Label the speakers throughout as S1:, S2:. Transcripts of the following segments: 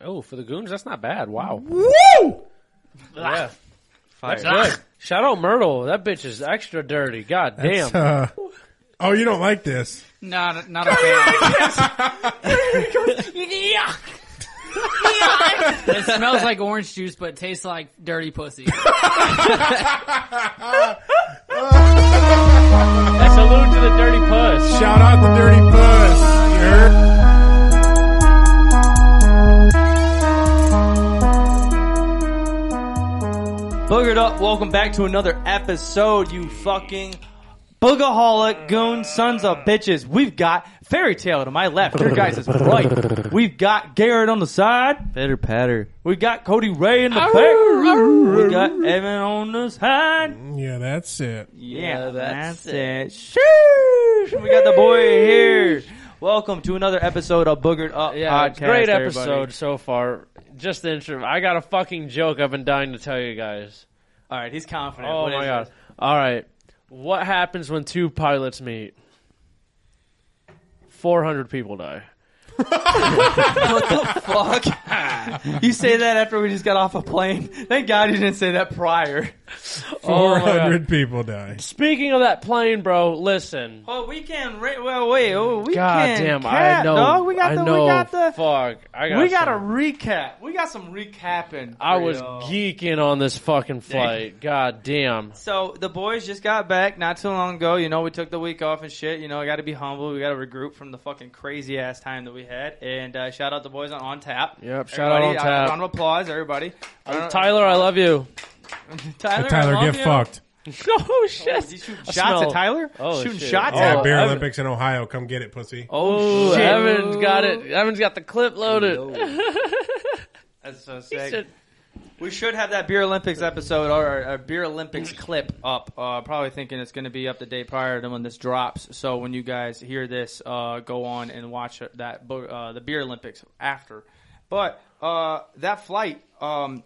S1: Oh, for the goons, that's not bad. Wow.
S2: Woo!
S1: Yeah.
S3: Ah. Fire.
S1: Good. Shout out Myrtle. That bitch is extra dirty. God damn.
S2: It's, uh, oh, you don't like this.
S4: Not not a fan. it smells like orange juice, but tastes like dirty pussy.
S1: That's a salute to the dirty puss.
S2: Shout out the dirty puss. Yer.
S3: Boogered up. Welcome back to another episode, you fucking boogaholic goon sons of bitches. We've got Fairy Tale to my left. Your guys is right. We've got Garrett on the side. Better patter. We've got Cody Ray in the back. We got Evan on the side.
S2: Yeah, that's it.
S1: Oh,
S3: Yeah, that's, it. Sheesh. We got the boy here. Welcome to another episode of Boogered Up
S1: Yeah,
S3: Podcast.
S1: great
S3: everybody.
S1: episode so far. Just the intro. I got a fucking joke I've been dying to tell you guys.
S3: All right, he's confident.
S1: Oh
S3: What
S1: my
S3: is
S1: god.
S3: this?
S1: All right. What happens when two pilots meet? 400 people die. Oh
S3: What the fuck? you say that after we just got off a plane? Thank God you didn't say that prior.
S1: Oh my
S2: Four
S1: God.
S2: hundred people die.
S1: Speaking of that plane, bro, listen.
S3: Oh, we can. Ra- well, wait. Oh, we
S1: God
S3: can.
S1: damn,
S3: Cat,
S1: I know.
S3: Dog. We got
S1: I
S3: the.
S1: know.
S3: We got the.
S1: Fuck. I got
S3: we got a
S1: some-
S3: recap. We got some recapping.
S1: I
S3: for
S1: was
S3: y'all.
S1: geeking on this fucking flight. God damn.
S3: So the boys just got back not too long ago. You know, we took the week off and shit. You know, I got to be humble. We got to regroup from the fucking crazy ass time that we had. And uh, shout out the boys on On Tap.
S1: Yep, shout out
S3: Everybody,
S1: On
S3: uh,
S1: Tap.
S3: round of applause, everybody. Uh,
S1: Tyler, I love you.
S3: Tyler,
S2: Tyler,
S3: I love
S2: get
S3: you.
S2: fucked.
S1: oh
S3: Oh,
S1: shit.
S3: did you shoot
S1: I
S3: shots
S1: smell-
S3: at Tyler?
S1: Oh,
S3: Shooting
S1: shit.
S3: shots
S1: Oh,
S3: at
S2: Yeah,
S1: I-
S2: Beer
S1: Evan-
S2: Olympics in Ohio. Come get it, pussy.
S1: Oh,
S3: shit.
S1: Evan's got it. Evan's got the clip loaded.
S3: Oh. That's so
S1: He
S3: sick.
S1: said-
S3: We should have that Beer Olympics episode or our, our Beer Olympics clip up. Uh, probably thinking it's going to be up the day prior to when this drops. So when you guys hear this, uh, go on and watch that bo- uh, the Beer Olympics after. But uh, that flight, um,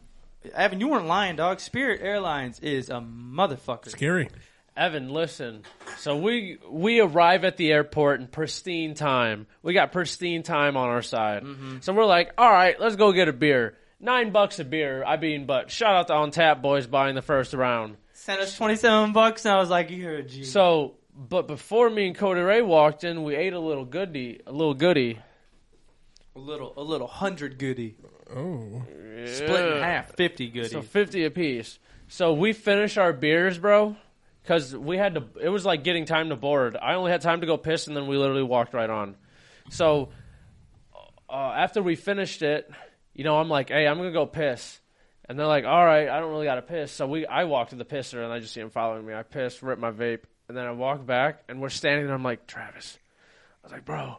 S3: Evan, you weren't lying, dog. Spirit Airlines is a motherfucker.
S2: Scary.
S1: Evan, listen. So we we arrive at the airport in pristine time. We got pristine time on our side.
S3: Mm-hmm.
S1: So we're like, all right, let's go get a beer. Nine bucks a beer. I mean, but shout out to On Tap boys buying the first round.
S3: Sent us twenty seven bucks, and I was like, "You're a G."
S1: So, but before me and Cody Ray walked in, we ate a little goodie, a little goodie.
S3: a little, a little hundred goodie,
S2: Oh,
S3: split in half, fifty goodie.
S1: So fifty apiece. So we finish our beers, bro, because we had to. It was like getting time to board. I only had time to go piss, and then we literally walked right on. So uh, after we finished it, you know, I'm like, hey, I'm gonna go piss, and they're like, all right, I don't really gotta piss. So we, I walked to the pisser, and I just see him following me. I pissed, ripped my vape, and then I walk back, and we're standing there. I'm like, Travis, I was like, bro,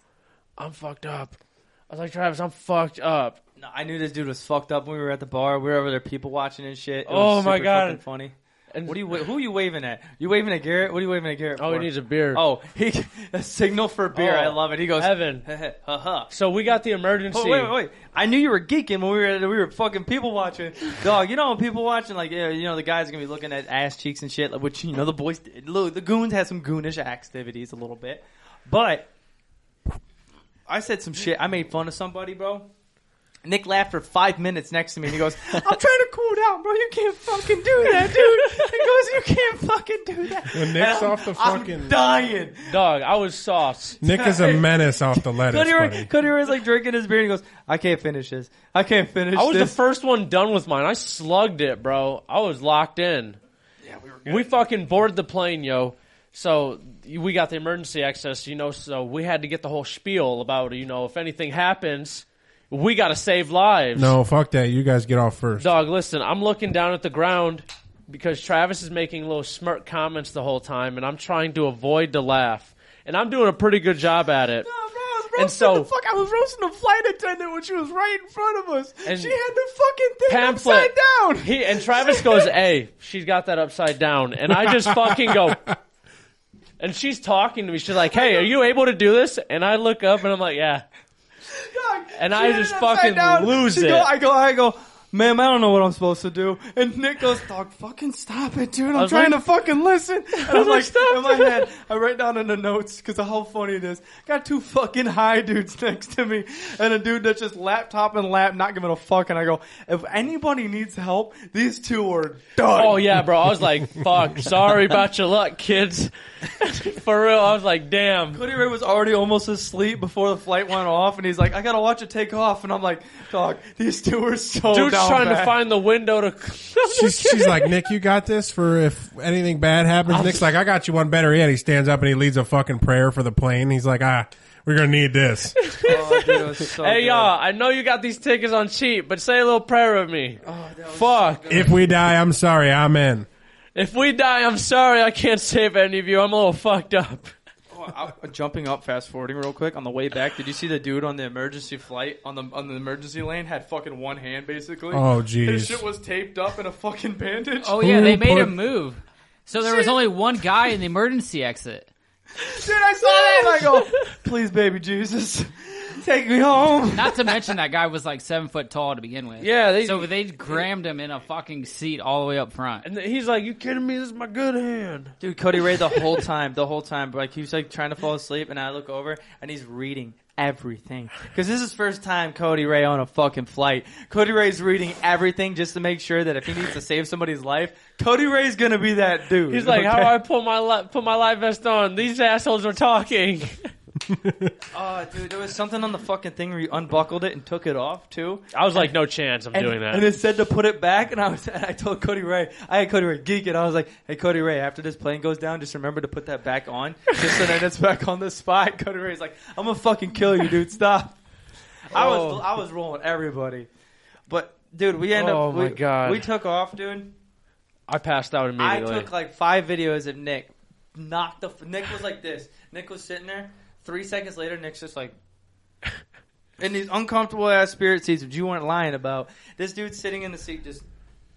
S1: I'm fucked up. I was like, Travis, I'm fucked up.
S3: No, I knew this dude was fucked up when we were at the bar. We were over there, people watching and shit. It
S1: Oh,
S3: was
S1: my
S3: super
S1: God.
S3: fucking funny.
S1: And
S3: What are you? wa- Who are you waving at? You waving at Garrett? What are you waving at Garrett?
S1: Oh,
S3: for?
S1: he needs a beer.
S3: Oh, he a signal for beer.
S1: Oh,
S3: I love it. He goes,
S1: Evan.
S3: ha ha.
S1: So we got the emergency.
S3: Oh, wait, wait, wait! I knew you were geeking when we were we were fucking people watching, dog. You know when people watching, like yeah, you know the guys are gonna be looking at ass cheeks and shit, like, which you know the boys did. Look, the goons had some goonish activities a little bit, but I said some shit. I made fun of somebody, bro. Nick laughed for five minutes next to me, and he goes, "I'm trying to cool down, bro. You can't fucking do that, dude." He goes, "You can't fucking do that."
S2: When Nick's
S3: And I'm-
S2: off the
S3: I'm
S2: fucking-
S3: dying.
S1: Dog, I was soft.
S2: Nick is a menace off the lettuce,
S3: Cody, Ray-
S2: buddy.
S3: Cody Ray's like drinking his beer and he goes, I can't finish this. I can't finish
S1: I was the
S3: this.
S1: first one done with mine. I slugged it, bro. I was locked in. Yeah, we were We fucking boarded the plane, yo. So we got the emergency access, you know, so we had to get the whole spiel about, you know, if anything happens, we got to save lives.
S2: No, fuck that. You guys get off first.
S1: Dog, listen, I'm looking down at the ground because Travis is making little smirk comments the whole time and I'm trying to avoid to laugh. And I'm doing a pretty good job at it.
S3: No, bro, I was
S1: And
S3: roasting
S1: so-
S3: the fuck. I was roasting the flight attendant when she was right in front of us.
S1: And
S3: she had the fucking thing
S1: pamphlet.
S3: upside down.
S1: He and Travis goes, "Hey, she's got that upside down," and I just fucking go. And she's talking to me. She's like, "Hey, are you able to do this?" And I look up and I'm like, "Yeah."
S3: Dog,
S1: And
S3: she
S1: I
S3: had
S1: just
S3: it upside
S1: fucking
S3: down.
S1: lose
S3: She
S1: it.
S3: Go, I go, I go. ma'am, I don't know what I'm supposed to do. And Nick goes, dog, fucking stop it, dude.
S1: I
S3: I'm
S1: was
S3: trying
S1: like-
S3: to fucking listen. And I'm
S1: was like,
S3: like,
S1: "Stop,
S3: in my
S1: dude."
S3: head, I write down in the notes because of how funny it is. Got two fucking high dudes next to me and a dude that's just laptop and lap, not giving a fuck. And I go, if anybody needs help, these two are done.
S1: Oh yeah, bro. I was like, fuck. Sorry about your luck, kids. For real, I was like, damn.
S3: Cody Ray was already almost asleep before the flight went off, and he's like, "I gotta watch it take off," and I'm like, "Dog, these two are so
S1: Dude's
S3: down
S1: trying to
S3: bad."
S1: find the window to.
S2: She's, she's like, Nick, you got this for if anything bad happens. Nick's like, I got you one better yet. He stands up and he leads a fucking prayer for the plane. He's like, ah, we're gonna need this.
S3: Oh, dude, it was so
S1: hey uh,
S3: good.
S1: y'all, I know you got these tickets on cheap, but say a little prayer with me.
S3: Oh,
S1: fuck.
S2: If we die, I'm sorry, I'm in.
S1: If we die, I'm sorry. I can't save any of you. I'm a little fucked up.
S3: Oh, I- jumping up, fast forwarding real quick on the way back. Did you see the dude on the emergency flight on the on the emergency lane had fucking one hand basically?
S2: Oh,
S3: his
S2: jeez.
S3: shit was taped up in a fucking bandage.
S4: Oh yeah, they
S2: Who
S4: made
S2: put-
S4: him move. So there was
S3: Shit.
S4: only one guy in the emergency exit.
S3: shit! I saw that. and I go, please, baby Jesus, take me home.
S4: Not to mention that guy was like seven foot tall to begin with.
S1: Yeah, they-
S4: so they crammed him in a fucking seat all the way up front.
S1: And he's like, "You kidding me? This is my good hand."
S3: Dude, Cody Ray the whole time, the whole time, like he was like trying to fall asleep, and I look over and he's reading everything because this is first time Cody Ray on a fucking flight. Cody Ray's reading everything just to make sure that if he needs to save somebody's life, Cody Ray's gonna be that dude.
S1: He's like, "How
S3: okay?
S1: do I put my li- put my life vest on? These assholes are talking."
S3: Oh, dude, there was something on the fucking thing where you unbuckled it and took it off too.
S1: I was like, "No chance. I'm
S3: And,
S1: doing that."
S3: and it said to put it back, and I was, and I told Cody Ray, I had Cody Ray geek, and I was like, "Hey, Cody Ray, after this plane goes down, just remember to put that back on, just so that it's back on the spot." Cody Ray's like, "I'm gonna fucking kill you, dude. Stop." I
S1: Oh.
S3: was, I was rolling everybody, but dude, we end
S1: Oh,
S3: up,
S1: my
S3: we,
S1: God.
S3: we took off, dude.
S1: I passed out
S3: I
S1: immediately.
S3: took like five videos of Nick. Knocked the f- Nick was like this. Nick was sitting there. Three seconds later, Nick's just like in these uncomfortable ass spirit seats, which you weren't lying about. This dude's sitting in the seat, just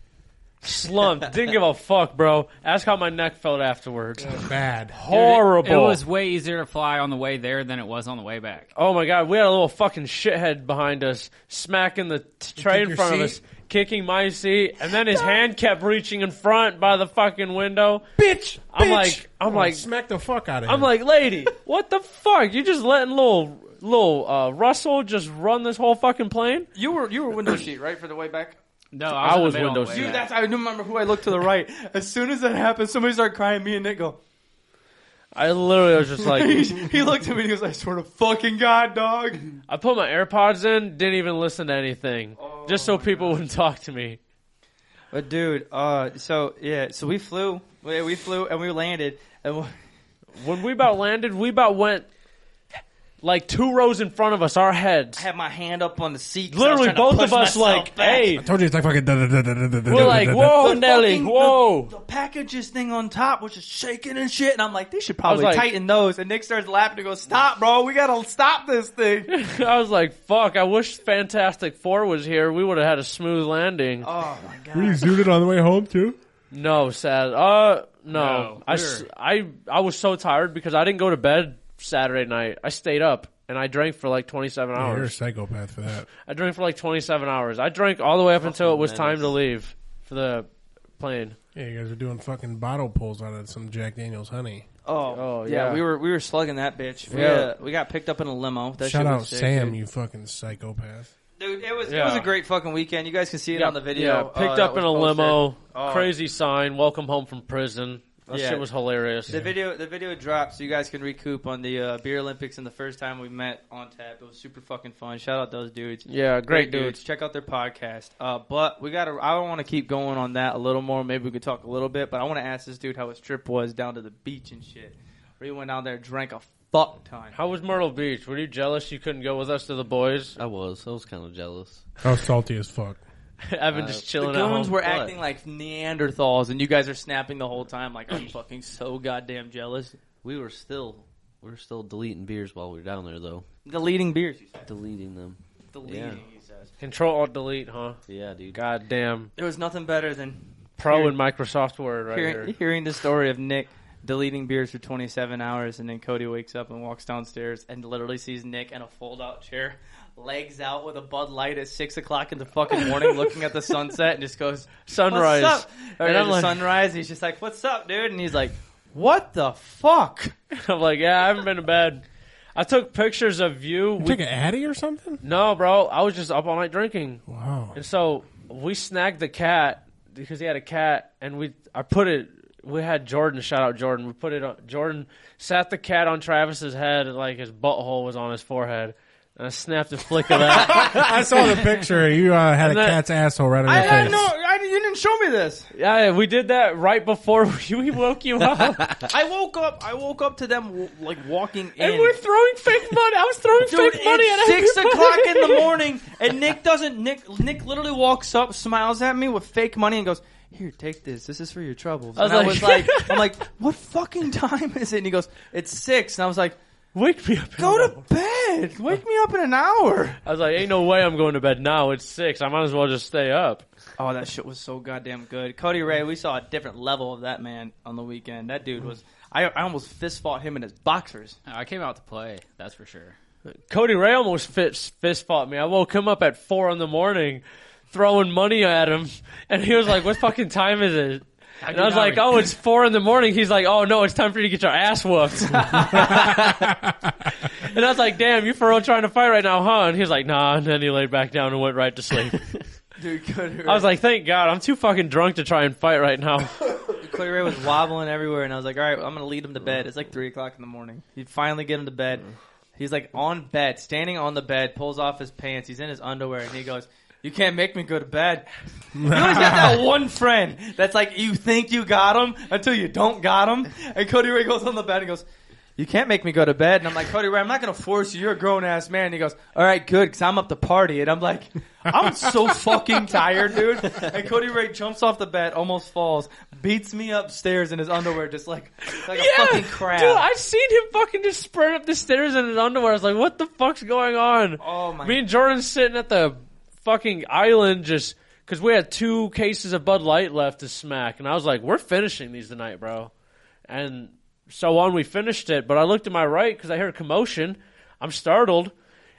S1: slumped. Didn't give a fuck, bro. Ask how my neck felt afterwards.
S2: Bad.
S4: Dude, it-
S1: Horrible.
S4: It, was way easier to fly on the way there than it was on the way back.
S1: oh my god, we had a little fucking shithead behind us, smacking the t- tray in
S2: your
S1: front of us,
S2: seat?
S1: kicking my seat, and then his hand kept reaching in front by the fucking window.
S2: Bitch.
S1: I'm
S2: bitch.
S1: like- I'm
S2: Oh,
S1: like-
S2: smack the fuck out of him.
S1: I'm like, lady, what the fuck? You just letting little little uh, Russell just run this whole fucking plane?
S3: you were you were window seat right for the way back.
S4: No,
S1: I
S4: I
S1: was
S4: was, in the middle on the
S1: window
S4: way
S1: seat.
S3: Dude,
S4: back.
S3: that's I remember who I looked to the right. As soon as that happened, somebody started crying. Me and Nick go.
S1: I literally was just
S3: He,
S1: like,
S3: he looked at me. and He goes, "I swear to fucking god, dog."
S1: I put my AirPods in, didn't even listen to anything,
S3: Oh
S1: just so
S3: my
S1: people wouldn't talk to me.
S3: But dude, uh, so yeah, so we flew, we, we flew, and we landed, and. We,
S1: When we about landed, we about went like two rows in front of us, our heads.
S3: had my hand up on the seat. 'cause I was
S1: Literally,
S3: trying to
S1: both of
S3: push
S1: us
S3: myself
S1: like,
S3: back.
S1: hey,
S2: I told you it's like fucking. da- da- da- da- da- da- da-
S1: we're like,
S2: da- da-
S1: whoa,
S3: The
S1: Nelly,
S3: fucking-
S1: whoa.
S3: The, the packages thing on top was just shaking and shit, and I'm like, they should probably
S1: like-
S3: tighten those. And Nick starts laughing and goes, "Stop, bro, we gotta stop this thing."
S1: I was like, fuck, I wish Fantastic Four was here. We would have had a smooth landing.
S3: oh my
S2: Were you
S3: god!
S2: zooted on the way home too?
S1: No, sad. Uh, no.
S4: No,
S1: I, s-
S4: we're-
S1: I, I was so tired because I didn't go to bed Saturday night. I stayed up and I drank for like 27
S2: You're a
S1: hours.
S2: psychopath for that.
S1: I drank for like 27 hours. I drank all the way up until it was time
S3: menace.
S1: to leave for the plane.
S2: Yeah, you guys are doing fucking bottle pulls out of some Jack Daniels honey.
S3: Oh,
S1: Oh,
S3: yeah.
S1: yeah.
S3: we were we were slugging that bitch. We,
S1: Yeah.
S3: uh, we got picked up in a limo. That
S2: Shout
S3: shit
S2: out
S3: was sick,
S2: Sam,
S3: dude.
S2: you fucking psychopath.
S3: Dude, it was it
S1: Yeah.
S3: was a great fucking weekend. You guys can see it on the
S1: Yeah,
S3: video.
S1: picked
S3: uh,
S1: up
S3: that
S1: in a
S3: was posted.
S1: limo.
S3: Oh.
S1: Crazy sign. Welcome home from prison. That
S3: Yeah.
S1: shit was hilarious.
S3: The video, the video dropped, so you guys can recoup on the uh, beer Olympics and the first time we met on tap. It was super fucking fun. Shout out those dudes.
S1: Yeah, great, dudes.
S3: Check out their podcast. Uh, but we got to. I want to keep going on that a little more. Maybe we could talk a little bit. But I want to ask this dude how his trip was down to the beach and shit. Where he went down there, drank a fuck ton.
S1: How was Myrtle Beach? Were you jealous you couldn't go with us to the boys?
S5: I was. I was kind of jealous.
S2: I was salty as fuck.
S1: Evan
S5: Uh,
S1: just
S3: The
S1: chilling at
S3: goons
S1: home.
S3: were
S5: What?
S3: acting like Neanderthals, and you guys are snapping the whole time. Like I'm fucking so goddamn jealous.
S5: We were still, we were still deleting beers while we were down there, though.
S3: Deleting beers, you said.
S5: Deleting them.
S3: Deleting,
S5: Yeah.
S3: he says.
S1: Control Alt Delete, huh?
S5: Yeah, dude.
S1: God damn.
S3: There was nothing better than
S1: Pro
S3: Here-
S1: in Microsoft Word right
S3: hearing,
S1: here.
S3: hearing the story of Nick deleting beers for 27 hours, and then Cody wakes up and walks downstairs and literally sees Nick in a fold-out chair legs out with a Bud Light at six o'clock in the fucking morning, looking at the sunset, and just goes
S1: Sunrise.
S3: What's up?
S1: Or
S3: And
S1: I'm
S3: I'm
S1: like-
S3: sunrise. He's just like, "What's up, dude?" And he's like, "What the fuck?"
S1: I'm like, yeah, I haven't been to bed. I took pictures of you.
S2: You
S1: We-
S2: Take an Addy or something?
S1: no, bro, I was just up all night drinking.
S2: Wow.
S1: And so we snagged the cat because he had a cat, and we I put it. We had Jordan shout out Jordan. We put it on Jordan sat the cat on Travis's head like his butthole was on his forehead, and I snapped a flick of that.
S2: I saw the picture. You uh, had a
S1: And that-
S2: cat's asshole right on
S3: I,
S2: your
S3: I
S2: face.
S3: know. I, you didn't show me this.
S1: yeah, we did that right before we, we woke you up,
S3: I woke up. I woke up to them w- like walking in.
S1: and we're throwing fake money. I was throwing
S3: Dude,
S1: fake money
S3: it's
S1: at
S3: six
S1: everybody.
S3: o'clock in the morning, and Nick doesn't. Nick Nick literally walks up, smiles at me with fake money, and goes, "Here, take this. This is for your troubles."
S1: I was
S3: and I
S1: like-
S3: was like, "I'm like, what fucking time is it?" And he goes, "It's six. And I was like,
S1: Wake me up. in
S3: "Go
S1: the
S3: to bed. Wake me up in an hour."
S1: I was like, ain't no way I'm going to bed now. It's six. I might as well just stay up.
S3: Oh, that shit was so goddamn good. Cody Ray, we saw a different level of that man on the weekend. That dude was. I, I almost fist fought him in his boxers.
S4: Oh, I came out to play. That's for sure.
S1: Cody Ray almost fist, fist fought me. I woke him up at four in the morning, throwing money at him, and he was like, "What fucking time is it?" And
S4: do
S1: I was
S4: not
S1: like,
S4: re-
S1: "Oh, it's four in the morning." He's like, "Oh no, it's time for you to get your ass whooped." and I was like, "Damn, you for real trying to fight right now, huh?" And he was like, "Nah." And then he laid back down and went right to sleep.
S3: Dude, Cody Ray.
S1: I was like, "Thank God, I'm too fucking drunk to try and fight right now."
S3: Cody Ray was wobbling everywhere, and I was like, "All right, I'm gonna lead him to bed." It's like three o'clock in the morning. He'd finally get him to bed. He's like on bed, standing on the bed, pulls off his pants. He's in his underwear, and he goes, "You can't make me go to bed." You always got that one friend that's like, you think you got him until you don't got him. And Cody Ray goes on the bed and goes. You can't make me go to bed, and I'm like, Cody Ray, I'm not gonna force you. You're a grown ass man. And he goes, All right, good, because I'm up to party, and I'm like, I'm so fucking tired, dude. And Cody Ray jumps off the bed, almost falls, beats me upstairs in his underwear, just like like a fucking crab.
S1: dude, I've seen him fucking just sprint up the stairs in his underwear. I was like, "What the fuck's going on?"
S3: Oh my-
S1: Me and Jordan sitting at the fucking island just because we had two cases of Bud Light left to smack, and I was like, "We're finishing these tonight, bro." And so on, we finished it. But I looked to my right because I heard commotion. I'm startled.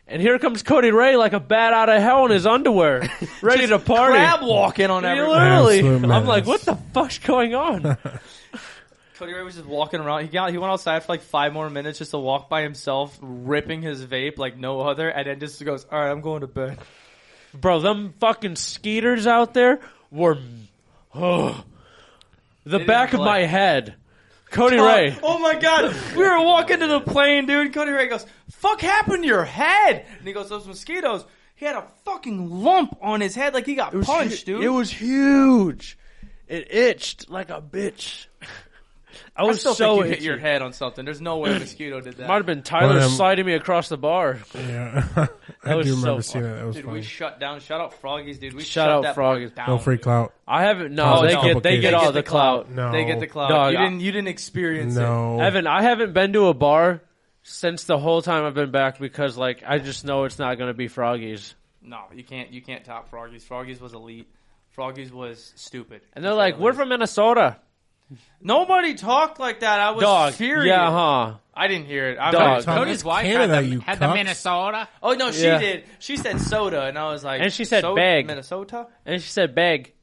S1: And here comes Cody Ray like a bat out of hell in his underwear, ready to party.
S3: crab walking on
S1: He
S3: everyone.
S1: literally,
S2: Absolute
S1: I'm like,
S2: menace.
S1: what the fuck's going on?
S3: Cody Ray was just walking around. He got he went outside for like five more minutes just to walk by himself, ripping his vape like no other, and then just goes, "All right, I'm going to bed."
S1: Bro, them fucking skeeters out there were oh, the back of
S3: play.
S1: my head. Cody Ray.
S3: Oh, oh my god. We were walking to the plane, dude. Cody Ray goes, Fuck happened to your head? And he goes, Those mosquitoes. He had a fucking lump on his head like he got punched, dude.
S1: It was huge. It itched like a bitch. I
S3: I
S1: was
S3: still
S1: so
S3: think you hit
S1: itchy.
S3: your head on something. There's no way a mosquito did that.
S1: Might have been
S2: One
S1: Tyler
S2: of them-
S1: sliding me across the bar.
S2: Yeah. I
S1: That was
S2: do
S1: so
S2: remember
S1: funny.
S2: seeing that. That was
S3: dude, we
S2: funny.
S3: shut down. Shout out Froggies, dude. We
S1: Shout
S3: shut
S1: out
S3: that
S1: Froggies.
S3: part down.
S2: No free clout.
S1: I haven't. No,
S2: Oh,
S1: they
S2: no.
S1: get they get
S2: They get
S1: all
S3: the
S1: the clout.
S2: No.
S3: They get the cloud.
S1: Dog,
S3: you
S1: I-
S3: didn't you didn't experience it.
S2: No.
S1: Evan, I haven't been to a bar since the whole time I've been back because like I just know it's not going to be Froggies.
S3: No, you can't you can't top Froggies. Froggies was elite. Froggies was stupid.
S1: And they're like, "We're from Minnesota."
S3: Nobody talked like that. I was
S1: Dog.
S3: furious.
S1: Yeah, huh?
S3: I didn't hear it. I'm
S1: Dog.
S3: not-
S2: Tom,
S4: Cody's
S2: that's
S4: wife
S2: Canada,
S4: had the,
S2: you
S4: had the
S2: cucks.
S4: Minnesota.
S3: Oh no, she
S1: Yeah.
S3: did. She said soda, and I was like,
S1: And she said
S3: "So-
S1: bag."
S3: Minnesota.
S1: And she said, "Beg."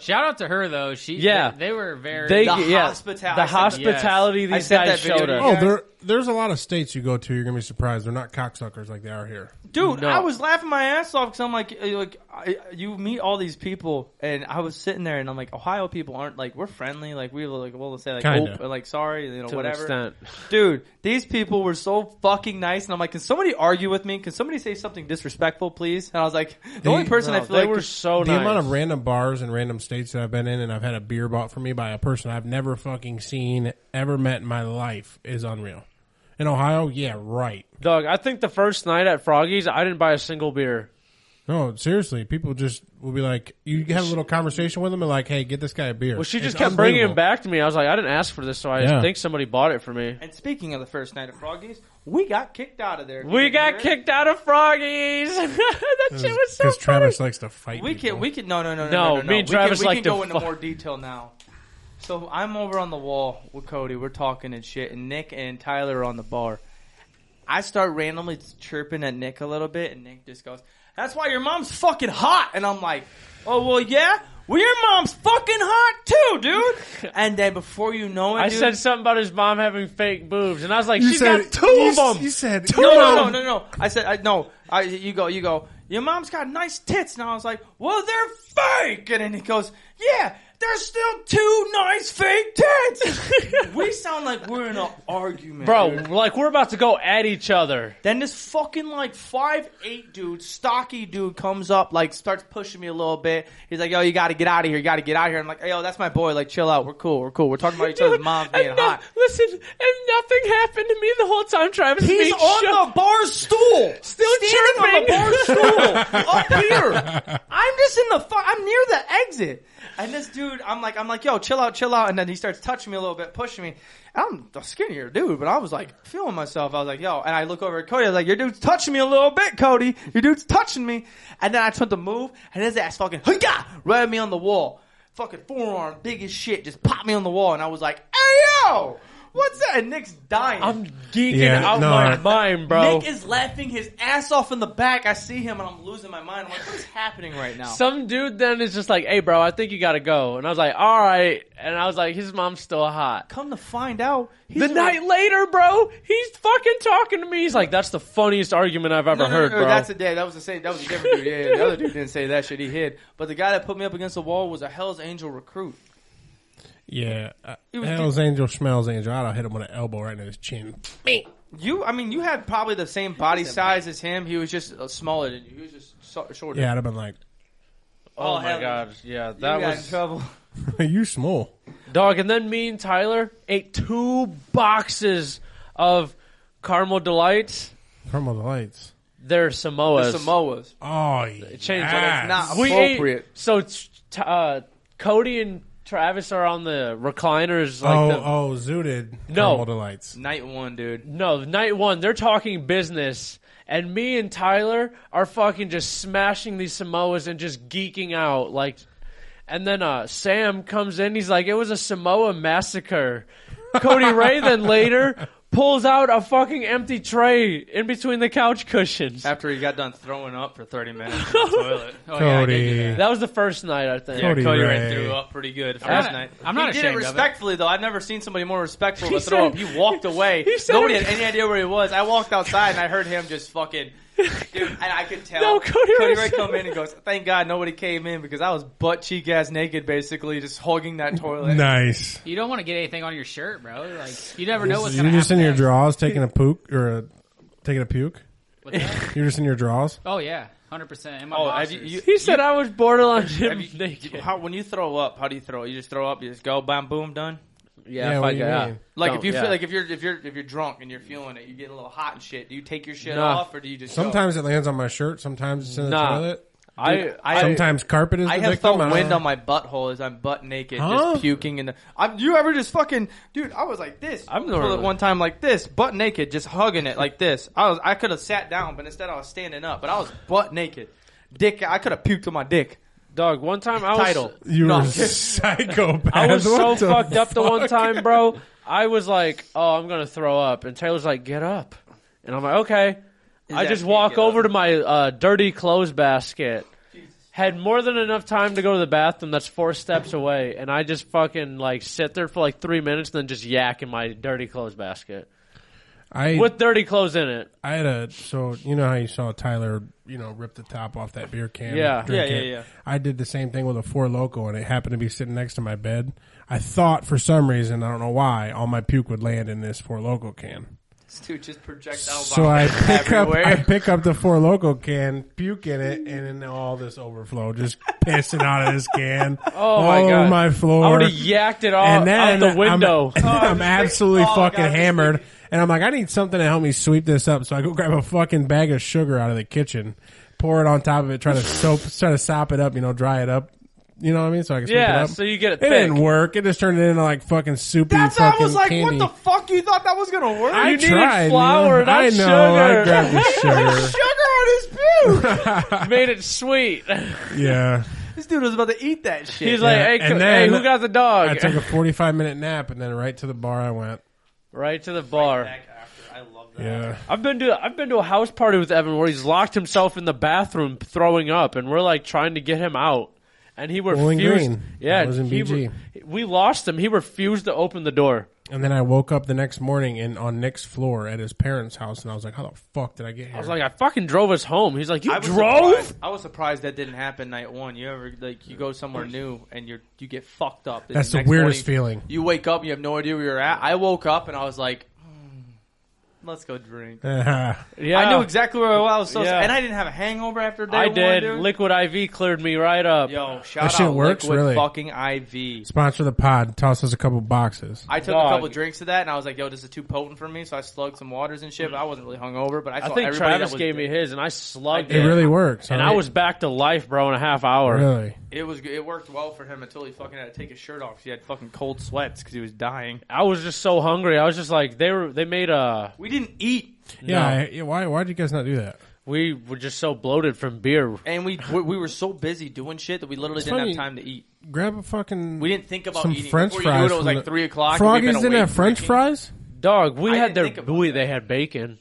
S4: Shout out to her though. She
S1: Yeah.
S4: they, they were very
S1: They,
S3: The
S1: yeah,
S3: hospitality.
S1: the
S3: I sent
S4: that-
S1: hospitality
S3: I
S1: these
S3: sent
S1: guys
S3: that video
S1: showed
S3: to
S1: us.
S3: you.
S2: Oh, there, there's a lot of states you go to. You're gonna be surprised. They're not cocksuckers like they are here.
S3: Dude,
S1: No.
S3: I was laughing my ass off because I'm like, uh, like I, you meet all these people, and I was sitting there, and I'm like, Ohio people aren't like we're friendly, like we were like we'll say like
S2: Kinda.
S3: "Oop," or, like sorry, you know
S1: to
S3: whatever.
S1: an extent.
S3: Dude, these people were so fucking nice, and I'm like, can somebody argue with me? Can somebody say something disrespectful, please? And I was like, the only person
S1: No,
S3: I feel
S1: they
S3: like
S1: were so
S2: The
S1: nice.
S2: amount of random bars and random states that I've been in, and I've had a beer bought for me by a person I've never fucking seen, ever met in my life, is unreal. In Ohio, yeah, right.
S1: Dog, I think the first night at Froggy's, I didn't buy a single beer.
S2: No, seriously, people just will be like, you have a little conversation with them and like, hey, get this guy a beer.
S1: Well, she
S2: It's
S1: just kept bringing
S2: unbelievable.
S1: it back to me. I was like, I didn't ask for this, so I
S2: Yeah.
S1: think somebody bought it for me.
S3: And speaking of the first night of Froggies, we got kicked out of there.
S1: We got
S3: Remember?
S1: kicked out of Froggy's. that shit was so
S2: Because
S1: funny.
S2: Travis likes to fight.
S3: We
S2: people.
S3: can we can no no no no
S1: No,
S3: no, no, no.
S1: me and
S3: we
S1: Travis
S3: can, we
S1: like
S3: can
S1: to
S3: go into
S1: fuck.
S3: more detail now. So I'm over on the wall with Cody. We're talking and shit, and Nick and Tyler are on the bar. I start randomly chirping at Nick a little bit, and Nick just goes, "That's why your mom's fucking hot." And I'm like, "Oh well, yeah." Well, your mom's fucking hot too, dude. And then before you know it,
S1: I
S3: dude,
S1: said something about his mom having fake boobs, and I was like,
S2: You
S1: she's
S2: said
S1: got two
S2: you,
S1: of them.
S2: You said
S3: no,
S2: of
S3: no, no,
S2: them.
S3: no, no. I said I, no. I, you go, you go. Your mom's got nice tits, and I was like, well, they're fake. And then he goes, yeah, there's still two nice fake tits. we sound like we're in an argument,
S1: Bro,
S3: dude.
S1: like we're about to go at each other.
S3: Then this fucking like five eight dude, stocky dude comes up, like starts pushing me a little bit. He's like, "Yo, you got to get out of here. You got to get out of here." I'm like, "Yo, that's my boy. Like, chill out. We're cool. We're cool. We're talking about each other's moms being
S1: and no-
S3: hot."
S1: listen, and nothing happened to me the whole time. Travis,
S3: He's
S1: being
S3: on
S1: shoved-
S3: the bar stool,
S1: Still
S3: standing
S1: chirping.
S3: on the bar stool up here. I'm just in the fu- I'm near the exit, and this dude, I'm like, I'm like, yo, chill out, chill out, and then he starts touching me a little bit, pushing me. I'm a skinnier dude, but I was like feeling myself. I was like, yo, and I look over at Cody. I was like, your dude's touching me a little bit, Cody. Your dude's touching me, and then I tried to move, and his ass fucking hoo-yah, right at me on the wall. Fucking forearm, big as shit, just popped me on the wall, and I was like, hey yo, what's that? And Nick's dying.
S1: I'm geeking
S2: Yeah,
S1: out
S2: no,
S1: my
S2: I-
S1: mind, bro.
S3: Nick is laughing his ass off in the back. I see him and I'm losing my mind. I'm like, what's happening right now?
S1: Some dude then is just like, "Hey, bro, I think you gotta go," and I was like, "All right," and I was like, "His mom's still hot."
S3: Come to find out, he's
S1: The
S3: a-
S1: night later, bro, he's fucking talking to me. He's like, "That's the funniest argument I've ever
S3: No, no, no,
S1: heard,
S3: no,
S1: bro."
S3: That's the day. That was the same. That was a different dude. Yeah, yeah, the other dude didn't say that shit. He hid. But the guy that put me up against the wall was a Hell's Angel recruit.
S2: Yeah, uh,
S3: was
S2: Hell's Angel, Schmells Angel. I'd have hit him with an elbow right in his chin.
S3: You, I mean, you had probably the same body size as him. He was just uh, smaller than you. He was just so, shorter.
S2: Yeah, I'd have been like,
S1: oh,
S3: Oh,
S1: my
S3: hell.
S1: god, yeah,
S3: that
S1: that
S3: you was got in
S1: was
S3: trouble.
S2: "You small."
S1: dog. And then me and Tyler ate two boxes of caramel delights.
S2: Turn on the lights.
S1: They're Samoas.
S3: The Samoas.
S2: Oh, yeah.
S1: Change
S2: yes.
S1: what it's
S3: not.
S1: We
S3: Appropriate.
S1: ate, so t- t- uh, Cody and Travis are on the recliners. Like
S2: oh,
S1: the,
S2: oh, zooted.
S1: No.
S2: Turn on the lights.
S3: Night one, dude.
S1: No, night one, they're talking business, and me and Tyler are fucking just smashing these Samoas and just geeking out. Like, and then uh, Sam comes in, he's like, "It was a Samoa massacre." Cody Ray then later pulls out a fucking empty tray in between the couch cushions.
S3: After he got done throwing up for 30 minutes in the toilet.
S4: Oh, yeah, I did
S2: Cody.
S4: do that.
S1: That was the first night, I think.
S2: Cody
S3: Cody, Cody
S2: Ray.
S3: Ray threw up pretty good first
S4: not-
S3: night.
S4: I'm not
S3: he did it
S4: ashamed of it.
S3: respectfully though. I've never seen somebody more respectful of
S1: He
S3: a throw up.
S1: said-
S3: He walked away.
S1: he said-
S3: Nobody had any idea where he was. I walked outside and I heard him just fucking. Dude, and I could tell.
S1: No, Cody Ray
S3: Ray
S1: said-
S3: come in and goes, "Thank God nobody came in because I was butt cheek ass naked, basically just hugging that toilet."
S2: Nice.
S4: You don't want to get anything on your shirt, bro. Like you never know what's
S2: You're
S4: gonna
S2: just in
S4: happen.
S2: your drawers taking a puke or a, taking a puke.
S4: What's that?
S2: You're just in your drawers.
S4: Oh yeah, hundred percent. And my
S3: Oh, have
S4: boxers.
S3: you, you,
S1: He said I was borderline gym
S3: have you-
S1: naked.
S3: how, when you throw up, how do you throw? You just throw up. You just go, bam, boom, done.
S2: Yeah, what
S1: fuck
S2: do you
S1: yeah.
S2: mean?
S3: Like
S1: Don't-
S3: if you
S1: yeah.
S3: feel like if you're if you're if you're drunk and you're feeling it, you get a little hot and shit. Do you take your shit
S1: Nah.
S3: off or do you just go?
S2: Sometimes it lands on my shirt. Sometimes it's in the
S1: Nah.
S2: toilet.
S1: I, I
S2: Sometimes carpet is the
S3: I have
S2: victim.
S3: felt
S2: I don't
S3: wind
S2: know.
S3: on my butthole as I'm butt naked,
S2: Huh?
S3: just puking in the. I'm, you ever just fucking, dude? I was like this.
S1: I'm
S3: I'm doing it
S1: normally-
S3: one time like this, butt naked, just hugging it like this. I was, I could have sat down, but instead I was standing up. But I was butt naked, dick. I could have puked on my dick.
S1: dog. One time I was
S3: Title.
S2: You
S3: No,
S2: were
S3: I'm
S2: a
S3: kidding.
S2: psychopath.
S1: I was so
S2: What the
S1: fucked up the one
S2: fuck?
S1: time, bro. I was like, "Oh, I'm gonna throw up," and Taylor's like, "Get up," and I'm like, "Okay." I
S3: ass
S1: just
S3: can't
S1: walk
S3: get up.
S1: over to my uh, dirty clothes basket. Had more than enough time to go to the bathroom. That's four steps away, and I just fucking like sit there for like three minutes, and then just yak in my dirty clothes basket
S2: I
S1: with dirty clothes in it.
S2: I had a so you know how you saw Tyler you know rip the top off that beer can. and
S1: Yeah.
S2: drink
S3: Yeah, yeah,
S2: it?
S3: yeah.
S2: I did the same thing with a four loco, and it happened to be sitting next to my bed. I thought for some reason I don't know why all my puke would land in this four loco can.
S3: This dude just projectile.
S2: So I pick up
S3: everywhere.
S2: I pick up the four loco can, puke in it, and then all this overflow just pissing out of this can all
S1: Oh my God.
S2: over my floor.
S1: I would have yacked it all
S2: and then
S1: Oh, out the window.
S2: I'm, I'm
S3: just
S2: absolutely
S3: thinking- oh,
S2: fucking
S3: God, just
S2: hammered. And I'm like, I need something to help me sweep this up. So I go grab a fucking bag of sugar out of the kitchen, pour it on top of it, try to soap, try to sop it up, you know, dry it up. You know what I mean? So I can sweep it
S1: yeah,
S2: up.
S1: so you get it.
S2: it didn't
S1: thick.
S2: work. It just turned it into like fucking soupy
S3: That's I
S2: fucking
S3: was like,
S2: candy.
S3: what the fuck? You thought that was gonna work?
S2: I
S1: You needed
S2: tried,
S1: flour,
S2: man.
S1: not
S2: I know.
S1: sugar.
S2: I grabbed the
S3: Sugar on his puke.
S1: Made it sweet.
S2: sugar. yeah.
S3: this dude was about to eat that shit.
S1: He's like,
S2: Yeah,
S1: "Hey,
S2: and
S1: co- hey,
S2: then
S1: who got the dog?"
S2: I took a 45 minute nap and then right to the bar I went.
S1: right to the bar.
S3: Back after, I love
S2: Yeah.
S1: I've been to I've been to a house party with Evan where he's locked himself in the bathroom throwing up, and we're like trying to get him out, and he
S2: Bowling
S1: refused.
S2: Green.
S1: Yeah,
S2: That was in
S1: he
S2: BG.
S1: re- we lost him. He refused to open the door.
S2: And then I woke up the next morning and on Nick's floor at his parents' house, and I was like, "How the fuck did I get here?"
S1: I was like, I fucking drove us home. He's like, you
S3: I was
S1: drove?
S3: Surprised. I was surprised that didn't happen night one. You ever like you go somewhere new and you you get fucked up. and
S2: That's the
S3: next
S2: weirdest
S3: morning,
S2: feeling.
S3: You wake up, and you have no idea where you're at. I woke up and I was like, "Hmm, let's go drink.
S1: Yeah,
S3: I knew exactly where I was, I was so
S1: Yeah.
S3: and I didn't have a hangover after day
S1: I
S3: one.
S1: did.
S3: dude.
S1: Liquid IV cleared me right up.
S3: Yo, shout
S2: That
S3: out
S2: shit works,
S3: Liquid
S2: really.
S3: fucking IV.
S2: Sponsor the pod. Toss us a couple boxes.
S3: I took
S1: Dog.
S3: a couple drinks of that and I was like, yo, this is too potent for me. So I slugged some waters and shit. But I wasn't really hungover. But I saw
S1: I think
S3: everybody
S1: Travis
S3: that was,
S1: gave me his, and I slugged
S3: I
S2: it
S1: it.
S3: did.
S2: really works.
S1: And
S2: huh?
S1: I was back to life, bro, in a half hour.
S2: really.
S3: It was it worked well for him until he fucking had to take his shirt off. 'cause He had fucking cold sweats because he was dying.
S1: I was just so hungry. I was just like, they were. They made a.
S3: We didn't eat,
S2: Yeah. I- yeah, why? Why did you guys not do that?
S1: We were just so bloated from beer.
S3: and we we, we were so busy doing shit that we literally
S2: It's
S3: didn't
S2: funny.
S3: have time to eat.
S2: Grab a fucking.
S3: We didn't think about
S2: some
S3: eating.
S2: French
S3: Before
S2: fries.
S3: You knew it, it was
S2: from
S3: like
S2: the-
S3: three o'clock. and we'd
S2: Froggies
S3: been
S2: didn't
S3: awake
S2: have French
S3: drinking.
S2: fries.
S1: Dog, we
S3: I
S1: had
S3: didn't
S1: their.
S3: think about
S1: We, they had bacon.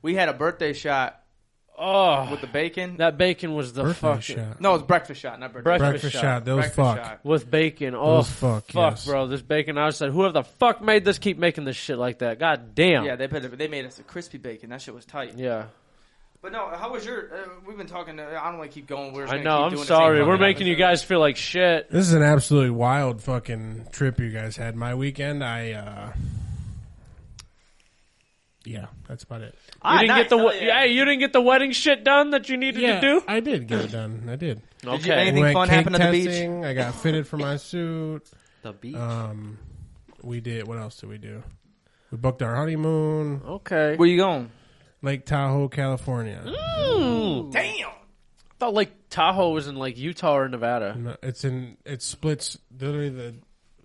S3: We had a birthday shot
S1: Oh,
S3: with the bacon.
S1: that bacon was the
S2: Birthday
S1: fucking
S2: shot.
S3: no, it's breakfast shot, not birthday.
S1: Breakfast
S2: Breakfast
S1: shot.
S2: shot. Those
S3: breakfast
S2: fuck.
S3: shot.
S1: with bacon. Oh,
S2: Those fuck,
S1: fuck,
S2: yes.
S1: bro, this bacon. I said, whoever the fuck made this, keep making this shit like that. God damn.
S3: Yeah, they put it, they made us a crispy bacon. That shit was tight.
S1: Yeah.
S3: But no, how was your? Uh, we've been talking. Uh, I don't want to keep going. We're just
S1: I
S3: gonna
S1: know.
S3: keep
S1: I'm
S3: doing the same
S1: sorry.
S3: fucking
S1: We're making you
S3: episode.
S1: guys feel like shit.
S2: This is an absolutely wild fucking trip you guys had. My weekend, I. uh Yeah, that's about it.
S1: You
S3: Ah,
S1: didn't
S3: nice.
S1: get the
S3: Hell
S1: we- hey, you didn't get the wedding shit done that you needed to do.
S2: I did get it done. I did.
S1: Okay.
S3: you- Anything
S2: Went
S3: fun
S2: cake
S3: happened at the beach?
S2: testing. I got fitted for my suit.
S5: The beach.
S2: Um, we did. What else did we do? We booked our honeymoon,
S1: okay.
S3: Where you going?
S2: Lake Tahoe,
S1: Mm.
S2: California.
S3: Damn.
S1: Hmm. I thought like Tahoe was in like Utah or Nevada.
S2: No, It's in. It splits literally the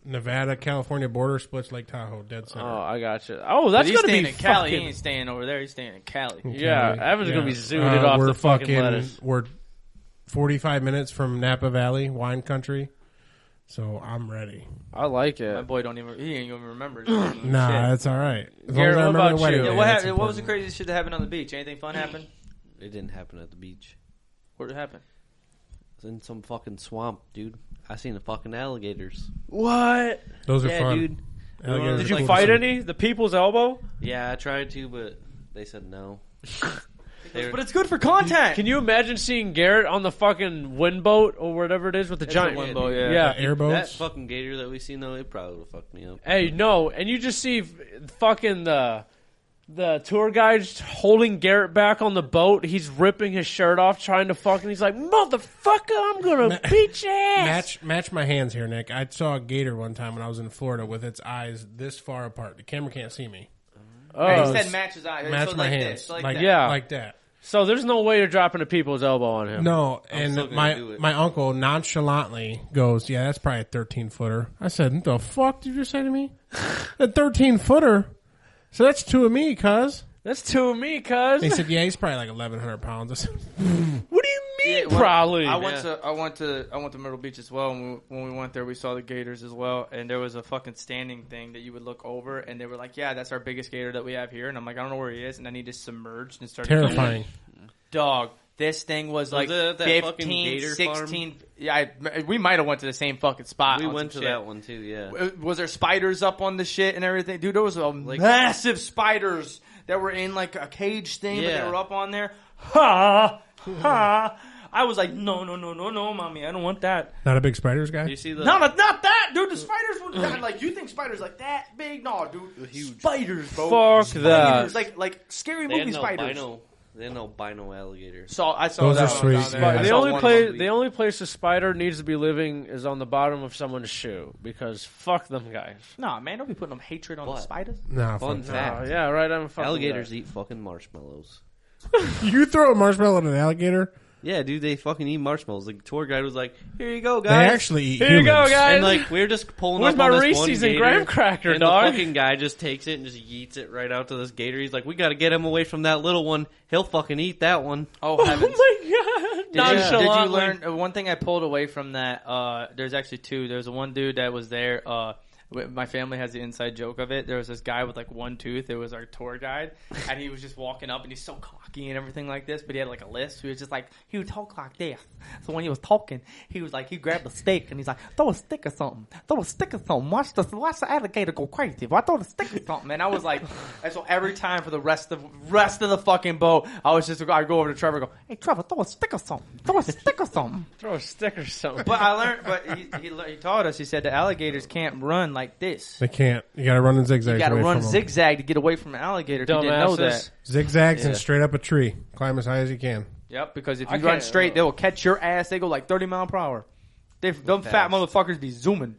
S2: Nevada California border splits Lake Tahoe dead center.
S1: Oh, I got you. Oh, that's
S3: he's
S1: gonna
S3: staying
S1: be
S3: in Cali. He
S1: fucking.
S3: ain't staying over there. He's staying in Cali.
S1: Yeah,
S2: County.
S1: Evan's gonna be zooted off
S2: Uh, we're
S1: the fucking lettuce.
S2: We're 45 minutes from Napa Valley, wine country. So I'm ready.
S1: I like it.
S3: My boy don't even. He ain't even remember. Nah,
S2: Nah, that's all right. As long
S1: Garrett,
S2: as I
S1: what
S2: remember the
S1: about
S2: wedding
S1: you?
S2: day,
S3: Yeah, what,
S2: that's
S3: happened, what was the
S2: important.
S3: craziest shit that happened on the beach? Anything fun happened?
S5: It didn't happen at the beach.
S3: What happened?
S5: It was in some fucking swamp, dude. I seen the fucking alligators.
S1: What?
S2: Those are
S5: yeah,
S2: fun.
S5: dude.
S2: Alligators
S1: Did
S2: are
S1: you
S2: cool to
S1: fight
S2: see.
S1: any? The people's elbow?
S5: Yeah, I tried to, but they said no. They
S3: But
S5: were-
S3: it's good for content.
S1: Can you imagine seeing Garrett on the fucking wind boat or whatever it is with the giant
S3: a wind boat, yeah.
S2: The
S5: that
S2: airboats?
S5: fucking gator that we seen though, it probably would have fucked me up.
S1: Hey, no, and you just see f- fucking the the tour guide just holding Garrett back on the boat. He's ripping his shirt off, trying to fucking. He's like, "Motherfucker, I'm gonna
S2: Ma-
S1: beat your ass."
S2: Match match my hands here, Nick. I saw a gator one time when I was in Florida with its eyes this far apart. The camera can't see me.
S1: Oh,
S3: He said matches eyes.
S2: Match
S3: so
S2: my
S3: like
S2: hands.
S3: This, like
S2: like
S3: that.
S1: Yeah.
S2: Like that.
S1: so there's no way you're dropping a people's elbow on him.
S2: No,
S5: still
S2: and
S5: gonna
S2: my
S5: do it.
S2: my uncle nonchalantly goes, "Yeah, that's probably a thirteen footer." I said, "What the fuck did you say to me? a thirteen footer? So that's two of me, cuz."
S1: That's two of me,
S2: They
S1: cuz.
S2: said, "Yeah, he's probably like eleven hundred pounds." I said,
S1: What do you mean?
S3: Yeah, well,
S1: probably.
S3: I went to I went to I went to Myrtle Beach as well. And we, when we went there, we saw the gators as well. And there was a fucking standing thing that you would look over, and they were like, "Yeah, that's our biggest gator that we have here." And I'm like, "I don't know where he is," and then he just submerged and started
S2: "Terrifying."
S3: dog. This thing was like
S5: it at that fucking
S3: 15,
S5: gator farm?
S3: 16. Yeah, I, we might have went to the same fucking spot.
S5: We
S3: on
S5: went to
S3: some shit.
S5: that one too, yeah.
S3: W- Uh, Was there spiders up on the shit and everything? Dude, there was a massive spiders that were in like a cage thing, but
S5: Yeah.
S3: they were up on there. Ha ha! I was like, no, no, no, no, no, mommy, I don't want that.
S2: Not a big spiders guy.
S5: You see the
S3: No, no, not that, dude. The spiders were God, like you think spiders like that big? No, dude,
S5: Huge.
S3: spiders, bro.
S1: Fuck
S3: Spiders,
S1: that.
S3: like like scary
S5: they had
S3: movie
S5: no
S3: spiders.
S5: albino they had no albino alligators.
S3: Saw I saw
S2: Those
S3: that
S2: are
S3: one
S2: sweet.
S3: down there.
S2: Yeah.
S3: I
S1: But the
S3: saw
S1: only
S3: one
S1: place
S3: movie.
S1: the only place a spider needs to be living is on the bottom of someone's shoe because fuck them guys.
S3: Nah, man, don't be putting them hatred on the
S5: What?
S3: spiders.
S2: nah,
S5: Fun
S2: fuck that.
S1: Oh,
S5: fact.
S1: yeah, right. I'm a fucking
S5: Alligators
S1: guy.
S5: eat fucking marshmallows.
S2: you throw a marshmallow at an alligator.
S5: Yeah, dude, they fucking eat marshmallows. The tour guide was like, "Here you go,
S2: They
S5: guys."
S2: actually eat.
S1: Here you go,
S2: humans.
S1: guys.
S5: and like we are just pulling
S1: Where's
S5: up on
S1: my
S5: this one
S1: Reese's and
S5: gator,
S1: graham cracker,
S5: and
S1: dog?
S5: the fucking guy just takes it and just yeets it right out to this gator. He's like, "We got to get him away from that little one. He'll fucking eat that one."
S3: Oh heavens.
S1: Oh my god!
S3: Did you, did you
S1: Nonchalantly.
S3: learn uh, one thing I pulled away from that? Uh, there's actually two. There's one dude that was there. Uh, w- my family has the inside joke of it. There was this guy with like one tooth. It was our tour guide, and he was just walking up, and he's so cocky and everything like this. But he had like a list. He was just like he would talk like this. So when he was talking, he was like he grabbed a stick and he's like throw a stick or something, throw a stick or something. Watch the watch the alligator go crazy. Why throw the stick or something? And I was like, and so every time for the rest of rest of the fucking boat, I was just I go over to Trevor, and go hey Trevor, throw a stick or something, throw a stick or something.
S1: Throw a stick or something.
S3: But I learned. But he, he, le- he taught us. He said the alligators can't run like this.
S2: They can't. You got to run in zigzags.
S3: You got to
S2: away
S3: run
S2: from 'em.
S3: zigzag to get away from an alligator. If you didn't know that.
S1: Dumbasses.
S2: zigzags, and straight up a tree. Climb as high as you can.
S3: Yep. Because if
S1: I
S3: you run
S1: can't- uh,
S3: straight, they will catch your ass. They go like thirty mile per hour. They, them fat
S5: fast.
S3: motherfuckers be zooming.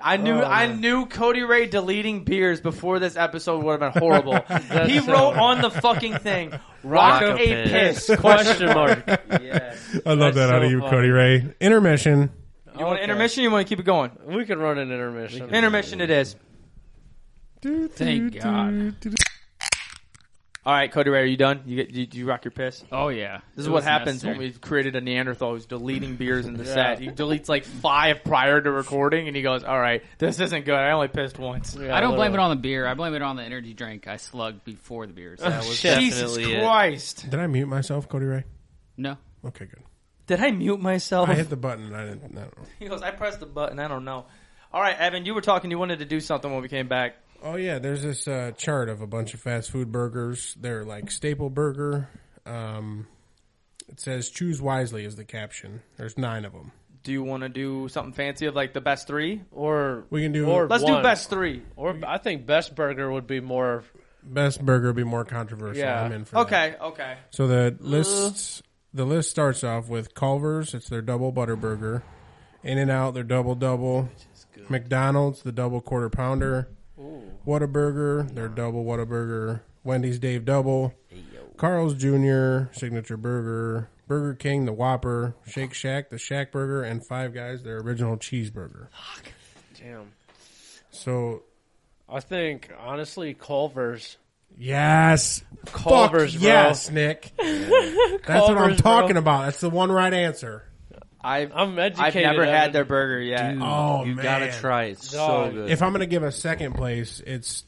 S3: I knew
S1: Uh.
S3: I knew Cody Ray deleting beers before this episode would have been horrible. he
S1: That's, uh,
S3: wrote on the piss. thing,
S1: Rock
S3: rock,
S1: a
S3: a piss.
S1: Question mark.
S3: Yes.
S2: I love
S1: That's
S2: that out
S1: so
S2: of you,
S1: funny.
S2: Cody Ray. Intermission.
S3: You want
S1: Okay.
S3: an intermission? Or you want to keep it going?
S1: We can run an intermission.
S3: Intermission it is.
S2: Do,
S4: Thank
S2: do,
S4: God.
S2: do, do, do.
S3: All right, Cody Ray, are you done? You get you, you rock your piss.
S4: Oh yeah,
S3: This is what happens when we've created a Neanderthal who's deleting beers in the set. He
S1: Yeah.
S3: deletes like five prior to recording, and he goes, "All right, this isn't good. I only pissed once."
S1: Yeah,
S4: I don't blame it
S1: literally.
S4: on the beer. I blame it on the energy drink I slugged before the beer. So that was
S5: shit.
S3: Jesus
S5: Definitely it.
S3: Christ!
S2: Did I mute myself, Cody Ray?
S4: no.
S2: Okay, good.
S3: Did I mute myself?
S2: I hit the button. And I didn't. I don't know.
S3: he goes, "I pressed the button. I don't know." All right, Evan, you were talking. You wanted to do something when we came back.
S2: Oh yeah, there's this uh, chart of a bunch of fast food burgers. They're like staple burger. Um, it says "Choose wisely" is the caption. There's nine of them.
S3: Do you want to do something fancy of like the best three?
S1: Or
S2: We can do
S1: Or
S3: Let's
S1: One.
S3: do best three.
S1: or I think best burger would be more.
S2: best burger. Would be more controversial.
S1: Yeah.
S2: I'm in for that.
S3: Okay, okay.
S2: So
S1: Uh.
S2: the lists the list starts off with Culver's, it's their double butter burger. In and out, their double double. McDonald's, the double quarter pounder. Whataburger, their double Whataburger. Wendy's Dave Double. Carl's Jr. Signature Burger. Burger King, the Whopper. Shake Shack, the Shack Burger, and Five Guys, their original cheeseburger.
S1: Damn.
S2: So
S1: I think honestly, Culver's.
S2: Yes.
S1: Culver's,
S2: Fuck
S1: bro.
S2: yes, Nick. That's what I'm
S1: Culver's, bro.
S2: talking about. That's the one right answer.
S3: I've
S1: I'm
S3: I've
S1: educated.
S3: never
S1: Evan.
S3: had their burger yet.
S2: Oh,
S5: you
S2: man.
S5: gotta try it. It's so
S1: Dog.
S5: good.
S2: If I'm going to give a second place, it's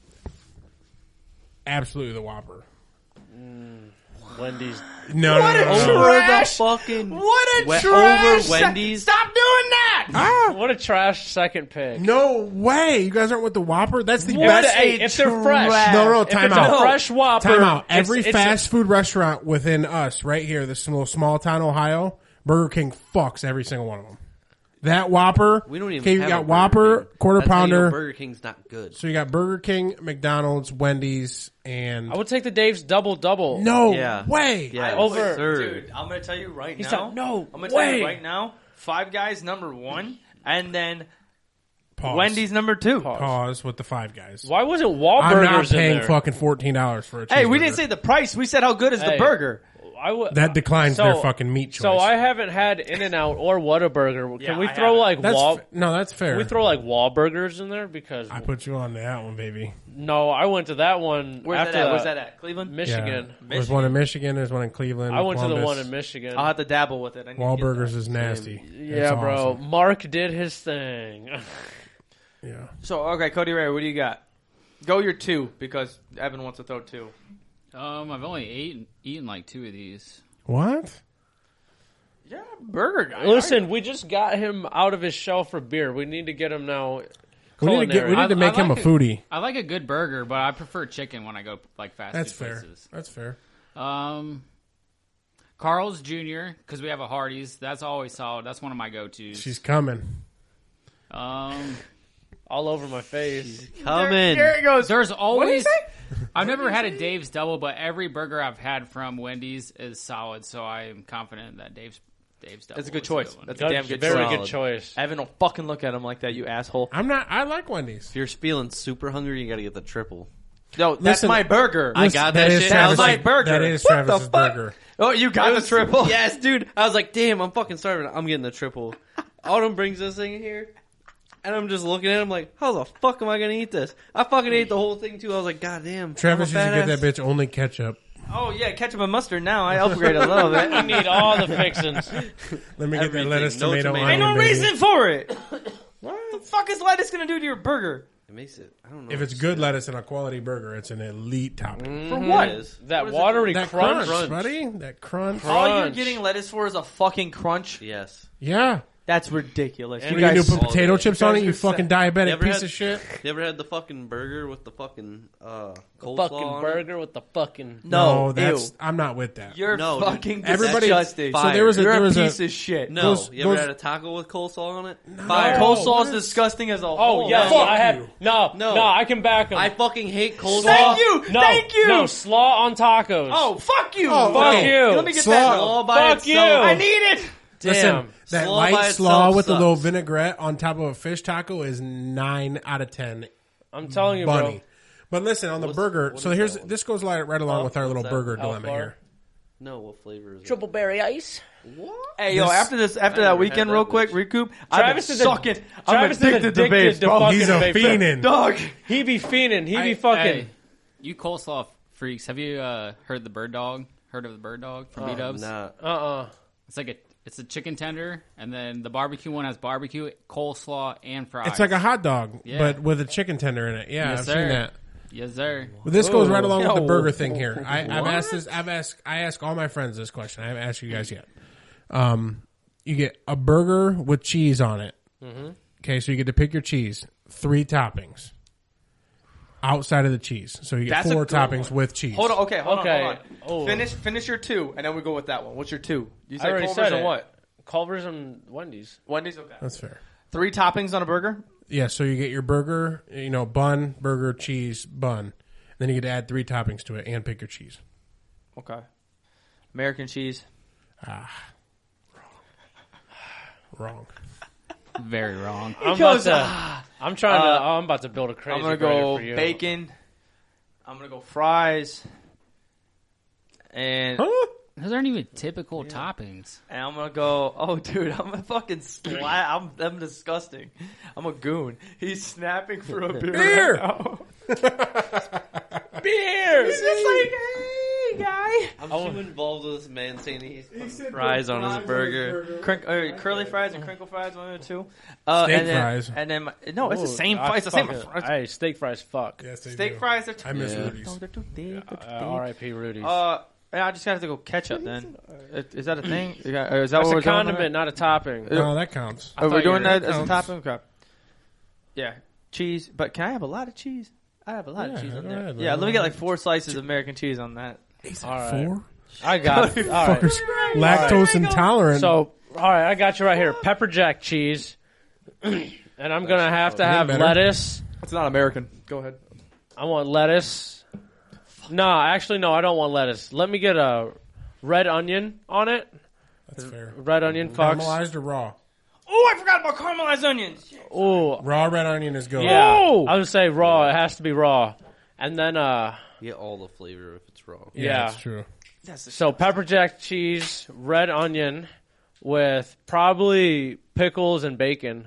S2: absolutely the Whopper.
S1: Wendy's.
S2: No, no, no, no, no.
S5: Over the
S3: Trash.
S5: fucking
S3: What a
S5: we-
S3: trash!
S5: over Wendy's.
S3: Stop doing that!
S2: Ah,
S1: What a trash second pick.
S2: no way. You guys aren't with the Whopper? That's the
S1: What
S2: best.
S1: a- hey, if they're fresh.
S2: No, no,
S1: If
S2: time
S1: it's
S2: out.
S1: a fresh Whopper.
S2: Time out.
S1: it's-
S2: Every
S1: it's a-
S2: fast food restaurant within us, right here, this little small town Ohio, Burger King fucks every single one of them. That Whopper.
S5: we don't even.
S2: Okay, you
S5: have a
S2: got
S5: Burger
S2: Whopper,
S5: King.
S2: quarter
S5: That's how you know
S2: pounder.
S5: Burger King's not good.
S2: So you got Burger King, McDonald's, Wendy's, and
S1: I would take the Dave's double double.
S2: no
S5: Yeah.
S2: way.
S5: Yeah,
S1: over-
S5: it's absurd.
S3: Dude, I'm gonna tell you right
S1: He's
S3: now.
S1: like, no
S3: I'm gonna tell
S1: way.
S3: you right now. Five Guys number one, and then
S2: Pause.
S3: Wendy's number two.
S2: Pause with the five guys.
S1: Why wasn't
S2: I'm not
S1: Wahlburgers in
S2: paying
S1: there?
S2: fucking fourteen dollars for a.
S3: Hey, we
S2: cheeseburger.
S3: didn't say the price. We said how good is
S1: Hey.
S3: the burger.
S1: I would-
S2: that declines their
S1: So-
S2: fucking meat choice.
S1: So I haven't had In and Out or Whataburger. Can
S3: Yeah,
S1: we
S3: I
S1: throw
S3: haven't.
S1: like
S2: that's
S1: Wall?
S2: f- no, that's fair.
S1: we throw like Wahlburgers in there because
S2: I put you on that one, baby.
S1: no, I went to that one
S3: Where's
S1: after
S3: that at? Where's that at? Cleveland.
S1: Michigan.
S2: Yeah. There's one in Michigan. There's one in Cleveland.
S1: I went to the one in
S2: Columbus. Uh,
S1: Michigan.
S3: I'll have to dabble with it. I need to get
S2: Wahlburgers is nasty.
S1: yeah,
S2: It's
S1: bro.
S2: awesome.
S1: Mark did his thing.
S2: Yeah.
S3: that. So okay, Cody Ray, what do you got? Go your two because Evan wants to throw two.
S4: Um, I've only eaten eaten like two of these.
S2: What?
S3: Yeah, burger guy.
S1: Listen, we just got him out of his shell for beer. We need to get him now.
S2: We need to get.
S1: Culinary.
S2: We need to
S4: I- I
S2: make him
S4: like
S2: a
S4: it.
S2: foodie.
S4: I like a good burger, but I prefer chicken when I go like fast
S2: That's
S4: food
S2: fair.
S4: places.
S2: That's fair.
S4: Um, Carl's Jr. because we have a Hardee's. That's always solid. That's one of my go tos.
S2: She's coming.
S4: Um,
S1: all over my face.
S5: Coming.
S3: There it goes.
S4: there's always.
S3: say?
S4: I've never had a Dave's double, but every burger I've had from Wendy's is solid. So I am confident that Dave's Dave's double.
S3: That's a good
S4: is
S3: choice.
S4: one.
S3: That's a
S1: Good-
S3: damn good
S1: very
S3: choice.
S1: good choice.
S3: Evan will fucking look at him like that, you asshole.
S2: I'm not. I like Wendy's.
S5: If you're feeling super hungry, you gotta get the triple.
S3: No, that's
S2: Listen,
S3: my burger.
S5: I got that,
S2: That is
S5: shit. I
S2: Travis's-
S5: was like,
S3: burger.
S2: That is
S3: What the
S2: Travis's
S3: fuck?
S2: burger.
S3: oh, you got the triple.
S5: yes, dude. I was like, damn, I'm fucking starving. I'm getting the triple. Autumn brings this thing here, and I'm just looking at him like, how the fuck am I gonna eat this? I fucking ate the whole thing too. I was like, god damn.
S2: Travis
S5: I'm a
S2: used to get
S5: badass."
S2: that bitch only ketchup.
S3: Oh yeah, ketchup and mustard. Now I upgrade a little
S1: We
S3: bit.
S1: need all the fixings.
S2: Let me get that
S5: Everything.
S2: lettuce,
S5: No
S2: tomato,
S5: tomato.
S2: onion.
S5: Ain't
S3: no
S2: baby.
S3: reason for it. the fuck is lettuce gonna do to your burger?
S5: It makes it. I don't know.
S2: If it's good lettuce and a quality burger, it's an elite topping.
S3: For
S1: Mm-hmm.
S3: what?
S5: It is.
S1: That
S5: What is it?
S1: watery
S2: That crunch,
S1: crunch.
S2: buddy. That crunch.
S3: All you're
S1: Crunch.
S3: getting lettuce for is a fucking crunch.
S5: Yes.
S2: Yeah.
S3: That's ridiculous.
S5: And
S2: What
S3: You
S2: are you gonna
S3: guys,
S2: do? Put
S5: all
S2: potato
S5: day.
S2: chips
S3: You
S2: on
S3: guys
S2: it? You
S3: are
S2: fucking
S3: set.
S2: diabetic
S5: Never
S2: piece
S5: had-
S2: of shit.
S5: You ever had the fucking burger with the fucking uh, coleslaw?
S1: Fucking
S5: on it?
S1: burger with the fucking.
S3: no,
S2: that's
S3: ew.
S2: I'm not with that.
S3: You're
S5: No, dude.
S3: fucking
S2: Everybody-
S3: disgusting.
S5: so there
S2: was a-
S3: you're
S2: there was a-
S3: a piece of shit.
S5: No. Oh,
S2: Those-
S5: you ever
S2: those-
S5: had a taco with coleslaw on it? No.
S3: Coleslaw
S2: what
S3: is
S2: is-
S3: disgusting as a whole.
S1: Oh yes,
S2: Fuck
S1: I have.
S2: you.
S1: No, no,
S5: No.
S1: no, I can back him.
S5: I fucking hate coleslaw.
S3: Thank you.
S1: No,
S3: Thank you.
S1: No slaw on tacos.
S3: Oh, fuck you.
S2: Oh,
S1: fuck
S2: no.
S1: you.
S3: Let me get
S2: Slaw.
S3: that.
S5: All by
S1: Fuck
S5: itself.
S1: you.
S3: I need it.
S1: Damn.
S2: Listen, that
S5: Slaw by
S2: light slaw
S5: itself
S2: with a
S5: sucks.
S2: little vinaigrette on top of a fish taco is nine out of ten.
S1: I'm telling you,
S2: Bunny. But listen, on the burger.
S5: what
S2: So
S5: is
S2: here's
S5: that one?
S2: this goes li- right along
S5: Oh,
S2: with our little
S5: what's that?
S2: burger dilemma
S1: bar.
S2: here.
S5: No, what flavor is it?
S1: bro. Berry ice.
S5: What?
S3: Hey, yo,
S2: This-
S3: after this, after
S5: I
S3: that
S5: never
S3: weekend,
S5: had that
S3: real quick,
S5: bitch.
S3: recoup.
S1: Travis
S3: I've
S1: is
S3: been
S1: a-
S3: sucking. I'm
S1: Travis is
S3: addicted, to
S1: addicted
S3: babes,
S1: to
S3: bro.
S1: fuck-
S2: He's a
S1: Fucking vapor.
S2: fiendin'.
S3: Dog.
S1: He be fiending. He
S4: Hey,
S1: be fucking.
S4: hey, you coleslaw freaks. Have you uh, heard the bird dog? Heard of the bird dog
S3: Oh,
S4: from B Dubs?
S5: Nah.
S1: Uh uh
S4: It's like a it's a chicken tender, and then the barbecue one has barbecue, coleslaw, and fries.
S2: It's like a hot dog,
S4: Yeah.
S2: but with a chicken tender in it. Yeah,
S4: Yes,
S2: I've
S4: sir.
S2: seen that.
S4: yes, sir.
S2: But this goes right
S3: Oh.
S1: Ooh.
S2: along with the
S1: Yo.
S2: burger thing here. I, I've asked this. I've asked. I ask all my friends this question. I haven't asked you guys yet. Um, you get a burger with cheese on it.
S3: Mm-hmm.
S2: Okay, so you get to pick your cheese. Three toppings outside of the cheese. So you get
S3: That's a
S2: four
S3: good
S2: toppings with cheese.
S3: Hold on. Okay, hold
S1: Okay.
S3: on. Hold
S1: Oh.
S3: on. Finish, finish your two, and then we go with that one. What's your two? You
S1: I
S3: said
S1: already
S3: Culver's
S1: said
S3: and
S1: it.
S3: what?
S1: Culver's and Wendy's.
S3: Wendy's. Okay.
S2: That's fair.
S3: Three toppings on a burger.
S2: Yeah, so you get your burger, you know, bun, burger, cheese, bun. Then you get to add three toppings to it and pick your cheese.
S3: Okay. American cheese.
S2: Wrong.
S4: Very wrong.
S1: I'm
S3: goes,
S1: about to. I'm trying to.
S3: Uh,
S1: I'm about to build a crazy.
S3: I'm gonna
S1: burger
S3: go
S1: for you.
S3: bacon. I'm gonna go fries. And,
S2: Huh?
S4: Those aren't even typical toppings.
S3: and I'm gonna go. Oh, dude, I'm a fucking sla I'm, I'm disgusting. I'm a goon. He's snapping for a beer.
S2: Beer!
S3: Right now.
S1: Beers.
S3: He's just like, hey, guy.
S5: I'm too involved with this man saying he's putting fries on his burger.
S3: Crink, uh, curly fries and crinkle fries, one or two. Uh,
S2: Steak
S3: and then,
S2: fries.
S3: And then, my, no, it's the
S1: Ooh,
S3: same.
S1: I
S3: fries. It's the same.
S1: fucking-
S3: fries.
S1: Hey, steak fries. Fuck.
S2: Yes, they
S3: steak
S2: do.
S3: fries are too.
S2: I miss
S5: Yeah.
S2: Rudy's.
S3: No, they're too big. They're too
S1: Uh,
S3: big.
S1: R.I.P. Rudy's.
S3: Uh, and I just gotta have to go ketchup then. Uh, Is that a thing? You got- uh, Is that
S1: That's
S3: what
S1: a
S3: we're
S1: condiment,
S3: doing?
S1: not a topping.
S2: Oh, that counts.
S3: Are we
S1: thought you
S3: doing
S1: were-
S3: that as a
S2: counts.
S3: topping? Okay. Yeah, cheese. But can I have a lot of cheese? I have a lot
S2: Yeah,
S3: of cheese on
S2: go
S3: there.
S2: ahead,
S3: yeah,
S2: man.
S3: let me get like four slices of American cheese on that.
S1: All right.
S2: Four?
S1: I got it. All right.
S2: Fuckers. Lactose intolerant.
S1: So, all right, I got you right here. Pepper jack cheese, and I'm gonna have to have
S2: better.
S1: lettuce.
S3: It's not American. Go ahead.
S1: I want lettuce. No, actually, no, I don't want lettuce. Let me get a red onion on it.
S2: That's fair.
S1: Red onion fucks.
S2: Caramelized or raw?
S3: Oh, I forgot about caramelized onions.
S1: Ooh,
S2: Raw red onion is good.
S1: yeah.
S3: Oh!
S1: I would say raw. It has to be raw. And then, uh,
S5: You get all the flavor if it's raw.
S2: yeah,
S1: yeah.
S2: that's true.
S3: That's the
S1: So pepper jack cheese, red onion, with probably pickles and bacon.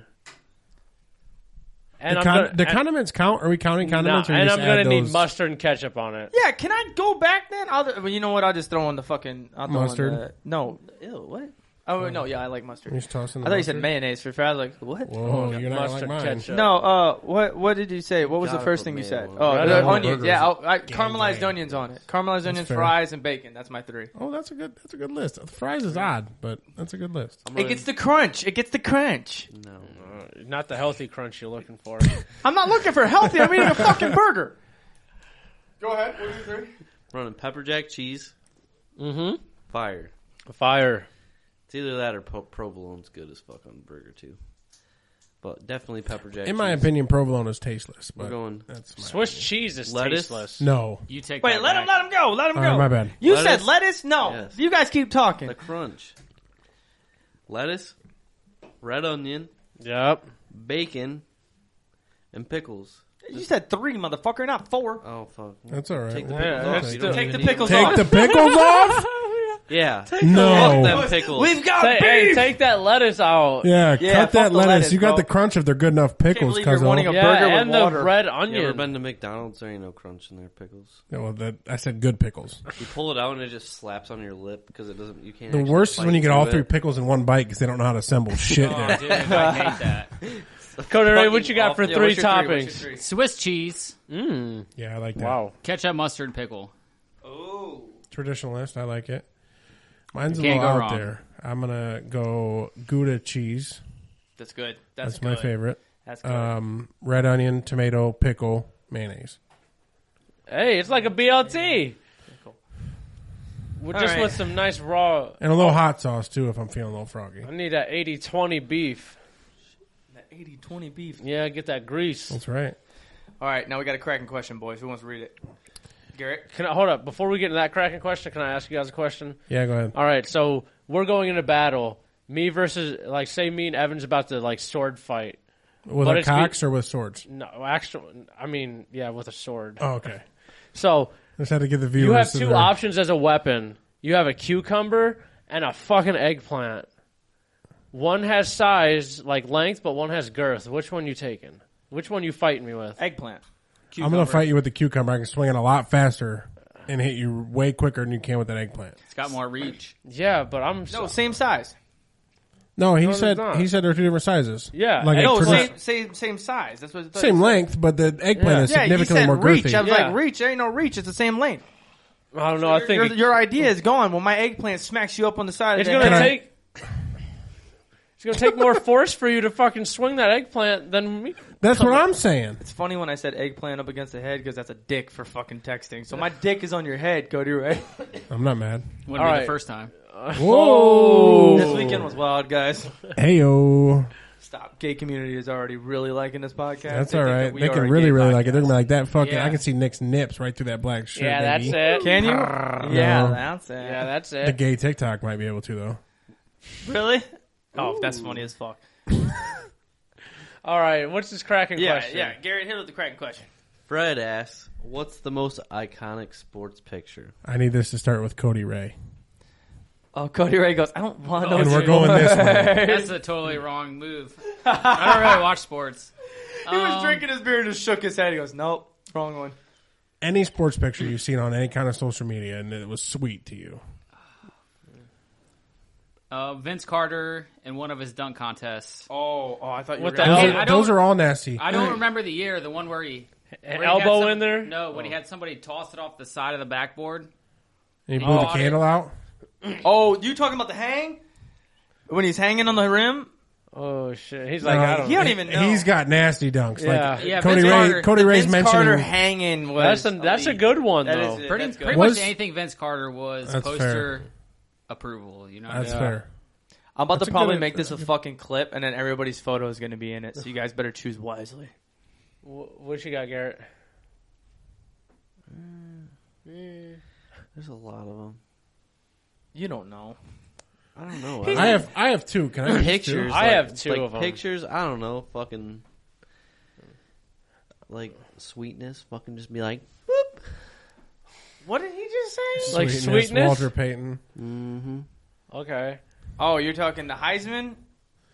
S1: And
S2: The,
S1: I'm
S2: con-
S1: gonna,
S2: the
S1: and-
S2: condiments count? Are we counting condiments?
S1: nah,
S2: or you
S1: and
S2: just
S1: I'm gonna
S2: add
S1: need
S2: those?
S1: mustard and ketchup on it.
S3: Yeah, can I go back then? I'll, well, you know what? I'll just throw in the fucking I'll throw
S2: Mustard?
S3: In the, no, ew, what? Oh no, yeah, I like mustard.
S2: You're just tossing
S3: I
S2: the
S3: thought you said
S2: mustard?
S3: mayonnaise for fries. I was like, what?
S2: Whoa, you're not
S1: mustard,
S2: like mine.
S1: ketchup.
S3: No, uh, what what did you say? What was the
S5: Gotta
S3: first
S5: put
S3: thing you
S5: mayo
S3: said?
S5: on it.
S3: Oh,
S1: Right
S3: the
S1: on the
S3: onions.
S2: burgers.
S3: Yeah, I, I, caramelized
S2: gang.
S3: onions on it. Caramelized onions,
S2: fair.
S3: fries, and bacon. That's my three.
S2: Oh, that's a good. That's a good list. Fries is odd, but that's a good list.
S5: I'm
S3: It
S5: running-
S3: gets the crunch. It gets the crunch.
S5: no.
S1: Uh, Not the healthy crunch you're looking for.
S3: I'm not looking for healthy. I'm eating a fucking burger. Go ahead. What was your three?
S5: Running pepper jack cheese,
S1: mm-hmm.
S5: fire.
S1: Fire.
S5: It's either that or po- provolone's good as fuck on the burger too. But definitely pepper jack.
S2: In my
S5: cheese.
S2: opinion, provolone is tasteless. But
S5: We're going-
S2: That's my
S1: Swiss cheese is
S5: Lettuce?
S1: tasteless.
S2: No.
S4: You take.
S3: Wait,
S4: that
S3: let him
S4: back.
S3: let him go. Let him
S2: All
S3: go.
S2: right, my bad.
S3: You
S5: Lettuce?
S3: said lettuce. No,
S5: Yes.
S3: you guys keep talking.
S5: the crunch, lettuce, red onion,
S1: Yep.
S5: bacon, and pickles.
S3: you said three, motherfucker, not four.
S5: Oh fuck!
S2: That's all right.
S5: Take the
S2: We'll-
S5: pickles
S1: Yeah,
S5: off.
S1: that's
S5: You don't
S1: still-
S3: Take
S5: even
S3: the
S5: need
S3: pickles
S5: them.
S2: Take
S3: off.
S2: the pickles off.
S5: Yeah.
S2: No.
S5: Fuck them pickles.
S3: We've got
S1: Hey, hey,
S3: Ah, beef.
S1: take that lettuce out. Yeah,
S2: Yeah,
S3: Yeah,
S2: cut
S3: fuck
S2: that
S3: the
S2: lettuce.
S3: lettuce,
S2: You got
S3: bro.
S2: the crunch of their good enough pickles,
S3: believe you're
S2: cuz
S3: wanting a burger with
S1: and the
S3: water.
S1: red
S5: You ever
S1: onion.
S5: been to McDonald's? There ain't no crunch in their pickles.
S2: well, that I said good pickles.
S5: You pull it out and it just slaps on your lip because it doesn't. You can't.
S2: The
S5: actually
S2: worst is
S5: bite
S2: when you get all
S5: through
S2: three
S5: it.
S2: pickles in one bite because they don't know how to assemble shit.
S4: Oh,
S2: there.
S4: dude, I hate that.
S1: Cody Ray, what you got for
S3: Yeah,
S1: three
S3: what's your
S1: toppings?
S3: what's your
S4: Swiss cheese,
S1: Mm.
S2: Yeah, I like that.
S1: Wow.
S4: ketchup, mustard, pickle.
S3: Oh.
S2: Traditionalist, I like it. Mine's a
S4: You can't
S2: little
S4: go
S2: out
S4: wrong.
S2: there. I'm gonna go Gouda cheese.
S3: That's good.
S2: That's,
S3: That's,
S2: my
S3: good.
S2: favorite.
S3: That's good.
S2: Um, red onion, tomato, pickle, mayonnaise.
S1: Hey, it's like a BLT. With-
S3: All
S1: Just
S3: right.
S1: with some nice raw.
S2: And a little hot sauce too if I'm feeling a little froggy.
S1: I need that 80 20 beef.
S3: that 80 20 beef.
S1: Yeah, get that grease.
S2: That's right.
S3: All right, now we got a cracking question, boys. Who wants to read it? Garrett?
S1: Can I, hold up. Before we get into that cracking question, can I ask you guys a question?
S2: Yeah, go ahead.
S1: All right, so we're going into battle. Me versus, like, say me and Evan's about to, like, sword fight.
S2: With
S1: but
S2: a
S1: it's be-
S2: cocks or with swords?
S1: No, actually, I mean, yeah, with a sword.
S2: Oh, okay.
S1: So
S2: Just had to give the viewers.
S1: you have
S2: to
S1: two
S2: their-
S1: options as a weapon. You have a cucumber and a fucking eggplant. One has size, like length, but one has girth. Which one you taking? Which one you fighting me with?
S3: Eggplant.
S2: I'm gonna fight you with the cucumber. I can swing it a lot faster and hit you way quicker than you can with that eggplant.
S4: It's got more reach.
S1: Yeah, but I'm
S3: No,
S1: so,
S3: same size.
S2: No, he
S1: No, there's
S2: said
S1: not.
S2: he said they're two different sizes.
S1: Yeah,
S2: like a
S1: No,
S3: No,
S2: tradi-
S3: same, same, same size. That's what I thought oh, you
S2: same
S3: said.
S2: length, but the eggplant
S1: Yeah.
S2: is
S3: Yeah, you
S2: significantly
S3: said
S2: more
S3: reach.
S2: girthy.
S3: I was
S1: Yeah.
S3: like, reach. There ain't no reach. It's the same length.
S1: Oh, I don't know. I
S3: Your,
S1: think
S3: your idea is gone when my eggplant smacks you up on the side
S1: it's
S3: of
S1: gonna
S3: the
S2: Can I-
S1: take. It's gonna take more force for you to fucking swing that eggplant than me.
S2: That's what I'm saying.
S3: It's funny when I said eggplant up against the head because that's a dick for fucking texting. So my dick is on your head, Cody Ray.
S2: I'm not mad.
S4: Wouldn't
S1: All
S4: be
S1: right.
S4: the first time.
S2: Whoa.
S3: This weekend was wild, guys.
S2: Heyo.
S3: Stop. Gay community is already really liking this podcast.
S2: That's
S3: They
S2: all
S3: think that
S2: right.
S3: we
S2: They
S3: are
S2: can
S3: a
S2: really,
S3: gay
S2: really
S3: podcast.
S2: like it. They're gonna be like that. Fucking,
S1: Yeah.
S2: I can see Nick's nips right through that black shirt.
S1: Yeah, that's
S2: baby.
S1: it.
S3: Can you? Yeah,
S2: No.
S3: that's it.
S1: Yeah, that's
S2: The
S1: it.
S2: gay TikTok might be able to though.
S3: really? Oh, that's funny as fuck.
S1: All right, what's this cracking
S3: Yeah,
S1: question?
S3: yeah. Garrett, hit it with the cracking question.
S5: Fred asks, "What's the most iconic sports picture?"
S2: I need this to start with Cody Ray.
S3: Oh, Cody Ray goes, I don't want those.
S2: And we're going this way.
S4: That's a totally wrong move. I don't really watch sports.
S3: He was
S4: Um,
S3: drinking his beer and just shook his head. He goes, nope, wrong one.
S2: Any sports picture you've seen on any kind of social media and it was sweet to you.
S4: Uh, Vince Carter in one of his dunk contests.
S3: Oh, oh, I thought you
S1: What the
S3: were gonna-
S2: Those,
S1: hell?
S4: I
S2: are,
S4: don't-
S2: those are all nasty.
S4: I don't remember the year. The one where he
S1: An
S4: where he had
S1: elbow
S4: some-
S1: in there.
S4: No, when he had somebody toss it off the side of the backboard.
S2: and he blew the
S4: Oh.
S2: candle out.
S3: Oh, you talking about the hang? When he's hanging on the rim?
S1: Oh shit! He's like,
S2: No,
S1: I don't.
S3: He Uh, don't even know.
S2: He's got nasty dunks.
S1: Yeah.
S2: Like
S4: Yeah,
S2: Cody
S4: Vince
S2: Ray.
S4: Carter-
S2: Cody
S3: The
S2: Ray's
S3: Vince
S2: mentioning.
S3: Carter hanging was
S1: That's a, that's a good one
S3: That
S1: though.
S3: is-
S4: Pretty,
S3: that's good.
S4: pretty
S2: Was-
S4: much anything Vince Carter was
S2: That's
S4: poster approval. You know, what I
S2: that's
S4: mean?
S2: fair.
S3: I'm about
S2: That's a
S3: to probably
S2: good-
S3: make this a fucking clip, and then everybody's photo is going to be in it. So you guys better choose wisely.
S1: Wh- What you got, Garrett?
S5: There's a lot of them.
S3: You don't know.
S5: I don't know.
S2: I have I have two. Can I use two?
S5: pictures.
S1: I
S5: like-
S1: have two
S5: like
S1: of 'em.
S5: Pictures. I don't know. Fucking like sweetness. Fucking just be like, whoop.
S3: What did he just say?
S1: Like sweetness?
S2: Walter Payton.
S5: Mm-hmm.
S1: Okay.
S3: Oh, you're talking the Heisman?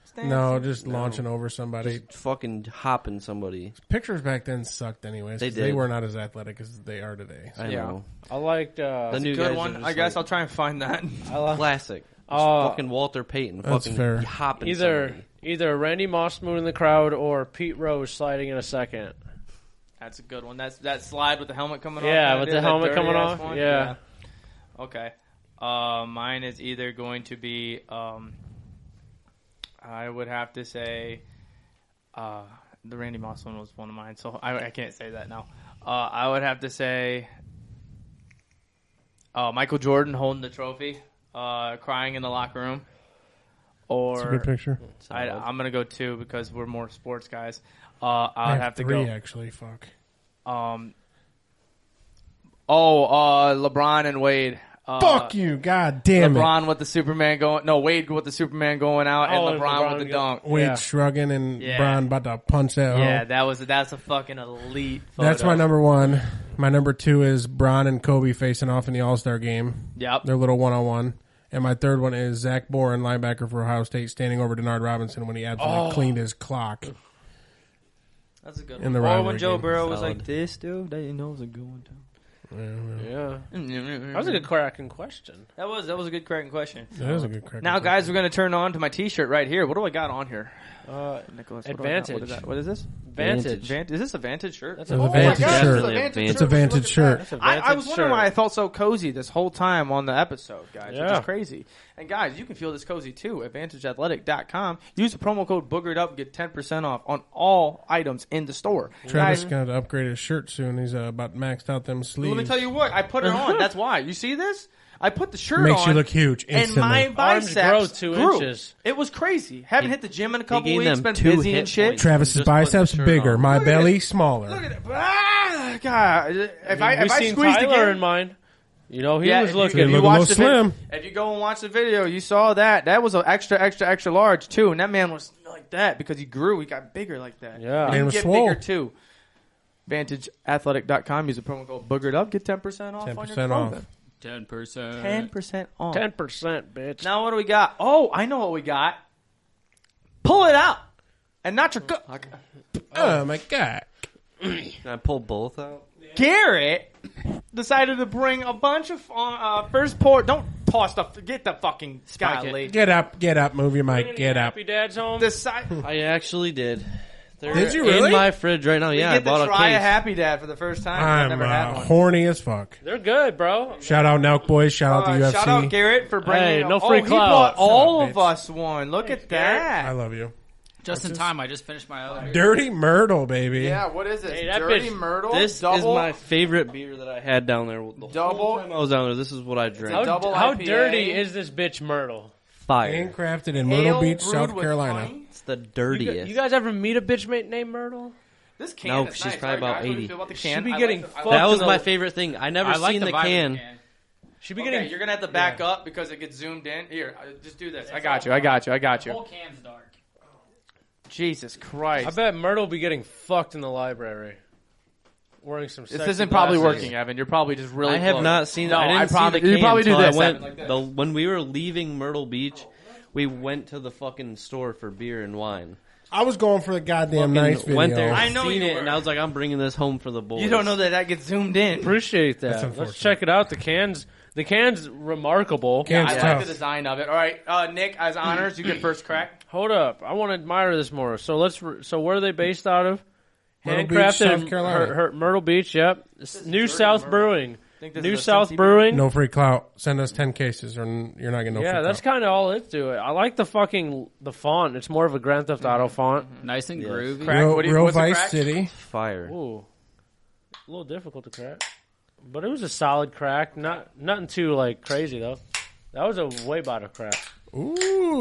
S3: Stance?
S2: No, just
S5: No.
S2: launching over somebody.
S5: Fucking hopping somebody.
S2: Pictures back then sucked, anyways. 'cause
S5: They
S2: They,
S5: did.
S2: were not as athletic as they are today.
S5: I
S3: Yeah.
S5: know.
S1: I liked. Uh,
S5: The new
S3: Good
S5: guys are
S3: one.
S5: just
S3: I guess
S5: like,
S3: I'll try and find that.
S1: I li-
S5: Classic. Just
S1: Uh,
S5: fucking Walter Payton.
S2: That's
S5: Fucking
S2: fair.
S5: hopping
S1: either
S5: somebody.
S1: either Randy Moss moving the crowd or Pete Rose sliding in a second.
S3: That's a good one. That's that slide with the helmet coming off.
S1: Yeah,
S3: that I
S1: with
S3: did,
S1: the
S3: that
S1: helmet
S3: dirty
S1: coming
S3: ass
S1: off,
S3: one.
S1: yeah.
S3: Yeah. Okay. Uh, mine is either going to be, um, I would have to say, uh, the Randy Moss one was one of mine, so I, I can't say that now. Uh, I would have to say, uh, Michael Jordan holding the trophy, uh, crying in the locker room,
S2: It's a good
S3: or
S2: picture.
S3: I, I'm gonna go two because we're more sports guys. Uh, I
S2: I
S3: would
S2: have,
S3: have to
S2: three
S3: go.
S2: actually. Fuck.
S3: Um. Oh, uh, LeBron and Wade. Uh,
S2: Fuck you! God damn
S3: LeBron with the Superman going. No, Wade with the Superman going out,
S1: Oh,
S3: and
S1: and
S3: LeBron,
S1: LeBron
S3: with the
S1: go-
S3: dunk.
S2: it! Wade
S1: Yeah.
S2: shrugging and
S3: Yeah.
S2: Brian about to punch that.
S3: Yeah,
S2: Yeah,
S3: that was that's a fucking elite. Photo.
S2: that's my number one. My number two is Bron and Kobe facing off in the All Star game.
S3: Yep.
S2: Their little one on one. And my third one is Zach Boren, linebacker for Ohio State, standing over Denard Robinson when he
S3: Oh.
S2: absolutely cleaned his clock.
S3: That's a good
S2: In the
S3: one. Or
S2: rivalry
S3: when Joe
S2: game.
S3: Burrow was
S5: Solid.
S3: like this, dude. That you know was a good one too.
S1: Yeah. That
S3: That
S1: was a good cracking question.
S3: That was that was a good cracking question.
S2: That is a good crack.
S3: Now, guys, we're gonna turn on to my T-shirt right here. What do I got on here,
S1: Uh,
S3: Nicholas? What do I got? What is,
S1: Advantage.
S3: that? What is this?
S1: vantage.
S3: Van- is this a Vantage shirt?
S1: That's
S2: It was a
S1: oh my
S2: Vantage
S1: God,
S2: shirt.
S1: that's a-
S2: It's a Vantage shirt.
S1: that's a
S3: I, I
S1: Vantage
S3: was wondering
S1: shirt.
S3: why I felt so cozy this whole time on the episode, guys. Which
S1: Yeah.
S3: is crazy. And guys, you can feel this cozy too at VantageAthletic.com. Use the promo code Boogered Up, get 10% off on all items in the store.
S2: Travis
S3: guys,
S2: gonna have to upgrade his shirt soon. He's uh, about maxed out them sleeves.
S3: let me tell you what, I put it on. That's why. You see this? I put the shirt
S2: Makes
S3: on.
S2: you look huge
S3: And my
S2: instantly.
S1: Arms
S3: biceps
S1: grow two
S3: grew.
S1: inches.
S3: It was crazy. Haven't hit the gym in a couple
S5: gave
S3: weeks.
S5: them
S3: Been
S5: two
S3: busy
S5: hit
S3: and shit.
S5: points.
S2: Travis's
S5: Just put the
S2: biceps
S5: shirt
S2: bigger,
S5: on.
S2: my
S3: at
S2: belly
S3: Look
S2: smaller.
S3: at it. Ah, God. If I,
S1: we
S3: if I
S1: seen
S3: squeezed
S1: Tyler
S3: again,
S1: in mine. You know, he was
S3: if
S1: looking.
S2: He
S3: if
S2: looked a
S3: watch
S2: little
S3: the vid-
S2: slim.
S3: if you go and watch the video, you saw that. That was an extra, extra, extra large too, and that man was like that because he grew. He got bigger like that.
S1: Yeah.
S3: and
S2: Man
S3: he
S2: was
S3: get
S2: swole.
S3: bigger too. VantageAthletic.com. Use the promo code Boogered Up. Get ten percent off.
S2: 10% off.
S4: Ten percent.
S3: Ten percent off.
S1: Ten percent, bitch.
S3: Now what do we got? Oh, I know what we got. Pull it out, and not your co-
S2: Oh my god!
S5: Can I pull both out?
S3: Garrett decided to bring a bunch of uh, first port. Don't toss the get the fucking
S4: Spike
S3: sky
S4: it.
S3: late.
S2: Get up, get up, move your mic, get up.
S1: Happy dad's home.
S3: Decide.
S5: I actually did. They're
S2: Did you really?
S5: In my fridge right now. Yeah, I
S3: get
S5: bought
S3: to
S5: a
S3: try a,
S5: case.
S3: Happy Dad for the first time. I've
S2: I'm
S3: never had
S2: uh,
S3: one.
S2: horny as fuck.
S1: They're good, bro.
S2: Shout out Nelk boys. Shout out
S3: Uh,
S2: the UFC.
S3: shout out Garrett for bringing.
S1: Hey, no
S3: oh,
S1: free
S3: he
S1: clout.
S3: bought all
S2: Shut up,
S3: of
S2: bitch.
S3: us one. Look at
S2: I
S3: that.
S2: love you.
S4: Just in time. I just finished my other.
S2: Dirty Myrtle, baby.
S3: Yeah, what is this?
S1: Hey, that
S3: Dirty
S1: bitch-
S3: Myrtle.
S5: This
S3: double,
S5: is my favorite beer that I had down there. The
S3: Double?
S5: whole time I was down there, this is what I drank.
S1: How,
S3: double
S1: how
S3: IPA.
S1: dirty is this bitch Myrtle?
S5: Fire.
S2: Handcrafted in
S3: ale
S2: Myrtle Beach,
S3: brewed
S2: South
S3: with
S2: Carolina.
S3: honey.
S5: It's the
S1: You,
S5: dirtiest.
S1: gu- you guys ever meet a bitch mate named Myrtle?
S3: This can
S5: No,
S3: is
S5: she's
S3: nice.
S5: probably
S3: Right,
S5: about
S3: guys, what do you
S5: 80.
S3: feel about the
S1: She
S3: can?
S1: be
S3: I like
S1: getting
S3: the- I
S1: fucked
S3: like
S5: that was
S1: in
S5: my
S1: the-
S5: favorite thing. I never
S4: I like
S5: seen
S4: the,
S5: the
S4: vibe of
S5: can.
S4: the can.
S1: She be
S3: Okay,
S1: getting.
S3: you're gonna have to back up because it gets zoomed in. Here, uh, just do this. I got you. I got you. I got
S4: The
S3: you.
S4: whole can's dark.
S3: Jesus
S1: I
S3: Christ!
S1: bet Myrtle be getting fucked in the library, wearing some.
S3: This
S1: sexy
S3: isn't probably
S1: glasses.
S3: working, Evan. You're probably just really.
S5: I have
S3: close.
S5: not seen.
S3: No,
S5: I didn't
S3: I probably
S5: see the can
S3: you probably do
S5: until
S3: this.
S5: I went,
S3: Evan, like
S5: the,
S3: this.
S5: when we were leaving Myrtle Beach, we went to the fucking store for beer and wine.
S2: I was going for the goddamn
S5: Fucking
S2: nice video.
S5: went there,
S3: I know
S5: seen
S3: you
S5: it,
S3: were.
S5: and I was like, I'm bringing this home for the boys.
S3: You don't know that that gets zoomed in.
S1: Appreciate that.
S2: unfortunate.
S1: Let's check it out. The cans. The cans remarkable.
S2: Can's
S3: I like
S2: tough.
S3: the design of it. All right, uh, Nick, as honors, you get first crack.
S1: Hold up, I want to admire this more. So let's. Re- so where are they based out of?
S2: Myrtle Beach,
S1: Handcrafted
S2: South
S1: in
S2: Carolina.
S1: Her, her, Myrtle Beach. Yep. New South Brewing.
S3: think this
S1: New
S3: is a
S1: South
S3: Cincy
S1: Brewing.
S2: no free clout. Send us ten cases, or n- you're not getting no.
S1: yeah,
S2: free
S1: that's
S2: clout.
S1: kind of all it to it. I like the fucking the font. It's more of a Grand Theft Auto font.
S3: Hmm.
S4: Nice and groovy.
S3: Crack.
S2: real,
S3: What do you-
S2: real
S3: what's a
S2: Vice
S3: crack?
S2: City.
S5: Fire.
S1: Ooh, a little difficult to crack, but it was a solid crack. Not nothing too like crazy though. That was a way better crack.
S3: Oh,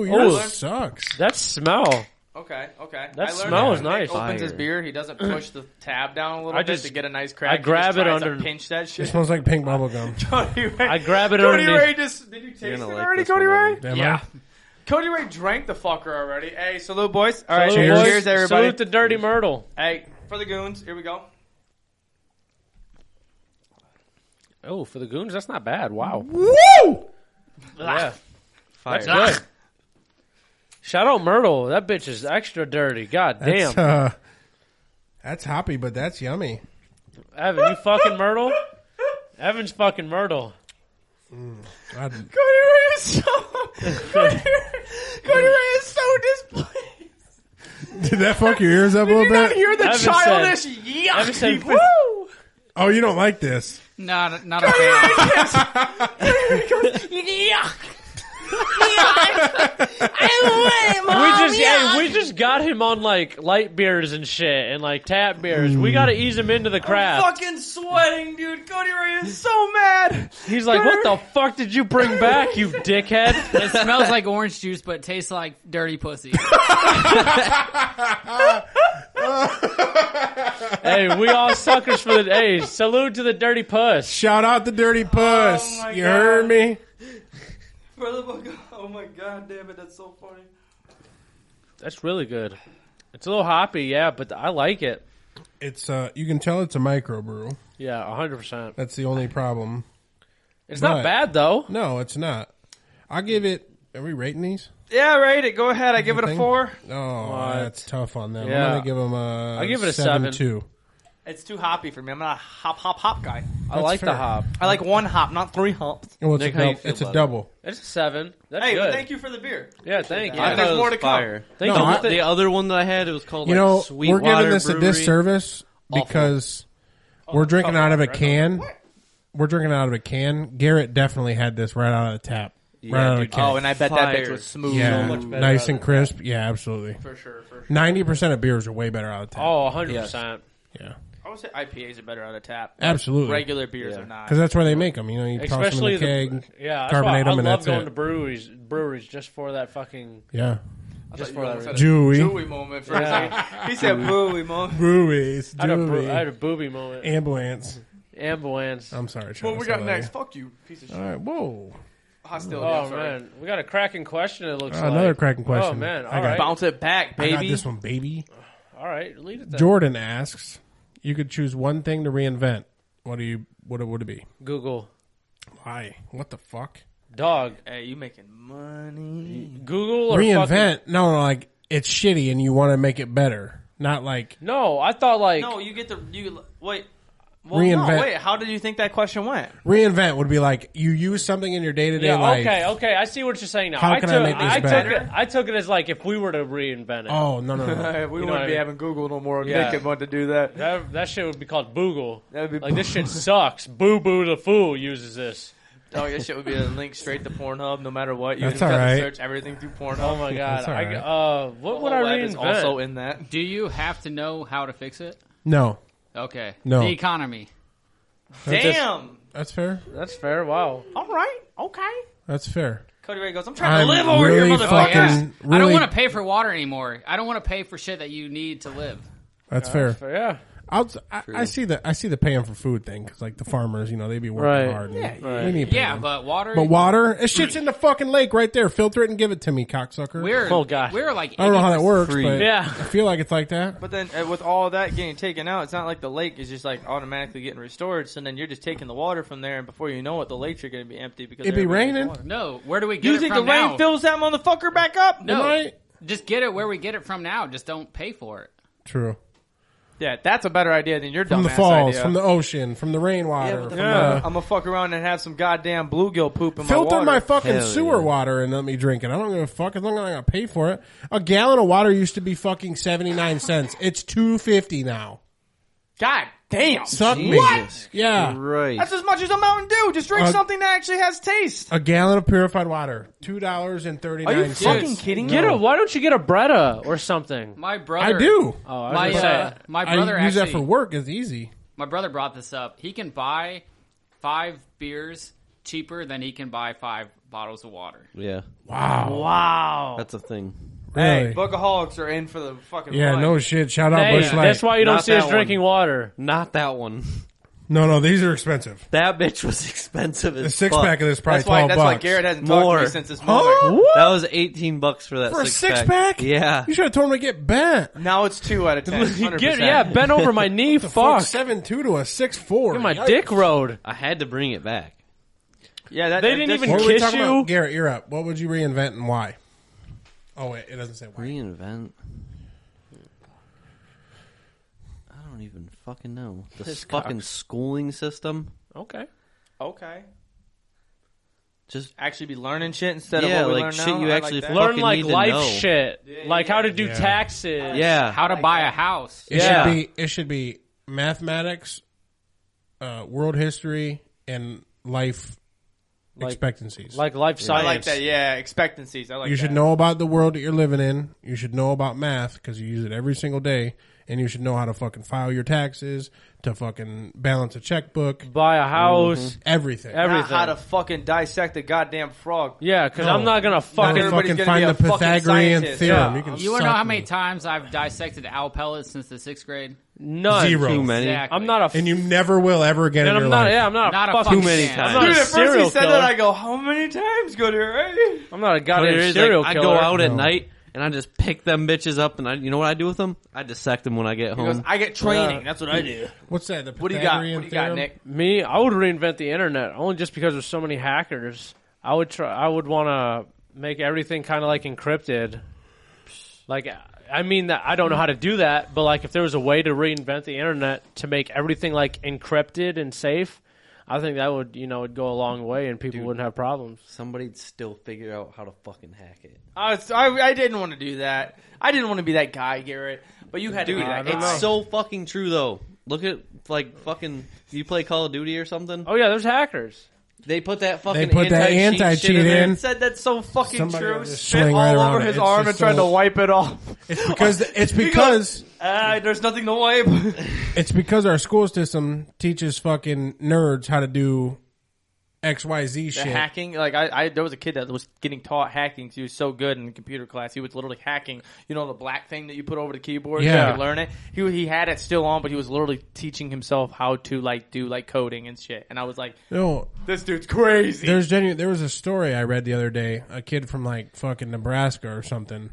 S2: Ooh, yours
S1: Ooh.
S2: sucks.
S1: That smell.
S3: Okay, okay.
S1: That
S3: I learned
S1: smell
S3: that
S1: is
S3: when
S1: nice.
S3: Nick Opens his
S5: Fire.
S3: beer. He doesn't push the tab down a little
S1: I
S3: bit
S1: just-
S3: to get a nice crack.
S1: I
S3: He just
S1: grab it
S3: tries to
S1: under-
S3: pinch that
S2: It
S3: shit.
S2: smells like pink bubble gum.
S3: Cody Ray.
S1: I grab it
S3: Cody
S1: underneath.
S3: Ray just did you taste it
S5: gonna like
S3: already,
S5: this
S3: Cody
S5: one,
S3: Ray?
S5: Evan.
S2: Am
S4: Yeah.
S3: Cody Ray drank the fucker already. Hey, salute, boys. All right,
S2: Salute,
S3: cheers,
S2: boys.
S3: everybody.
S1: Salute the Dirty Myrtle.
S3: hey, for the goons, here we go.
S1: Oh, for the goons, that's not bad. Wow.
S2: Woo!
S1: Yeah,
S5: Fire.
S1: that's good. Shout out Myrtle. That bitch is extra dirty. God damn,
S2: That's, uh, that's hoppy, but that's yummy.
S1: Evan, you fucking Myrtle. Evan's fucking Myrtle.
S2: I'd-
S3: Cody Ray is so Cody, Ray, Cody Ray is so displeased.
S2: did that fuck your ears up a
S3: Did you
S2: little
S3: not
S2: bit?
S3: hear the
S1: Evan said-
S3: childish
S1: Evan
S3: yuck?
S1: said-
S3: Woo!
S2: Oh, you don't like this.
S4: Not not a fan.
S3: yuck. Yuck. I want it,
S1: We
S3: Mom.
S1: just
S3: yuck.
S1: hey, we just got him on like light beers and shit and like tap beers. We gotta ease him into the craft.
S3: fucking sweating, dude. Cody Ray is so mad.
S1: He's like, "What the fuck did you bring back, you dickhead?"
S4: It smells like orange juice, but tastes like dirty pussy.
S1: hey, we all suckers for the hey. Salute to the dirty puss.
S2: Shout out the dirty puss.
S3: Oh my
S2: you
S3: God.
S2: heard me.
S3: Brother, oh my god, damn it, that's so funny.
S1: That's really good. It's a little hoppy, yeah, but I like it.
S2: It's uh, you can tell it's a microbrew.
S1: Yeah, hundred percent.
S2: That's the only problem.
S1: It's
S2: But-
S1: not bad though.
S2: No, it's not. I give it. Are we rating these?
S3: Yeah, rate it. Go ahead. I give it a
S2: Thing?
S3: four.
S2: Oh,
S1: What?
S2: that's tough on them.
S1: Yeah.
S2: I'm gonna give them a.
S1: I give it a
S2: seven,
S1: seven.
S2: two.
S3: It's too hoppy for me. I'm not a hop, hop, hop guy.
S5: I
S2: That's
S5: like
S2: fair.
S5: the hop.
S3: I like one hop, not three hops.
S2: Well, it's
S5: Nick,
S2: a
S5: how you
S2: double.
S5: feel
S2: It's a
S5: about it?
S2: double.
S1: That's a seven. That's
S3: Hey,
S1: good.
S3: thank you for the beer.
S1: Yeah, thank you.
S3: Yeah.
S5: I
S1: Yeah.
S5: thought
S3: There's
S5: it
S3: more
S5: was
S3: to come.
S5: fire.
S1: Thank
S2: No,
S1: you.
S2: I-
S5: The other one that I had, it was called
S2: You
S5: like
S2: know, we're
S5: Sweetwater
S2: giving this a
S5: Brewery.
S2: disservice because we're drinking out of a can. We're drinking out of a can. Garrett definitely had this right out of the tap. right out of the
S5: dude.
S2: can.
S3: Oh, and I bet that bitch
S5: Fire.
S3: was smooth.
S2: yeah,
S5: much better
S2: nice
S5: out
S2: and
S5: of
S2: crisp. Yeah, absolutely.
S3: For sure, for sure.
S2: Ninety percent of beers are way better out of the tap.
S1: oh, 100%.
S2: Yeah,
S3: I would say IPAs are better out of tap.
S2: absolutely.
S3: Regular beers
S5: Yeah.
S3: are not.
S2: Because that's where they make them. You know, you toss them
S1: Especially
S2: in the keg.
S1: the yeah, that's
S2: carbonate
S1: why I
S2: them, and
S1: love
S2: that's
S1: going
S2: it.
S1: to breweries, breweries just for that fucking
S2: yeah,
S1: just for that. reason.
S2: Jewy.
S3: Booey moment for
S1: Yeah.
S3: a second. He said booey moment.
S2: Breweries.
S1: I had, a bro- I had
S2: Jewy.
S1: a booby moment.
S2: Ambulance.
S1: Ambulance.
S2: I'm sorry.
S3: What
S2: Travis,
S3: we
S2: I
S3: got
S2: love
S3: next?
S2: you.
S3: Fuck you, piece of shit.
S2: All right. Whoa.
S3: Hostility.
S1: oh
S3: I'm sorry.
S1: man, we got a cracking question. It looks
S2: Uh,
S1: like
S2: another cracking
S1: Oh
S2: question.
S1: man,
S2: I
S1: all
S2: got
S1: right,
S3: Bounce it back,
S2: I got
S3: baby.
S2: this one, baby.
S1: all right, lead it. Then.
S2: Jordan asks, you could choose one thing to reinvent. What do you? What would it be?
S1: Google
S2: Why? What the fuck?
S1: dog.
S3: Hey, you making money?
S1: Google or Fucking,
S2: Reinvent? No, no, like it's shitty and you want to make it better. Not like
S1: no, I thought like
S3: No, Oh, you get the you wait. Well,
S2: Reinvent.
S3: no, wait. How did you think that question went?
S2: reinvent would be like you use something in your day to day
S1: yeah,
S2: life.
S1: okay, okay. I see what you're saying now.
S2: How
S1: I
S2: can I
S1: took,
S2: make this
S1: took
S2: better?
S1: it. I took it as like if we were to reinvent it.
S2: Oh no no no.
S3: we
S1: You know wouldn't what I be mean? having
S3: Google no more.
S1: Yeah. Nick would
S3: want to do that.
S1: That, that shit would be called Boogle.
S3: That'd be
S1: like this shit sucks. Boo Boo the Fool uses this.
S3: Oh, your shit would be a link straight to Pornhub, no matter what. You
S2: That's
S3: just have
S2: alright.
S3: to search everything through Pornhub.
S1: Oh my god.
S2: That's all
S1: I,
S2: right.
S1: uh, what would I
S3: Web Oh, is
S1: reinvent?
S3: also in that.
S4: Do you have to know how to fix it?
S2: No,
S4: Okay.
S2: No.
S4: The economy.
S3: Damn.
S2: that's fair.
S1: That's fair. Wow.
S3: All right. Okay.
S2: That's fair.
S3: Cody Ray goes. I'm trying
S2: I'm
S3: to live over
S2: really
S3: here, motherfucker.
S2: fucking really.
S4: I don't want to pay for water anymore. I don't want to pay for shit that you need to live.
S2: that's fair.
S1: Fair, yeah.
S2: I'll, I, I see the I see the paying for food thing because like the farmers, you know, they be working
S1: Right.
S2: hard. and
S3: Yeah,
S2: We need
S4: Yeah,
S2: paying.
S4: but water.
S2: But water, it shit's in the fucking lake right there. Filter it and give it to me, cocksucker.
S4: We're
S1: Oh, God.
S4: We're like
S2: I don't know how that
S4: 80%
S2: works, but
S1: Yeah.
S2: I feel like it's like that.
S3: But then uh, with all that getting taken out, it's not like the lake is just like automatically getting restored. So then you're just taking the water from there, and before you know it, the lakes are going to be empty because
S2: It'd be
S3: everybody needs
S2: raining.
S3: water.
S4: No, where do we get
S3: You
S4: it
S3: think the
S4: from
S3: rain
S4: now?
S3: fills that motherfucker back up?
S4: no,
S2: Am I-
S4: just get it where we get it from now. Just don't pay for it.
S2: True.
S3: Yeah, that's a better idea than your
S2: From
S3: dumbass
S2: the falls,
S3: idea.
S2: from the ocean, from the rainwater.
S3: yeah, but
S2: from
S3: the-
S2: the-
S3: I'm gonna fuck around and have some goddamn bluegill poop in
S2: filter
S3: my
S2: my
S3: water.
S2: fucking
S5: Hell
S2: sewer
S5: yeah.
S2: water and let me drink it. I don't give a fuck as long as I gotta pay for it. A gallon of water used to be fucking seventy nine cents. It's two fifty now.
S3: God damn,
S2: Suck me.
S5: Jesus
S2: Yeah.
S5: Christ.
S3: that's as much as a Mountain Dew. Just drink
S2: Uh,
S3: something that actually has taste.
S2: A gallon of purified water, two dollars and thirty
S3: Are you
S2: nine
S3: fucking
S2: cents.
S3: kidding me?
S1: Get
S2: Oh.
S1: a. Why don't you get a Bretta or something?
S4: My
S2: I
S4: brother,
S2: do.
S1: Oh, I was
S4: My
S1: gonna say,
S4: uh, my brother
S2: I use
S4: actually,
S2: that for work. It's easy.
S4: my brother brought this up. He can buy five beers cheaper than he can buy five bottles of water.
S5: Yeah,
S2: Wow.
S3: Wow.
S5: that's a thing.
S2: Really?
S3: Hey, Bookaholics are in for the fucking
S2: yeah.
S3: run.
S2: No shit. Shout out
S1: Hey,
S2: Bush Light.
S1: that's why you don't
S5: Not
S1: see us
S5: that
S1: drinking water.
S5: Not that one.
S2: No, no. These are expensive.
S5: That bitch was expensive as
S2: The six
S5: fuck.
S2: pack of this probably
S3: That's why.
S2: twelve
S3: That's
S2: bucks.
S3: why Garrett hasn't talked to
S5: More.
S3: me since this
S2: Huh?
S3: moment.
S5: That was eighteen bucks for that
S2: for a
S5: six
S2: six pack?
S5: Yeah,
S2: You should have told him to get bent.
S3: Now it's two out of ten. 100%.
S1: Get yeah, bent over my knee.
S2: Fuck
S1: Fuck.
S2: seven two to a six four.
S1: My dick road.
S5: I had to bring it back.
S3: yeah. That,
S1: They didn't
S3: that's-
S1: even
S2: What were we
S1: kiss
S2: talking
S1: you?
S2: about? Garrett, you're up. What would you reinvent and why? Oh wait, it doesn't say why.
S5: Reinvent. I don't even fucking know the fucking schooling system.
S1: Okay.
S3: Okay.
S5: Just
S3: Actually, be learning shit instead
S5: Yeah,
S3: of what we
S5: like
S3: learn
S5: shit
S3: now.
S5: you
S3: I like
S5: actually
S3: that.
S5: fucking
S1: Learn like
S5: need to
S1: life
S5: know.
S1: shit, like how to do
S2: Yeah.
S1: taxes.
S5: yeah,
S4: How to buy a house?
S2: It
S1: Yeah.
S2: should be it should be mathematics, uh, world history, and life expectancies.
S1: like life
S3: I
S1: science.
S3: like that. Yeah, expectancies. I like.
S2: you
S3: that.
S2: should know about the world that you're living in. You should know about math because you use it every single day, and you should know how to fucking file your taxes, to fucking balance a checkbook,
S1: Buy a house.
S2: everything.
S1: Every-
S3: Not
S1: everything.
S3: how to fucking dissect a goddamn frog.
S1: Yeah, because
S2: No.
S1: I'm not gonna
S2: Gotta
S1: fucking.
S3: Everybody's
S2: fucking
S3: gonna
S2: find
S3: be
S2: the
S3: a fucking
S2: Pythagorean
S3: scientist.
S2: theorem.
S1: Yeah.
S2: You can
S4: You want to
S2: suck
S4: know how many
S2: me.
S4: times I've dissected owl pellets since the sixth grade?
S1: None.
S2: Zero.
S5: too many.
S4: Exactly.
S1: I'm not a.
S2: and you never will ever again.
S1: and
S2: in your
S1: I'm not.
S2: life.
S1: Yeah, I'm not.
S4: Not
S1: a
S4: a
S1: fucking.
S4: fucking
S5: Too many
S4: chance.
S5: times.
S1: I'm not
S3: Dude,
S1: a
S3: at first
S1: serial
S3: he said that, I
S1: killer.
S3: go, "How many times go to right?
S1: I'm not a
S5: But it
S1: goddamn
S5: is, Oh, like,
S1: serial
S5: I
S1: killer.
S5: go out at night and I just pick them bitches up, and I, you know what I do with them? I dissect them when I get home.
S3: Because I get training. That's what I do.
S2: What's that? The
S3: What do you got? What
S2: Pythagorean
S3: do you got,
S2: theorem?
S3: Nick?
S1: Me, I would reinvent the internet only just because there's so many hackers. I would try. I would want to make everything kind of like encrypted. Like, I mean, that I don't know how to do that, but like, if there was a way to reinvent the internet to make everything like encrypted and safe, I think that would, you know, would go a long way and people wouldn't have problems.
S5: Somebody'd still figure out how to fucking hack it.
S3: I, was- I, I didn't want to do that. I didn't want to be that guy, Garrett. But you had
S5: Dude,
S3: to be that
S5: it's
S3: guy.
S5: so fucking true though. Look at like fucking. You play Call of Duty or something?
S1: Oh yeah, there's hackers.
S5: They put that fucking.
S2: put that
S5: anti-cheat
S2: anti-cheat
S5: shit in. there.
S2: in.
S3: said that's so fucking
S2: Somebody
S3: true.
S2: just
S3: Spit all
S2: swing right
S3: over
S2: around it.
S3: his
S2: It's
S3: arm
S2: just
S3: and tried
S2: so-
S3: to wipe it off.
S2: It's because it's because
S3: Ah, there's nothing to wipe.
S2: it's because our school system teaches fucking nerds how to do X Y Z
S3: The
S2: shit.
S3: hacking, like I, I, there was a kid that was getting taught hacking. 'cause He was so good in computer class. He was literally hacking. You know the black thing that you put over the keyboard. so
S2: Yeah.
S3: you could learn it. He he had it still on, but he was literally teaching himself how to like do like coding and shit. And I was like,
S2: No,
S3: this dude's crazy.
S2: There's genuine. There was a story I read the other day. A kid from like fucking Nebraska or something,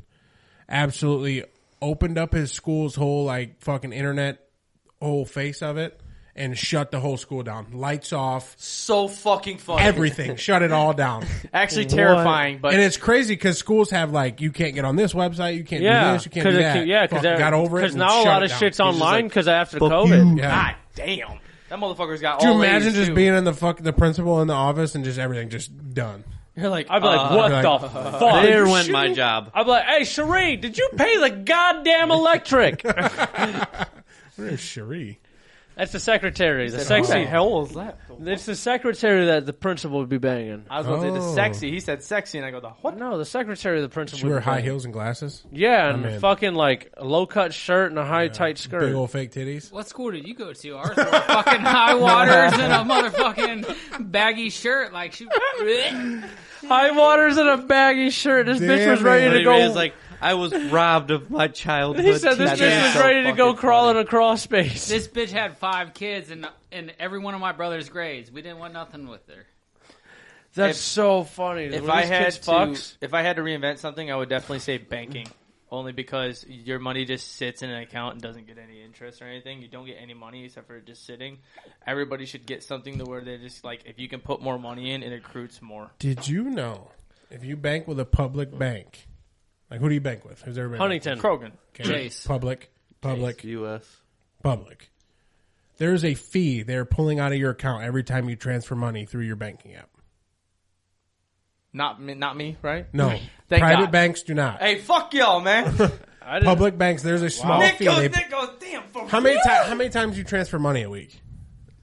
S2: absolutely opened up his school's whole like fucking internet whole face of it and shut the whole school down. Lights off,
S3: so fucking funny.
S2: everything. shut it all down.
S3: Actually terrifying, but
S2: and it's crazy because schools have like you can't get on this website, you can't do
S1: Yeah,
S2: this, you can't do
S1: it
S2: that.
S1: can- yeah,
S2: Fuck,
S1: because
S2: got over it.
S1: Because
S2: and
S1: now a
S2: shut
S1: lot
S2: it
S1: of
S2: down.
S1: shit's
S2: He's just
S1: online
S2: like,
S1: because after COVID.
S2: Yeah.
S3: god damn, that motherfucker's got.
S2: Could you
S3: all A's,
S2: imagine just
S3: too.
S2: being in the fuck the principal in the office and just everything just done?
S3: You're like,
S1: I'd be like,
S3: uh,
S1: what
S2: like,
S1: the fuck?
S5: There
S1: You
S5: went
S1: shitting
S5: my
S1: me?
S5: job.
S1: I'd be like, hey, Cherie, did you pay the goddamn electric?
S2: Where's Cherie?
S1: That's the secretary. The sexy.
S3: hell was that?
S1: It's the secretary that the principal would be banging.
S3: I was going to say the
S2: Oh.
S3: sexy. He said sexy, and I go, the what?
S1: No, the secretary of the principal.
S2: She
S1: would
S2: wear
S1: be
S2: high
S1: banging.
S2: heels and glasses.
S1: Yeah, and
S2: in.
S1: fucking like a low cut shirt and a high tight skirt.
S2: Big old fake titties.
S4: What school did you go to? Ours were fucking high waters and a motherfucking baggy shirt. Like she,
S1: High waters and a baggy shirt. This bitch
S2: Damn
S1: was ready
S2: it.
S1: to
S5: It is
S1: go.
S5: like I was robbed of my childhood.
S1: he said this
S5: teachers.
S1: bitch was
S3: so
S1: ready to go
S3: fucking
S1: crawling across space.
S4: this bitch had five kids and and every one of my brother's grades. We didn't want nothing with her.
S1: That's
S3: If-
S1: so funny.
S3: if
S1: When
S3: I
S1: these
S3: had
S1: kids
S3: to,
S1: fucks,
S3: if I had to reinvent something, I would definitely say banking. Only because your money just sits in an account and doesn't get any interest or anything. You don't get any money except for just sitting. Everybody should get something to where they just like if you can put more money in, it accrues more.
S2: Did you know if you bank with a public bank, like who do you bank with? Who's everybody?
S1: Huntington.
S3: Krogan.
S2: bank with? Okay.
S4: Chase.
S2: Public, public,
S5: U.S.
S2: public. There is a fee they're pulling out of your account every time you transfer money through your banking app.
S3: Not me, not me, right?
S2: No,
S3: Thank
S2: private
S3: God.
S2: banks do not.
S3: Hey, fuck y'all, man.
S1: I didn't-
S2: Public banks, there's a small
S3: Nick
S2: fee.
S3: goes,
S2: they-
S3: Nick goes, damn. For
S2: how many
S3: real?
S2: times? How many times do you transfer money a week?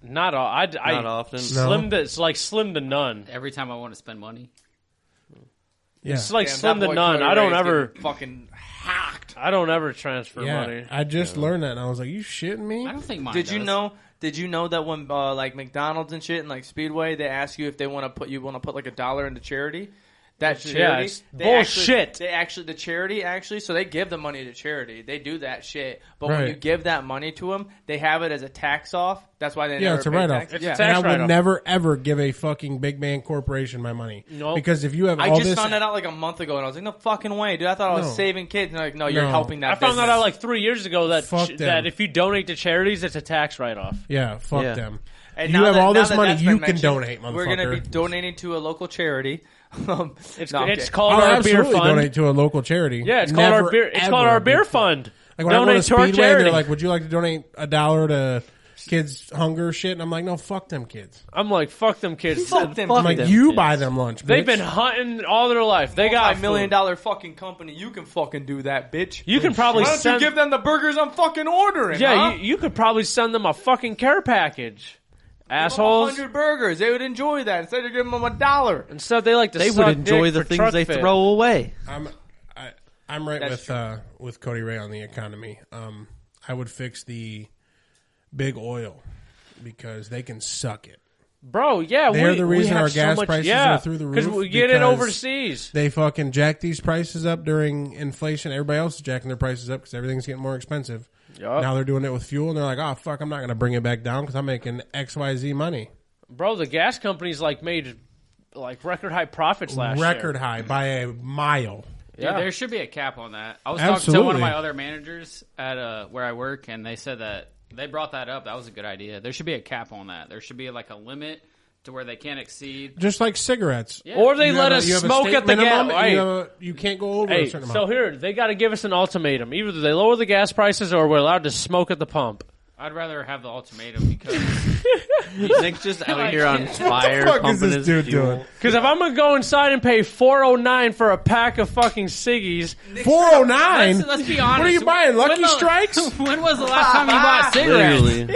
S1: Not all. I, I
S5: Not often.
S1: Slim to it's like slim to none.
S4: Every time I want to spend money,
S2: Yeah,
S1: It's like
S3: Damn,
S1: slim
S3: that
S1: to
S3: boy
S1: none.
S3: Cody
S1: I don't
S3: Ray's
S1: ever.
S3: getting fucking hacked.
S1: I don't ever transfer
S2: yeah.
S1: money.
S2: I just learned that, and I was like, "You shitting me?"
S4: I don't think mine.
S3: Did you
S4: does.
S3: know? Did you know that when uh, like McDonald's and shit and like Speedway, they ask you if they want to put you want to put like a dollar into charity. That
S1: Yeah,
S3: charity,
S1: it's
S3: they actually-
S1: bullshit.
S3: they actually the charity actually, so they give the money to charity. They do that shit, but when
S2: Right.
S3: you give that money to them, they have it as a tax off. That's why they
S2: Yeah,
S3: never
S2: it's a
S3: pay
S2: write off.
S3: tax.
S1: It's a
S3: yeah.
S1: tax-
S2: And I would
S1: write-off.
S2: never ever give a fucking big man corporation my money.
S1: Nope.
S2: Because if you have
S3: I
S2: all
S3: just
S2: this
S3: found that out like a month ago, and I was like, "No fucking way, dude! I thought I was
S2: No.
S3: saving kids." And they're like, "No, you're
S2: No.
S3: helping that."
S1: I found that
S3: business."
S1: out like three years ago that
S2: Fuck them.
S1: that if you donate to charities, it's a tax write off.
S2: Yeah, fuck
S5: Yeah.
S2: them.
S3: And
S2: you
S3: now
S2: have
S3: that-
S2: all
S3: now
S2: this
S3: that
S2: money,
S3: that's
S2: you
S3: been
S2: can
S3: mentioned,
S2: donate, motherfucker.
S3: We're gonna be donating to a local charity. Um,
S1: It's,
S3: no, I'm
S1: it's
S3: kidding.
S1: called
S2: I'll
S1: our beer
S2: Oh, absolutely
S1: fund.
S2: donate to a local charity.
S1: Yeah, it's called our
S2: Never,
S1: beer. It's
S2: ever
S1: called our beer
S2: give-
S1: fund.
S2: Like when
S1: donate
S2: I go to
S1: our
S2: Speedway,
S1: charity.
S2: they're like, "Would you like to donate a dollar to kids' hunger shit?" And I'm like, "No, fuck them kids.
S1: I'm like, fuck them kids.
S3: Fuck them.
S2: I'm like, you buy them lunch.
S1: They've
S2: bitch.
S1: been hunting all their life. They got
S3: a million
S1: food.
S3: dollar fucking company. You can fucking do that, bitch.
S1: You can probably
S3: Why don't
S1: send.
S3: you give them the burgers I'm fucking ordering?
S1: yeah,
S3: huh?
S1: you, you could probably send them a fucking care package. Assholes.
S3: Hundred burgers. They would enjoy that. Instead of giving them a dollar.
S1: Instead, they like to.
S5: They
S1: suck
S5: would enjoy
S1: dick
S5: the
S1: for
S5: things
S1: truck
S5: they
S1: fit.
S5: throw away.
S2: I'm, I, I'm right
S3: That's
S2: with uh, with Cody Ray on the economy. Um, I would fix the big oil because they can suck it.
S1: Bro, yeah,
S2: They're
S1: we,
S2: the
S1: we
S2: reason
S1: have
S2: our
S1: so
S2: gas
S1: much-
S2: prices
S1: yeah,
S2: are through the
S1: Because
S2: roof
S1: we get it
S2: because-
S1: overseas.
S2: They fucking jack these prices up during inflation. Everybody else is jacking their prices up because everything's getting more expensive.
S1: Yup.
S2: Now they're doing it with fuel, and they're like, "Oh fuck, I'm not going to bring it back down because I'm making X Y Z money,
S1: Bro, the gas companies like made like record high profits last
S2: record
S1: year.
S2: high by a mile."
S4: Dude,
S1: Yeah.
S4: there should be a cap on that. I was talking to
S2: Absolutely.
S4: one of my other managers at uh, where I work, and they said that they brought that up. That was a good idea. There should be a cap on that. There should be like a limit to where they can't exceed.
S2: Just like cigarettes.
S4: Yeah.
S1: Or they
S2: You
S1: let
S2: have a-
S1: us
S2: you have a
S1: smoke
S2: state
S1: at the gas.
S2: minimum,
S1: Hey,
S2: You, have a- you can't go over a
S1: hey,
S2: certain
S1: so
S2: amount.
S1: here they got to give us an ultimatum. Either they lower the gas prices or we're allowed to smoke at the pump.
S4: I'd rather have the ultimatum because
S5: Nick's just out here on
S2: What
S5: fire.
S2: the fuck is
S5: pumping
S2: this
S5: his
S2: dude
S5: fuel.
S2: doing?
S1: Because if I'm gonna go inside and pay four oh nine for a pack of fucking ciggies,
S2: Four oh nine.
S4: let's, let's be honest.
S2: What are you buying? Lucky
S4: When the-
S2: Strikes?
S4: When was the last time you bought cigarettes?
S5: Literally.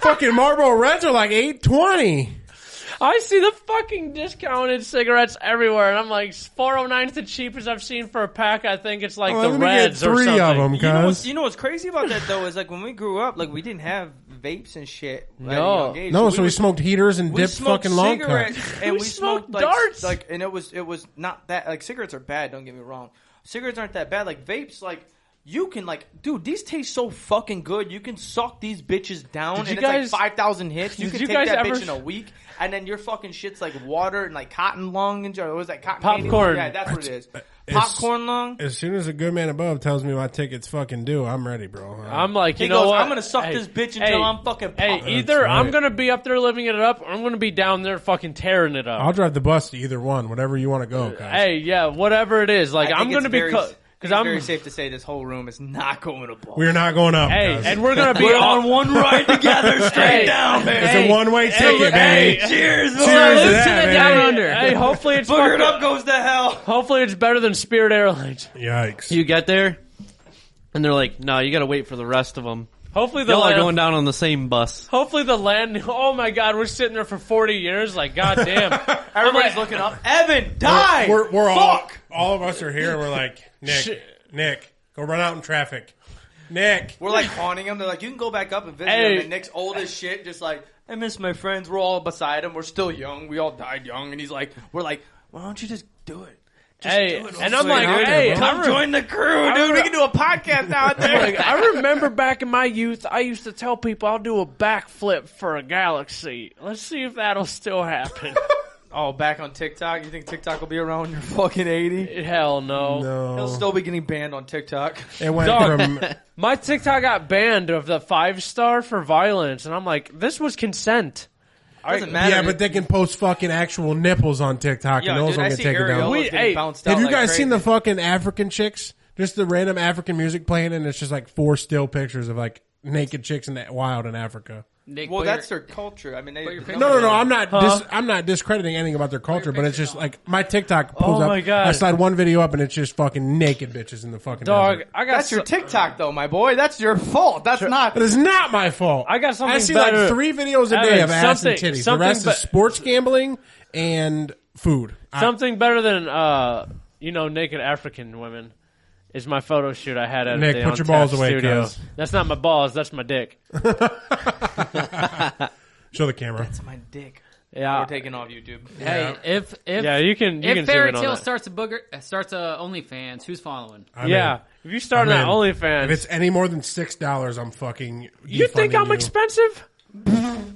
S2: Fucking Marlboro Reds are like eight twenty.
S1: I see the fucking discounted cigarettes everywhere, and I'm like, four oh nine's the cheapest I've seen for a pack. I think it's like
S2: Well,
S1: the
S2: let me get
S1: Reds or
S2: three
S1: something.
S2: of 'em,
S3: You know, what's,
S2: Cuz.
S3: you know what's crazy about that though is like when we grew up, like we didn't have vapes and shit. at a
S1: No.
S3: young age.
S2: No, so we
S3: would-
S2: smoked heaters and
S3: we
S2: dipped
S3: smoked
S2: fucking long
S3: cigarettes
S2: cuts.
S3: and
S1: We
S3: we,
S1: smoked
S3: smoked,
S1: darts.
S3: Like, like, and it was it was not that like cigarettes are bad. Don't get me wrong, cigarettes aren't that bad. Like vapes, like you can like, dude, these taste so fucking good. You can suck these bitches down,
S1: Did
S3: and
S1: you
S3: it's
S1: guys-
S3: like five thousand hits. You
S1: did
S3: can
S1: you
S3: take
S1: guys
S3: that
S1: ever-
S3: bitch in a week, and then your fucking shit's like water and like cotton lung and what was that cotton candy?
S1: Popcorn.
S3: Yeah, that's what it is.
S2: It's-
S3: Popcorn lung.
S2: As soon as a good man above tells me my ticket's fucking due, I'm ready, bro.
S1: I'm like, you
S3: He
S1: know
S3: goes,
S1: what?
S3: I'm gonna suck this bitch until
S1: hey,
S3: I'm fucking
S1: Hey,
S3: pop.
S1: either I'm
S2: right.
S1: gonna be up there living it up, or I'm gonna be down there fucking tearing it up.
S2: I'll drive the bus to either one, whatever you want to go. guys.
S1: hey, yeah, whatever it is, like
S3: I
S1: I'm
S3: think it's
S1: gonna be
S3: very-
S1: because
S3: it's
S1: I'm.
S3: very safe to say this whole room is not going to ball.
S2: We're not going up.
S1: Hey,
S2: guys.
S1: and we're gonna be
S3: We're
S1: all-
S3: on one ride together, straight
S1: Hey.
S3: down, man.
S2: it's
S1: hey,
S2: a one way
S1: hey,
S2: ticket,
S1: hey,
S2: baby.
S3: Cheers,
S2: Cheers to that, baby.
S1: Hey, hopefully it's
S3: Boogered
S1: fucking,
S3: up goes to hell.
S1: hopefully it's better than Spirit Airlines.
S2: Yikes!
S5: You get there, and they're like, "No, you got to wait for the rest of them.
S1: Hopefully the
S5: Y'all are
S1: land,
S5: going down on the same bus."
S1: hopefully the land. Oh my God, we're sitting there for forty years. Like goddamn,
S3: Everybody's
S1: I'm like,
S3: looking up. Evan, die.
S2: we're we're all
S3: Fuck.
S2: all of us are here. and We're like Nick,
S1: Shit.
S2: Nick, go run out in traffic. Nick,
S3: We're like haunting him. They're like, you can go back up and visit
S1: Hey.
S3: him. And Nick's old as shit, just like, I miss my friends. We're all beside him. We're still young. We all died young. And he's like, we're like, why don't you just do it?
S1: Hey,
S3: do it.
S1: and I'm like,
S2: out there,
S1: hey,
S2: bro.
S1: I,
S3: Come
S1: re-
S3: join the crew, dude. We can do a podcast now out there.
S1: like, I remember back in my youth, I used to tell people I'll do a backflip for a galaxy. Let's see if that'll still happen.
S3: Oh, back on TikTok. You think TikTok will be around when you're fucking 80?
S1: Hell no.
S3: He'll
S2: no,
S3: still be getting banned on TikTok.
S2: it went
S1: Dog.
S2: from
S1: My TikTok got banned of the five star for violence, and I'm like, this was consent.
S3: Doesn't matter.
S2: yeah, but they can post fucking actual nipples on TikTok, and
S3: Yo,
S2: those
S3: dude,
S2: will
S3: I
S2: get
S3: see
S2: taken
S3: Ariel
S2: down.
S1: We-
S3: was getting
S1: hey,
S3: bounced
S2: Have
S3: out
S2: you
S3: like
S2: guys
S3: crazy.
S2: seen the fucking African chicks? Just the random African music playing, and it's just like four still pictures of like naked chicks in the wild in Africa.
S4: Nick,
S3: Well,
S4: put
S3: that's
S4: your-
S3: their culture. I mean, they,
S4: Put your
S3: no,
S4: finger
S2: No, no, no.
S4: Yeah.
S2: I'm not. Dis- I'm not discrediting anything about their culture, but it's just like my TikTok pulls up.
S1: Oh my God.
S2: I slide one video up, and it's just fucking naked bitches in the fucking
S1: Dog,
S2: desert.
S1: I got
S3: That's your TikTok, though, my boy. That's your fault. That's not.
S2: But it's not my fault.
S1: I got something
S2: I see
S1: better.
S2: like three videos a
S1: Evan,
S2: day of ass and
S1: something-
S2: titties. The
S1: something
S2: rest
S1: be-
S2: is sports gambling and food. I-
S1: something better than uh, you know, naked African women. Is my photo shoot I had at
S2: Nick,
S1: the
S2: put
S1: On
S2: your balls
S1: Tap
S2: away,
S1: studio.
S2: cuz.
S1: That's not my balls. That's my dick.
S2: show the camera.
S3: That's my dick.
S1: Yeah,
S3: We're taking off YouTube.
S4: hey, if if
S1: yeah. You can. You
S4: if
S1: can zoom
S4: Fairy
S1: in on
S4: Tale
S1: that.
S4: starts a booger uh, starts a OnlyFans, who's following?
S2: I'm
S1: yeah,
S2: in.
S1: if you start on
S2: I'm in.
S1: OnlyFans,
S2: If it's any more than six dollars, I'm fucking.
S1: you think
S2: defunding
S1: I'm
S2: you.
S1: expensive?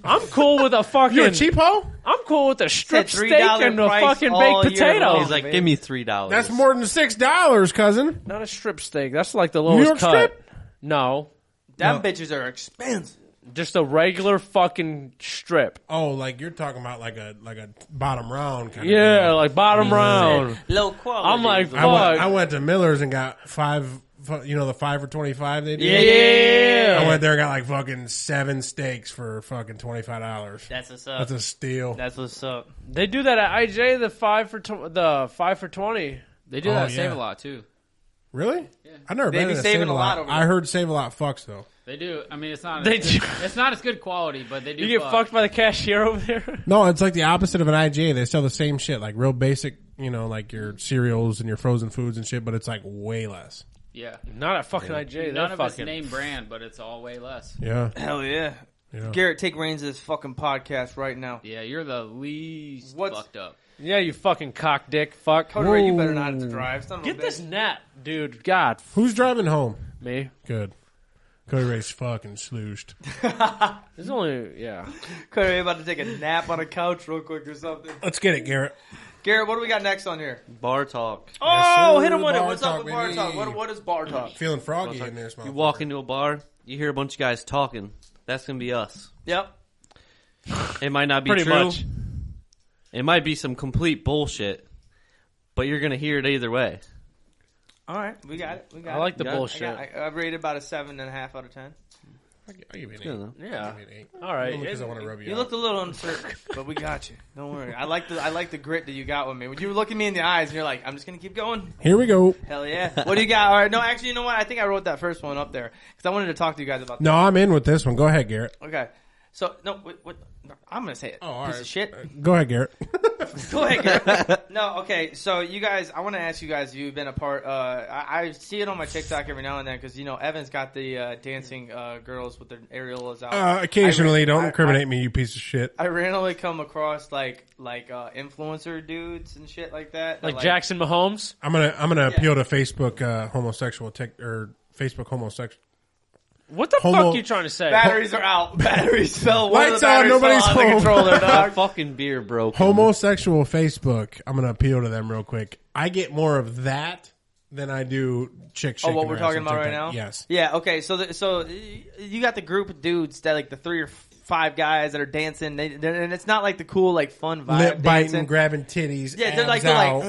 S1: I'm cool with a fucking.
S2: You're a cheapo.
S1: I'm cool with a strip
S3: Said $3
S1: steak and a
S3: price
S1: fucking
S3: all
S1: baked
S3: year long.
S1: potato.
S5: He's like, "Give me three dollars."
S2: That's more than six dollars, cousin.
S1: Not a strip steak. That's like the lowest
S2: York
S1: cut.
S2: strip?
S1: No,
S3: Them bitches are expensive.
S1: just a regular fucking strip.
S2: Oh, like you're talking about like a like a bottom round kind of.
S1: Yeah, like bottom round.
S3: Low quality.
S1: I'm like,
S2: I went,
S1: fuck.
S2: I went to Miller's and got five, fu- you know, the five for 25 they do. I
S1: yeah.
S2: went there and got like fucking seven steaks for fucking $25.
S3: that's what's up.
S2: That's a steal.
S3: That's what's up.
S1: They do that at IJ the five for tw- the five for twenty.
S4: They do
S2: Oh,
S4: that at Save
S2: yeah.
S4: a Lot too.
S2: really? I've never
S3: They
S2: been
S3: be
S2: to
S3: saving
S2: Save
S3: a lot over
S2: I
S3: there.
S2: heard Save a Lot fucks though.
S4: They do. I mean, it's not.
S1: They
S4: it's,
S1: do.
S4: it's not as good quality, but they do.
S1: You get
S4: fuck.
S1: fucked by the cashier over there.
S2: No, it's like the opposite of an IGA. They sell the same shit, like real basic, you know, like your cereals and your frozen foods and shit, but it's like way less.
S4: Yeah,
S1: Not at fucking IJ.
S4: none
S1: They're
S4: of it's
S1: fucking.
S4: name brand, but it's all way less.
S2: Yeah.
S3: Hell yeah.
S2: Yeah.
S3: Garrett, take reins of this fucking podcast right now.
S4: Yeah, you're the least
S3: What's-
S4: fucked up.
S1: Yeah, you fucking cock dick. Fuck.
S3: Carter, you better not have to drive. Son of a
S1: Get
S3: bitch.
S1: this net, dude. God, f-
S2: Who's driving home?
S1: me.
S2: Good. Cody Ray's fucking sleushed.
S1: There's only yeah.
S3: Carter, you about to take a nap on a couch real quick or something.
S2: Let's get it, Garrett.
S3: Garrett, what do we got next on here?
S5: bar talk.
S3: Oh,
S2: sir.
S3: hit him with it.
S2: Bar
S3: What's
S2: talk,
S3: up with bar
S2: baby.
S3: talk? What, what is bar talk?
S2: Feeling froggy in there,
S5: You
S2: small.
S5: walk into a bar, you hear a bunch of guys talking. That's gonna be us.
S3: Yep.
S5: It might not be
S1: Pretty
S5: true.
S1: much.
S5: It might be some complete bullshit, but you're gonna hear it either way.
S3: All right, we got it. We got
S1: I like the
S5: Yeah.
S1: bullshit.
S3: I, got, I, I rated about a seven and a half out of ten.
S2: I'll gi- I'll give you an eight.
S5: You know.
S1: yeah.
S2: I'll give you an eight.
S1: All right.
S2: Only 'cause
S1: It-
S2: I want to rub you.
S3: You
S2: out.
S3: looked a little uncertain, but we got you. Don't worry. I like the I like the grit that you got with me. When you were looking me in the eyes, and you're like, "I'm just gonna keep going."
S2: Here we go.
S3: Hell yeah! What do you got? All right, no, actually, you know what? I think I wrote that first one up there because I wanted to talk to you guys about.
S2: No, I'm in with this one. Go ahead, Garrett.
S3: That. Okay, so no, what, what, no, I'm gonna say it.
S2: Oh, all
S3: piece
S2: right. Uh,
S3: of shit.
S2: Go ahead, Garrett.
S3: Go ahead. Gary. no, okay. So you guys, I want to ask you guys. You've been a part. Uh, I, I see it on my TikTok every now and then because you know Evan's got the uh, dancing uh, girls with their areolas out.
S2: Uh, occasionally,
S3: Oh. I-
S2: don't
S3: I-
S2: incriminate me, you piece of shit.
S3: I randomly come across like like uh, influencer dudes and shit like that.
S1: Like Jackson Mahomes.
S2: I'm gonna I'm gonna appeal to Facebook uh, homosexual tech or Facebook homosexual.
S1: What the
S2: Homo-
S1: fuck you trying to say?
S3: Batteries are out. Batteries fell. One of the
S2: Lights out,
S3: batteries fell
S2: nobody's
S3: out of the
S2: home.
S3: controller,
S5: My
S3: dog.
S5: fucking beer broke.
S2: Homosexual Facebook. I'm gonna appeal to them real quick. I get more of that than I do chick.
S3: Oh,
S2: shaking
S3: what we're
S2: her ass
S3: talking
S2: on
S3: about right now?
S2: TikTok. Yes.
S3: Yeah. Okay. So, the, so y- you got the group of dudes that like the three or f- five guys that are dancing, they, they're- and it's not like the cool like fun vibe.
S2: Lip biting,
S3: dancing.
S2: grabbing titties.
S3: Yeah, they're
S2: abs
S3: like they're like,
S2: out.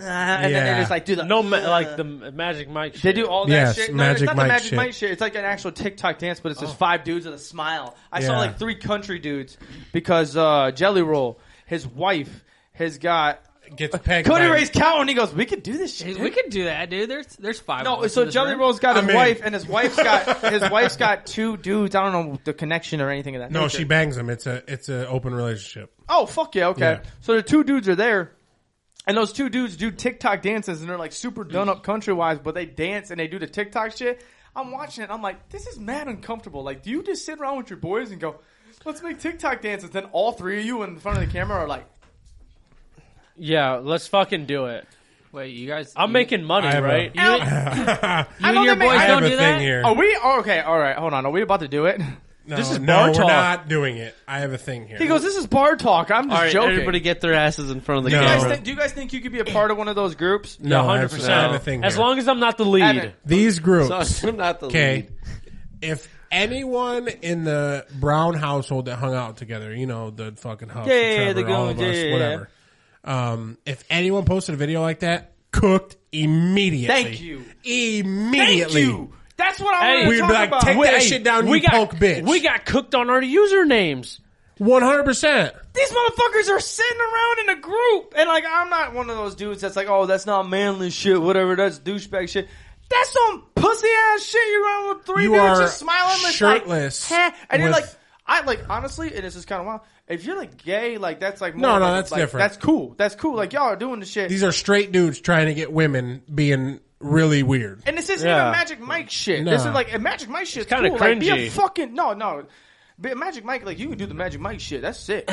S3: uh, uh, and then
S2: Yeah.
S3: they just like do the
S1: No,
S3: uh,
S1: ma- like the M- Magic Mike.
S3: They
S1: Shit.
S3: do all that
S2: Yes,
S3: shit. No,
S2: Magic
S3: it's not
S2: Mike
S3: the Magic
S2: shit. Oh.
S3: Mike shit. It's like an actual TikTok dance, but it's just five dudes with a smile. I
S2: Yeah.
S3: saw like three country dudes because uh, Jelly Roll, his wife, has got
S2: gets pegged.
S3: Cody
S2: by-
S3: Ray's cow, and he goes, "We could do this shit.
S4: Dude,
S3: dude."
S4: we could do that, dude. There's there's five. of
S3: No,
S4: us
S3: so
S4: in this
S3: Jelly
S4: room.
S3: Roll's got
S2: I
S3: his
S2: mean-
S3: wife, and his wife's got his wife's got two dudes. I don't know the connection or anything of that.
S2: No,
S3: nature.
S2: she bangs him. It's a it's an open relationship.
S3: Oh fuck yeah, okay.
S2: Yeah.
S3: So the two dudes are there, and those two dudes do TikTok dances, and they're like super done up country wise, but they dance and they do the TikTok shit. I'm watching it. I'm like, this is mad uncomfortable. Like, do you just sit around with your boys and go, let's make TikTok dances? Then all three of you in front of the camera are like,
S1: Yeah, let's fucking do it.
S4: Wait, you guys.
S1: I'm
S4: you-
S1: making money,
S2: I have a-
S1: right?
S4: You, you
S2: I
S4: and your
S3: they make-
S4: boys
S3: I
S2: have
S4: don't
S2: a
S4: do
S2: thing
S4: that.
S2: here.
S3: are we? Oh, okay, all right, hold on. Are we about to do it?
S2: no,
S1: this is
S2: no,
S1: bar
S2: we're
S1: talk.
S2: not doing it. I have a thing here.
S3: He goes, this is bar talk. I'm just
S5: All right,
S3: joking.
S5: everybody get their asses in front of the
S2: No.
S3: do, you guys
S5: camera.
S3: think, do you guys think you could be a part of one of those groups?
S2: no,
S1: hundred
S2: that's- I have a
S1: percent.
S2: thing
S1: As
S2: here.
S1: long as I'm not the lead.
S3: Evan.
S2: these groups.
S5: So I'm not the
S2: Okay.
S5: lead.
S2: If anyone in the Brown household that hung out together, you know, the fucking Huff,
S3: Yeah,
S2: yeah,
S3: yeah,
S2: Trevor,
S3: yeah, the
S2: all of
S3: goons,
S2: us,
S3: yeah, yeah, yeah.
S2: whatever. Um, if anyone posted a video like that, cooked immediately.
S3: Thank you. Thank
S2: Immediately.
S3: you. That's what I
S1: Hey,
S3: wanted to
S2: We'd
S3: talk
S2: be like,
S3: about.
S2: take
S1: Wait,
S2: that shit down,
S1: we
S2: you
S1: got,
S2: poke bitch.
S1: We got cooked on our usernames.
S2: 100%.
S3: these motherfuckers are sitting around in a group, and like I'm not one of those dudes that's like, oh, that's not manly shit, whatever, that's douchebag shit. That's some pussy ass shit you run with three
S2: You
S3: dudes
S2: are
S3: just smiling, it's
S2: shirtless
S3: like, "Heh." and you're
S2: with-
S3: like, I like honestly, and this is kind of wild. If you're like gay, like that's like more
S2: No, no,
S3: like-
S2: that's
S3: like,
S2: different.
S3: That's cool. That's cool. Like y'all are doing the shit,
S2: These are straight dudes trying to get women being really weird.
S3: and this isn't
S1: Yeah.
S3: even Magic Mike shit. This
S2: Nah.
S3: is like Magic Mike shit.
S1: kinda
S3: cool. Like, be a
S1: cringy.
S3: fucking no, no. Be- Magic Mike, like you can do the Magic Mike shit. That's sick.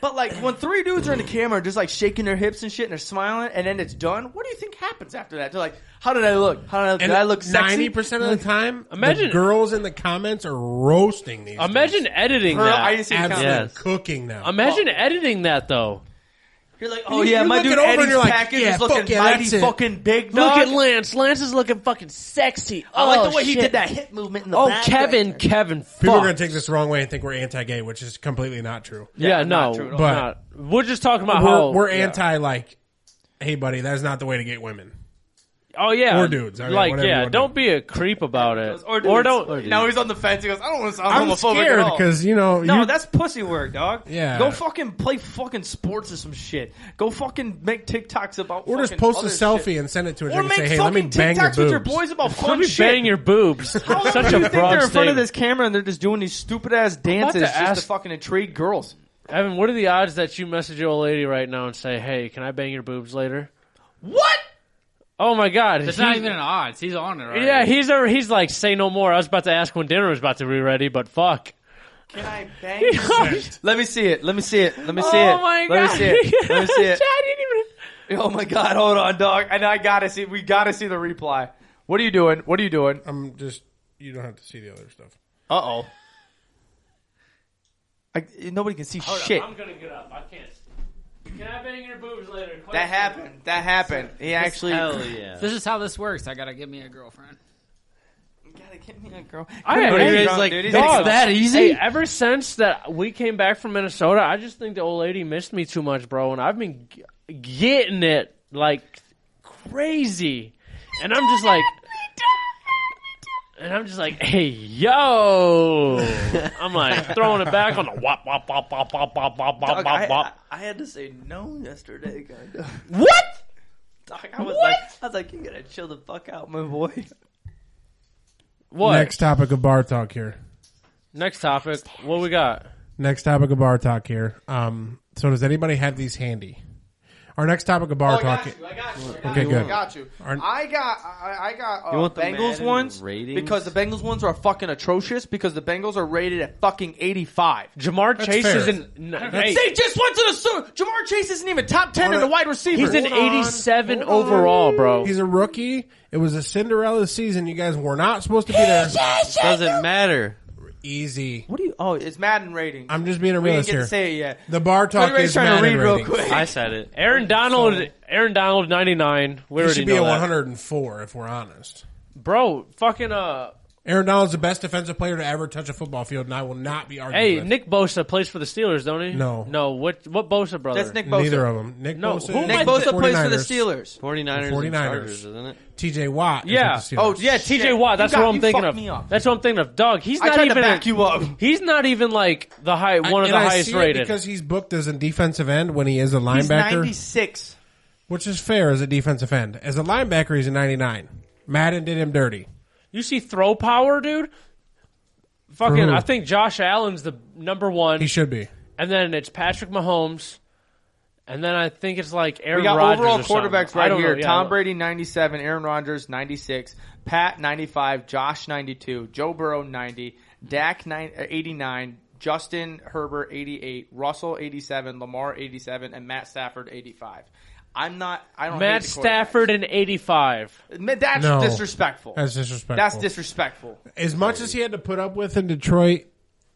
S3: but like when three dudes are in the camera, just like shaking their hips and shit, and they're smiling, and then it's done. What do you think happens after that? They're like, "How did I look? How did I, did I look sexy?"
S2: ninety percent of the time,
S1: Imagine-
S2: the girls in the comments are roasting these.
S1: Imagine
S2: dudes.
S1: editing
S3: Bro,
S1: that.
S3: I Oh. didn't see the
S2: absolutely
S3: comment.
S5: Yes.
S2: cooking them.
S1: Imagine editing that though.
S3: You're like, "Oh
S2: You-
S3: yeah,
S2: you
S3: my
S2: look
S3: dude
S2: it over and
S3: Eddie's
S2: you're like,
S3: package
S2: yeah,
S3: is looking
S2: fuck yeah,
S3: mighty
S2: that's it.
S3: fucking big."
S1: Look
S3: dog."
S1: at Lance. Lance is looking fucking sexy.
S3: I like
S1: Oh,
S3: the way he
S1: shit.
S3: did that hip movement in the
S1: Oh,
S3: back.
S1: Kevin, Kevin, fuck.
S2: People are going to take this the wrong way and think we're anti-gay, which is completely not true.
S1: yeah,
S3: Yeah,
S1: no,
S3: not true at all.
S2: But-
S1: not. we're just talking about how
S2: we're we're anti like, hey buddy, that's not the way to get women.
S1: Oh yeah,
S2: Or dudes. I mean,
S1: like
S2: whatever you
S1: yeah,
S2: wanna
S1: don't be a creep about it,
S3: Or, dudes.
S1: don't.
S3: Now he's on the fence. He goes, "I don't want to sound
S2: I'm
S3: homophobic
S2: scared
S3: at all."
S2: because you know
S3: No,
S2: you,
S3: that's pussy work, dog.
S2: Yeah.
S3: Go fucking play fucking sports or some shit. Go fucking make TikToks about.
S2: or just
S3: fucking
S2: post a
S3: other
S2: selfie
S3: shit.
S2: and send it to a
S3: Or
S2: chick and
S3: make
S2: say, hey, let me
S3: fucking
S2: bang your
S3: TikToks with your
S2: boobs.
S3: boys about
S1: Let
S3: fun
S1: me
S3: shit.
S1: bang your boobs.
S3: How long
S1: Such
S3: do you
S1: a
S3: think they're
S1: broad
S3: in front of
S1: statement.
S3: this camera and they're just doing these stupid ass dances just
S1: ask-
S3: to fucking intrigue girls?
S1: Evan, what are the odds that you message your old lady right now and say, "Hey, can I bang your boobs later?"
S3: What?
S1: Oh my god,
S4: It's
S1: he-
S4: not even an odds. He's on it. Already.
S1: Yeah, he's already, he's like, "Say no more." I was about to ask when dinner was about to be ready, but fuck.
S3: Can I bang? Let me see it. Let me see it. Let me see it.
S1: Oh my
S3: Let
S1: god!
S3: me see it. Let me see it.
S1: I didn't even.
S3: Oh my god! Hold on, dog. And I gotta see. We gotta see the reply. What are you doing? What are you doing?
S2: I'm just you don't have to see the other stuff.
S3: Uh oh. Nobody can see shit.
S1: gonna get up. I can't. Can I bang your boobs later?
S3: That happened. That happened. He actually.
S5: Hell yeah.
S4: This is how this works. I gotta get me a girlfriend.
S6: Gotta get me a girl.
S1: I
S6: Couldn't
S1: had-
S6: get
S1: Hey,
S5: It's
S6: drunk,
S5: like,
S6: dude. He's
S5: "It's
S1: dog,
S6: like,
S5: that easy?
S1: Hey, ever since that we came back from Minnesota, I just think the old lady missed me too much, bro, and I've been g- getting it like crazy, and I'm just like. And I'm just like, hey, yo! I'm like throwing it back on the wop wop wop wop wop wop wop wop
S6: Dog, I,
S1: wop wop.
S6: I- I had to say no yesterday, guy.
S1: What?
S6: Dog, I was
S1: What?
S6: like, I was like, you gotta chill the fuck out, my boy.
S1: What?
S2: Next topic of bar talk here.
S1: Next topic. What we got?
S2: Next topic of bar talk here. Um, so does anybody have these handy? Our next topic of
S3: Oh,
S2: bar
S3: I
S2: talk.
S3: got you. I got you. I got
S2: Okay,
S3: you,
S2: good.
S3: I got you.
S2: Aren't-
S3: I got. I, I got. Uh,
S5: You want the
S3: Bengals
S5: Madden
S3: ones
S5: ratings?
S3: because the Bengals ones are fucking atrocious because the Bengals are rated at fucking eighty-five.
S1: Jamar
S2: That's
S1: Chase is
S2: fair.
S1: in. n- hey,
S3: They just went to the Super. Jamar Chase isn't even top ten in the wide receiver.
S1: he's an
S2: Hold on.
S1: 87
S2: Hold on.
S1: overall, bro.
S2: He's a rookie. It was a Cinderella season. You guys were not supposed to be there.
S5: Doesn't matter.
S2: Easy.
S6: What do you? Oh, it's
S3: It's Madden rating.
S2: I'm just being a
S6: we didn't
S2: realist
S6: get
S2: here.
S6: to say it yet.
S2: the bar talk
S6: Everybody's
S2: is
S6: trying to
S2: Madden
S6: read real
S2: ratings.
S6: quick.
S5: I said it.
S1: Aaron Donald, Aaron Donald, 99. We
S2: It
S1: already
S2: should be
S1: know
S2: a
S1: that.
S2: 104 if we're honest.
S1: Bro, fucking uh,
S2: Aaron Donald's the best defensive player to ever touch a football field, and I will not be arguing.
S1: hey,
S2: with.
S1: Nick Bosa plays for the Steelers, don't he?
S2: No.
S1: no. What what Bosa brother?
S6: That's Nick Bosa.
S2: neither of them. Nick
S1: No,
S2: Bosa,
S1: who
S2: is
S1: am I
S6: Nick
S2: with
S6: Bosa plays for the
S2: 49ers.
S6: Steelers.
S5: 49ers,
S2: 49ers.
S5: and Chargers, isn't it?
S2: T.J. Watt. is
S1: Yeah.
S2: with the Steelers.
S3: Oh
S1: Yeah, T.J. Watt. That's
S3: You got-
S1: what I'm
S3: you
S1: thinking
S3: fucked
S1: of.
S3: me up.
S1: That's what I'm thinking of. Dog, he's
S3: I
S1: not
S3: tried to
S1: even.
S3: back you up.
S1: He's not even like the high one of
S2: And
S1: the
S2: I
S1: highest
S2: see it
S1: rated.
S2: because he's booked as a defensive end when he is a
S3: He's
S2: linebacker,
S3: ninety-six.
S2: which is fair as a defensive end. As a linebacker, he's a 99. Madden did him dirty.
S1: You see throw power, dude. Fucking,
S2: who?
S1: I think Josh Allen's the number one,
S2: He should be.
S1: and then it's Patrick Mahomes, and then I think it's like Aaron
S3: We got
S1: Rodgers
S3: overall
S1: or something.
S3: quarterbacks
S1: I
S3: right
S1: don't
S3: here.
S1: know. Yeah,
S3: Tom
S1: I-
S3: Brady 97, Aaron Rodgers 96, Pat 95, Josh 92, Joe Burrow 90, Dak 9, uh, 89, Justin Herbert 88, Russell 87, Lamar 87, and Matt Stafford 85. I'm not. I don't.
S1: Matt
S3: hate the quarterbacks.
S1: Stafford in '85.
S3: Ma- That's
S2: No.
S3: disrespectful.
S2: That's disrespectful.
S3: That's disrespectful.
S2: as much as he had to put up with in Detroit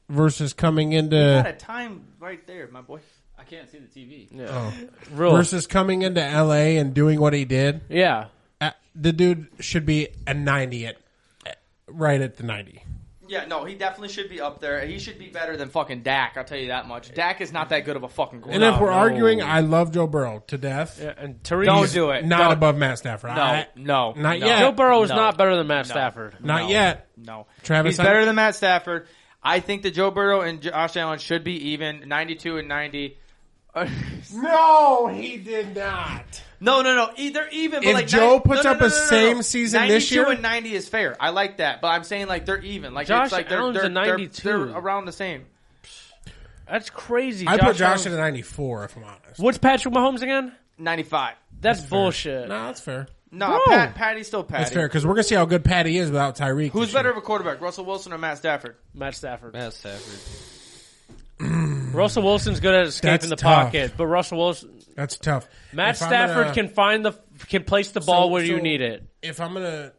S2: versus coming
S6: Got a
S2: into
S6: time right there, my boy.
S7: I can't see the TV.
S1: Real,
S2: versus coming into L.A. and doing what he did,
S1: yeah.
S2: uh, the dude should be a 90 at right at the 90.
S3: Yeah, no, he definitely should be up there. He should be better than fucking Dak. I'll tell you that much. Dak is not that good of a fucking quarterback.
S2: And if we're arguing, I love Joe Burrow to death.
S1: Yeah, and Tariq.
S3: Oh, Don't do it.
S2: Not
S3: Don't-
S2: above Matt Stafford.
S3: No,
S2: I-
S3: no,
S2: not
S3: no.
S2: yet.
S1: Joe Burrow is
S3: No.
S1: not better than Matt Stafford.
S2: Not
S3: No.
S2: yet.
S3: No,
S2: Travis
S3: He's
S2: Hunter-
S3: better than Matt Stafford. I think that Joe Burrow and Josh Allen should be even, ninety-two and ninety. no,
S2: No, he did not.
S3: no, no. e- They're even. But
S2: If
S3: like
S2: Joe
S3: nine-
S2: puts
S3: no, no,
S2: up
S3: no,
S2: a
S3: no, no, no.
S2: same season this
S3: 92
S2: year-
S3: and ninety is fair. I like that, but I'm saying like they're even. Like
S1: Josh
S3: it's like they're,
S1: Allen's
S3: they're,
S1: a 92.
S3: They're, they're around the same.
S1: That's crazy.
S2: I put Josh
S1: Allen-
S2: at a 94, if I'm honest.
S1: What's Patrick Mahomes again?
S3: Ninety-five.
S1: That's, bullshit.
S2: No, that's fair.
S3: No,
S1: Bro.
S3: Pat, Patty's still Patty.
S2: That's fair because we're gonna see how good Patty is without Tyreek.
S3: Who's
S2: this
S3: better
S2: year.
S3: of a quarterback, Russell Wilson or Matt Stafford?
S1: Matt Stafford.
S5: Matt Stafford.
S1: Russell Wilson's good at escaping
S2: That's
S1: the
S2: tough.
S1: pocket, but Russell Wilson,
S2: That's tough.
S1: Matt
S2: If I'm
S1: Stafford
S2: gonna-
S1: can find the can place the ball where you
S2: so-
S1: need it.
S2: If I'm gonna,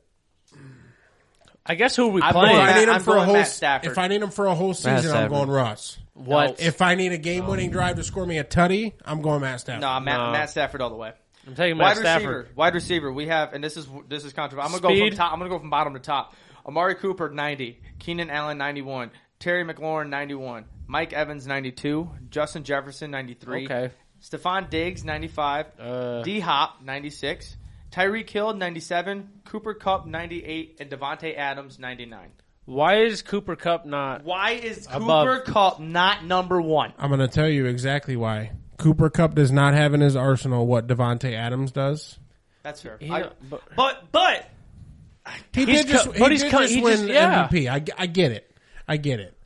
S1: I guess who are we
S3: I'm
S1: playing?
S2: if I
S3: Matt-
S2: need him
S3: I'm
S2: for a
S3: going
S2: whole,
S3: Matt
S2: s-
S3: Stafford.
S2: if I need him for a whole season, I'm
S5: Stafford.
S2: going Russ.
S1: what? Um,
S2: If I need a game-winning drive to score me a tutty, I'm going Matt Stafford.
S3: No, Matt,
S1: No.
S3: Matt Stafford all the way.
S1: I'm taking
S3: wide
S1: Matt Stafford.
S3: receiver, wide receiver. We have, and this is this is controversial. I'm gonna go
S1: Speed.
S3: from top. I'm gonna go from bottom to top. Amari Cooper 90, Keenan Allen 91, Terry McLaurin 91, Mike Evans 92, Justin Jefferson 93,
S1: Okay.
S3: Stephon Diggs 95,
S1: Uh,
S3: D Hop 96, Tyreek Hill 97, Cooper Cup 98, and Devonte Adams 99.
S1: Why is Cooper Cup not?
S3: Why is
S1: Above.
S3: Cooper Cup not number one?
S2: I'm gonna tell you exactly why. Cooper Cup does not have in his arsenal what Devonte Adams does.
S3: That's fair.
S1: He-
S3: I-
S1: but-
S3: but but
S2: He
S1: He's
S2: did just,
S1: cu-
S2: he
S1: but he's
S2: did
S1: cu-
S2: just
S1: he
S2: win
S1: just- yeah.
S2: MVP. I, I get it. I get it.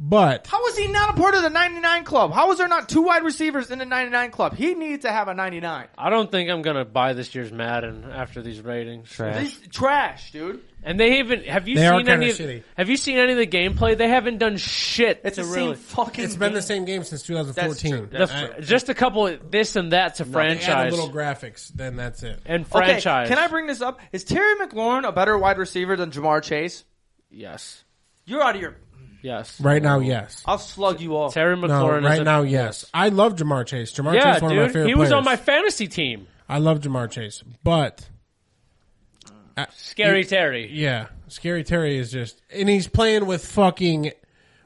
S2: But
S3: How is he not a part of the 99 club? How is there not two wide receivers in the 99 club? He needs to have a 99.
S1: I don't think I'm gonna buy this year's Madden after these ratings.
S5: Trash.
S3: He's trash, dude.
S1: And they even have you
S2: They are
S1: seen
S2: kinda
S1: any?
S2: shitty.
S1: Of, have you seen any of the gameplay? They haven't done shit.
S3: It's
S1: to
S3: the
S1: really.
S3: same fucking.
S2: it's been the
S3: game.
S2: same game since 2014.
S1: the,
S3: That's
S1: fr-
S3: true.
S1: just a couple of this and that to
S2: They add
S1: franchise
S2: a little graphics, then that's it.
S1: and
S3: Okay,
S1: franchise.
S3: can I bring this up? Is Terry McLaurin a better wide receiver than Jamar Chase?
S1: Yes.
S3: You're out of your.
S1: Yes.
S2: Right now, yes.
S3: I'll slug you off.
S1: Terry
S2: No,
S1: McLaurin. is
S2: right
S1: a,
S2: now, yes. I love Jamar Chase. Jamar Chase
S1: Yeah,
S2: is one of my
S1: dude.
S2: favorite
S1: He was
S2: players.
S1: on my fantasy team.
S2: I love Jamar Chase, but
S1: Scary Terry.
S2: yeah, Scary Terry is just, and he's playing with fucking,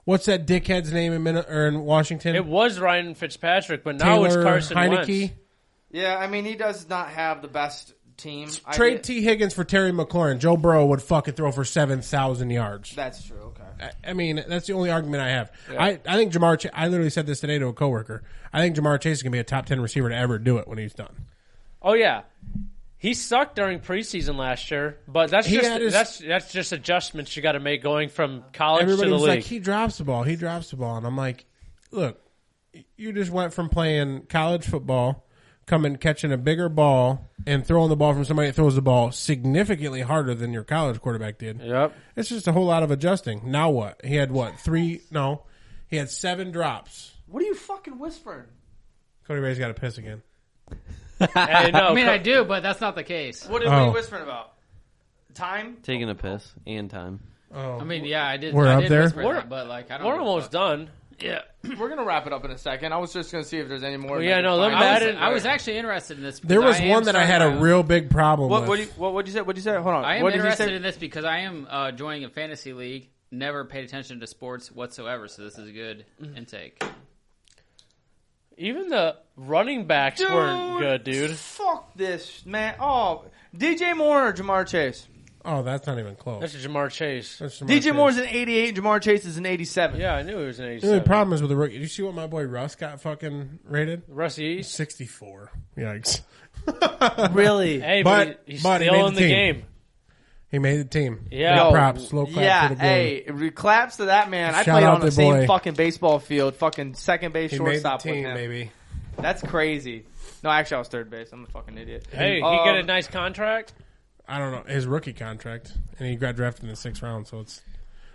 S2: what's that dickhead's name in Min- or in Washington?
S1: It was Ryan Fitzpatrick, but now it's
S2: Taylor
S1: Carson
S2: Heineke.
S1: Wentz.
S3: Yeah, I mean, he does not have the best team. I
S2: Trade
S3: get-
S2: T Higgins for Terry McLaurin. Joe Burrow would fucking throw for seven thousand yards.
S3: That's true. Okay.
S2: I- I mean, that's the only argument I have. I, I think Jamar. Ch- I literally said this today to a coworker. I think Jamar Chase is gonna be a top ten receiver to ever do it when he's done.
S1: Oh yeah, he sucked during preseason last year, but that's
S2: He
S1: just
S2: had his-
S1: that's that's just adjustments you got to make going from college to
S2: Everybody
S1: the
S2: was
S1: league.
S2: like, he drops the ball. He drops the ball, and I'm like, look, you just went from playing college football, coming catching a bigger ball and throwing the ball from somebody that throws the ball significantly harder than your college quarterback did.
S1: yep.
S2: It's just a whole lot of adjusting. Now what? He had what three? No, he had seven drops.
S3: What are you fucking whispering?
S2: Cody Ray's got to piss again.
S1: Hey, no,
S4: I mean,
S1: Co-
S4: I do, but that's not the case.
S3: What are
S2: Oh.
S3: we whispering about? Time?
S5: Taking a piss and time.
S2: Oh,
S4: I mean, yeah, I did.
S2: We're
S4: I
S2: up
S4: did
S2: there?
S4: whisper
S1: We're-
S4: that, but like, I don't.
S1: we're
S4: know.
S1: almost done.
S4: Yeah.
S3: We're gonna wrap it up in a second. I was just gonna see if there's any more.
S1: Well, yeah, no, them
S4: I was,
S1: Madden-
S4: I was actually interested in this.
S2: there
S4: because
S2: was
S4: I am
S2: one that I
S4: starting
S2: had
S4: my
S2: a
S4: own-
S2: real big problem
S3: What?
S2: with.
S3: What? do You, what? What'd you say? What'd you say? Hold on.
S4: I am
S3: what did you
S4: interested
S3: say?
S4: in this because I am uh, joining a fantasy league. Never paid attention to sports whatsoever, so this is a good intake.
S1: Even the running backs weren't good, dude.
S3: Fuck this, man. Oh, DJ Moore or Jamar Chase?
S2: oh, that's not even close.
S1: That's Jamar Chase.
S2: That's Jamar
S3: DJ
S2: Chase.
S3: Moore's an 88, Jamar Chase is an 87.
S1: Yeah, I knew he was an
S2: The only
S1: 87.
S2: problem is with the rookie. Did you see what my boy Russ got fucking rated?
S1: Rusty East.
S2: Sixty four. Yikes.
S3: Really?
S1: Hey,
S2: But-
S1: but, he- he's
S2: but he made
S1: still in
S2: the
S1: the
S2: team.
S1: game.
S2: He made the team.
S1: Yeah.
S2: Big
S1: Yo,
S2: Oh, props. Slow clap
S3: Yeah,
S2: for the boy.
S3: hey, re- claps to that man. I
S2: Shout
S3: played
S2: out
S3: on the
S2: to
S3: same
S2: boy.
S3: fucking baseball field, fucking second base,
S2: he made the
S3: shortstop
S2: team,
S3: with him.
S2: baby.
S3: That's crazy. No, actually, I was third base. I'm a fucking idiot.
S1: Hey, he
S3: Um,
S4: Uh,
S1: got a nice contract.
S2: I don't know his rookie contract, and he got drafted in the sixth round, so it's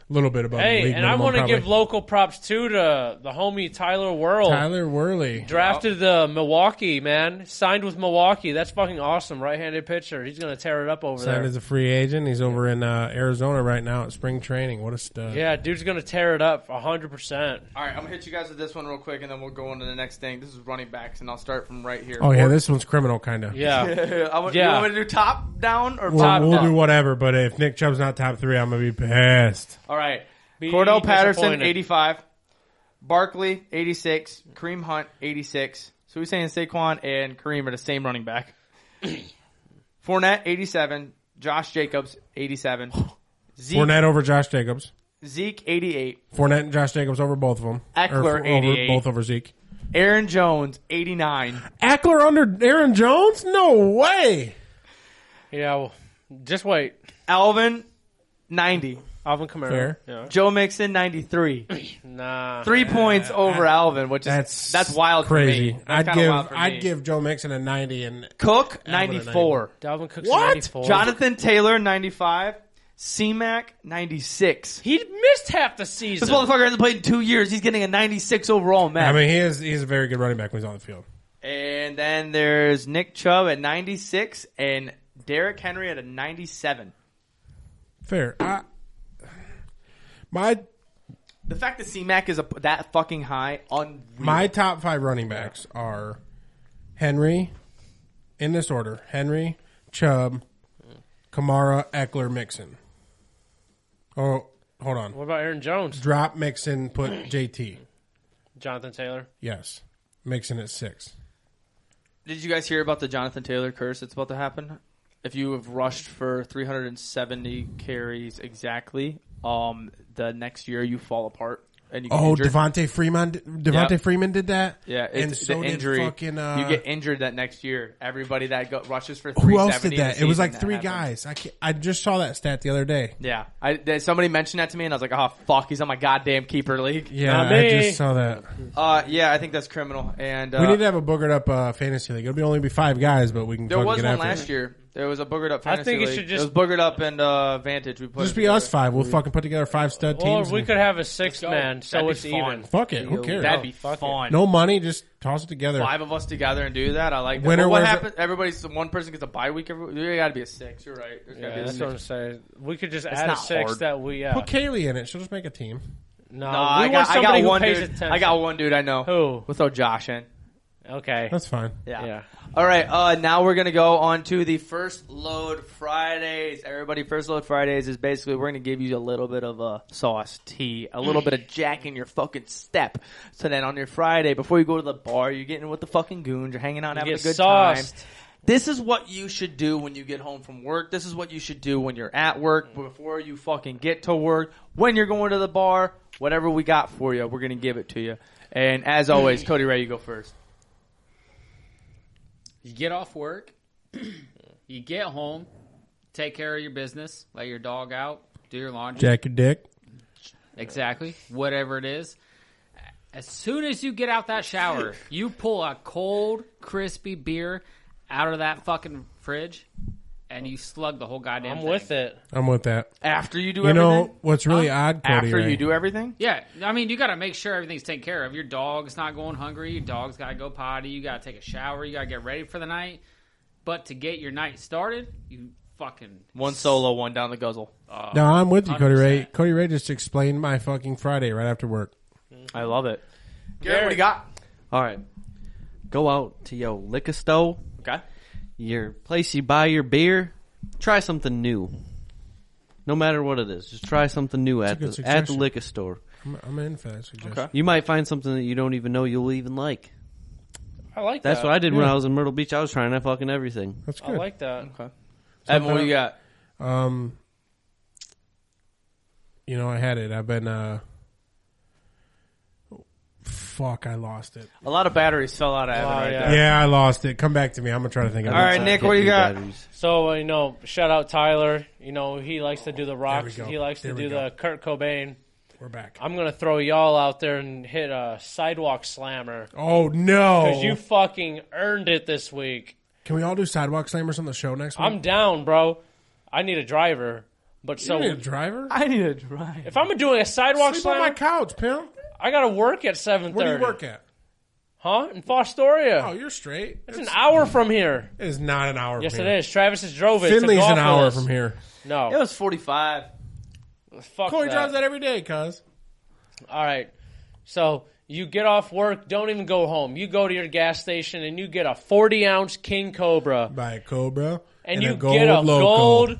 S2: a little bit above. the
S1: Hey,
S2: league
S1: and I
S2: want to
S1: give local props too to the homie Tyler World.
S2: Tyler Worley.
S1: Drafted the Milwaukee man, signed with Milwaukee. That's fucking awesome. Right-handed pitcher. He's gonna tear it up over
S2: Signed
S1: there.
S2: as a free agent. He's over in uh, Arizona right now at spring training. What a stud!
S1: yeah, dude's gonna tear it up hundred percent.
S3: All right, I'm gonna hit you guys with this one real quick, and then we'll go on to the next thing. This is running backs, and I'll start from right here.
S2: Oh yeah, this one's criminal kind of.
S1: Yeah,
S3: I want, You
S1: Yeah.
S3: want me to do top down or
S2: We'll,
S3: top
S2: we'll
S3: down?
S2: do whatever, but if Nick Chubb's not top three, I'm gonna be pissed.
S3: All right.
S1: Be
S3: Cordell Patterson,
S1: disappointed.
S3: 85. Barkley, 86. Kareem Hunt, 86. So we're saying Saquon and Kareem are the same running back. Fournette, 87. Josh Jacobs, 87. Zeke,
S2: Fournette over Josh Jacobs.
S3: Zeke 88.
S2: Fournette and Josh Jacobs over both of them.
S3: Eckler,
S2: Or over-
S3: 88.
S2: both over Zeke.
S3: Aaron Jones, 89.
S2: Eckler under Aaron Jones? No way.
S1: yeah. Well, just wait,
S3: Alvin, 90.
S1: Alvin Kamara.
S2: Fair.
S1: Yeah.
S3: Joe Mixon, 93.
S1: Nah.
S3: Three points over Alvin, which is
S2: That's
S3: that's, wild for
S2: Crazy.
S3: me. That's
S2: I'd
S3: kinda
S2: give
S3: wild for me.
S2: I'd give Joe Mixon a ninety and
S3: Cook,
S2: Alvin at
S3: 94.
S1: Dalvin Cook's
S2: What?
S1: 94.
S3: Jonathan Taylor, 95. C-Mac, 96.
S1: he missed half the season.
S3: This motherfucker hasn't played in two years. He's getting a 96 overall,
S2: I
S3: man.
S2: mean he is he's a very good running back when he's on the field.
S3: and then there's Nick Chubb at 96 and Derrick Henry at a 97.
S2: Fair. I, my
S3: The fact that C-Mac is a, that fucking high, unreal.
S2: my top five running backs are Henry in this order. Henry, Chubb, Kamara, Eckler, Mixon. Oh hold on.
S1: What about Aaron Jones?
S2: Drop Mixon, put JT.
S1: Jonathan Taylor.
S2: Yes. Mixon at six.
S3: Did you guys hear about the Jonathan Taylor curse that's about to happen? If you have rushed for 370 carries exactly, um, the next year you fall apart and you get
S2: Oh,
S3: injured.
S2: Devonte Freeman, Devonte
S3: Yep.
S2: Freeman did that.
S3: Yeah, it's
S2: and so
S3: the injury.
S2: did fucking. Uh,
S3: you get injured that next year. Everybody that go, rushes for
S2: who else did
S3: 370 in
S2: that?
S3: the
S2: It was
S3: season,
S2: like
S3: that
S2: three
S3: happens.
S2: guys. I can't, I just saw that stat the other day.
S3: Yeah, I, that- somebody mentioned that to me, and I was like, "Oh fuck, he's on my goddamn keeper league."
S2: Yeah,
S1: Not
S2: I
S1: me.
S2: just saw that.
S3: Uh, yeah, I think that's criminal. And uh,
S2: we need to have a boogered up uh, fantasy league. It'll be only be five guys, but we can.
S3: there
S2: fucking
S3: was
S2: get
S3: one
S2: after
S3: last
S2: it.
S3: year. There was a boogered up.
S1: I
S3: Fantasy
S1: think it
S3: league.
S1: should just-
S3: it was boogered up and uh, Vantage. We put
S2: Just be us five. We'll fucking put together five stud
S1: Or
S2: teams.
S1: we
S2: and-
S1: could have a six man, so
S3: That'd be
S1: it's
S3: fun.
S1: even.
S2: fuck it. Who cares?
S3: That'd be
S1: Fuck it.
S3: fun.
S2: no money. Just toss it together.
S3: Five of us together and do that. I like that.
S2: Winner
S3: But what
S2: wears a-
S3: happens? Everybody's one person gets a bye week. Every, there got to be a six. You're right. There's gotta
S1: Yeah,
S3: be a
S1: that's
S3: six.
S1: what I'm saying. We could just add a
S3: not
S1: six
S3: hard.
S1: that we. Uh,
S2: Put Kaylee in it. She'll just make a team.
S1: No,
S3: Nah,
S1: we
S3: I
S1: want
S3: got, I
S1: somebody
S3: got
S1: who
S3: one
S1: pays
S3: dude.
S1: attention.
S3: I got one dude I know.
S1: Who?
S3: We'll throw Josh in.
S1: Okay.
S2: That's fine.
S1: Yeah.
S3: All right, uh, now we're gonna go on to the first load Fridays. Everybody, first load Fridays is basically we're gonna give you a little bit of a sauce tea, a little bit of Jack in your fucking step. So then on your Friday, before you go to the bar, you're getting with the fucking goons, you're hanging out, having a
S1: get
S3: good
S1: sauced.
S3: time. This is what you should do when you get home from work. This is what you should do when you're at work, before you fucking get to work, when you're going to the bar, whatever we got for you, we're gonna give it to you. And as always, Cody Ray, you go first.
S4: You get off work, you get home, take care of your business, let your dog out, do your laundry,
S2: Jack your dick.
S4: exactly, whatever it is. As soon as you get out that shower, you pull a cold, crispy beer out of that fucking fridge, and you slug the whole goddamn.
S1: I'm
S4: thing.
S1: with it.
S2: I'm with that.
S3: After you do
S2: You
S3: everything.
S2: know what's really odd, Cody?
S3: after
S2: Ray?
S3: you do everything?
S4: Yeah, I mean, you got to make sure everything's taken care of. Your dog's not going hungry. Your dog's got to go potty. You got to take a shower. You got to get ready for the night. But to get your night started, you fucking
S3: One solo, one down the guzzle.
S2: No, I'm with you, Cody Ray.
S4: 100%.
S2: Cody Ray just explained my fucking Friday right after work.
S3: I love it. Garrett, what do you got?
S5: All right. Go out to your liquor store,
S3: Okay.
S5: your place you buy your beer. Try something new. No matter what it is, just try something new at
S2: a good
S5: the, at the
S2: suggestion.
S5: liquor store.
S2: I'm, I'm in for that suggestion.
S5: You might find something that you don't even know you'll even like.
S1: I like
S5: That's
S1: that.
S5: what I did when
S2: yeah.
S5: I was in Myrtle Beach. I was trying that fucking everything.
S2: That's
S1: I
S2: good.
S1: like that.
S3: Evan, what do you got?
S2: um, you know, I had it. I've been uh, fuck, I lost it.
S3: A lot of batteries fell out of Evan
S1: Oh,
S3: right
S1: yeah.
S3: there.
S2: Yeah, I lost it. Come back to me. I'm gonna try to think. of
S3: All
S2: it.
S3: right, Nick, what do you got?
S1: So uh, you know, shout out Tyler. You know he likes to do the rocks.
S2: go.
S1: He likes
S2: There
S1: to
S2: we
S1: do
S2: go.
S1: the Kurt Cobain.
S2: We're back.
S1: I'm gonna throw y'all out there and hit a sidewalk slammer
S2: oh no!
S1: because you fucking earned it this week.
S2: Can we all do sidewalk slammers on the show next week?
S1: I'm down, bro. I need a driver. But
S2: you
S1: so
S2: need a driver.
S3: I need a drive.
S1: if I'm doing a sidewalk
S2: Sleep on my
S1: slammer,
S2: couch, pimp.
S1: I gotta work at seven
S2: Where do
S1: thirty.
S2: you work at?
S1: Huh? In Fostoria.
S2: Oh, you're straight. It's,
S1: it's an hour from here.
S2: it is not an hour.
S1: Yes,
S2: from
S1: it
S2: here.
S1: is. Travis has drove it.
S2: Finley's
S1: to golf
S2: an hour
S1: with us.
S2: from here.
S1: No,
S3: It was 45.
S1: fuck
S2: Corey
S1: that.
S2: drives that every day, cuz.
S1: All right. So you get off work, don't even go home. You go to your gas station and you get a 40 ounce King Cobra.
S2: By a Cobra.
S1: And, you get a
S2: Loco.
S1: gold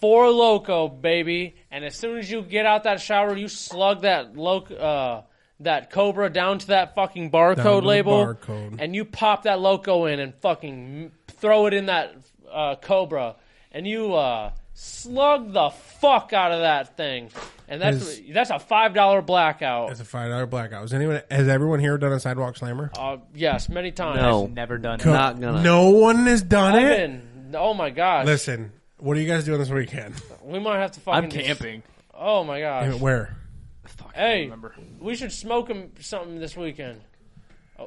S1: four loco, baby. And as soon as you get out that shower, you slug that loco, uh, that Cobra down to that fucking
S2: Down to
S1: barcode
S2: the
S1: label.
S2: barcode.
S1: And you pop that loco in and fucking m- throw it in that uh, Cobra. And you uh, slug the fuck out of that thing. And that's
S2: Is-
S1: that's a five dollar blackout.
S2: That's a five dollar blackout. Has anyone has everyone here done a sidewalk slammer?
S1: Uh, yes, many times.
S5: No.
S3: Never done it.
S5: Not gonna.
S2: No one has done it.
S1: Evan, oh my gosh.
S2: Listen, what are you guys doing this weekend?
S1: we might have to fucking.
S4: I'm camping.
S1: Oh my gosh.
S2: Where?
S1: Hey, we should smoke 'em something this weekend.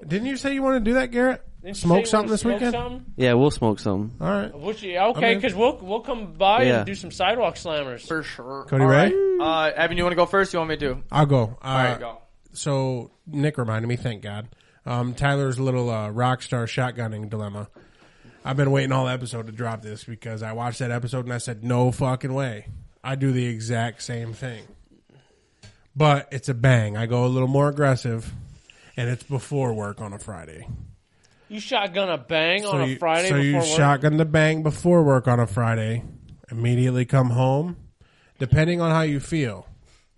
S2: Didn't you say you want to do that, Garrett?
S1: Didn't you say you
S2: Smoke
S1: wanna
S2: something this
S1: smoke
S2: weekend?
S1: something?
S5: Yeah, we'll smoke some.
S2: All right.
S1: Would you- okay,
S2: in.
S1: because we'll we'll come by
S5: Yeah.
S1: and do some sidewalk slammers.
S3: For sure.
S2: Cody
S3: All
S2: Ray?
S3: right. Uh, Evan, you want to go first? You want me to? All
S2: I'll go.
S3: right,
S2: Uh,
S3: go.
S2: So Nick reminded me, thank God. Um, Tyler's little uh, rock star shotgunning dilemma. I've been waiting all episode to drop this because I watched that episode and I said, no fucking way. I do the exact same thing. But it's a bang. I go a little more aggressive, and it's before work on a Friday.
S1: You shotgun a bang on a Friday
S2: so you
S1: before work.
S2: shotgun the bang before work on a Friday. Immediately come home. Depending on how you feel,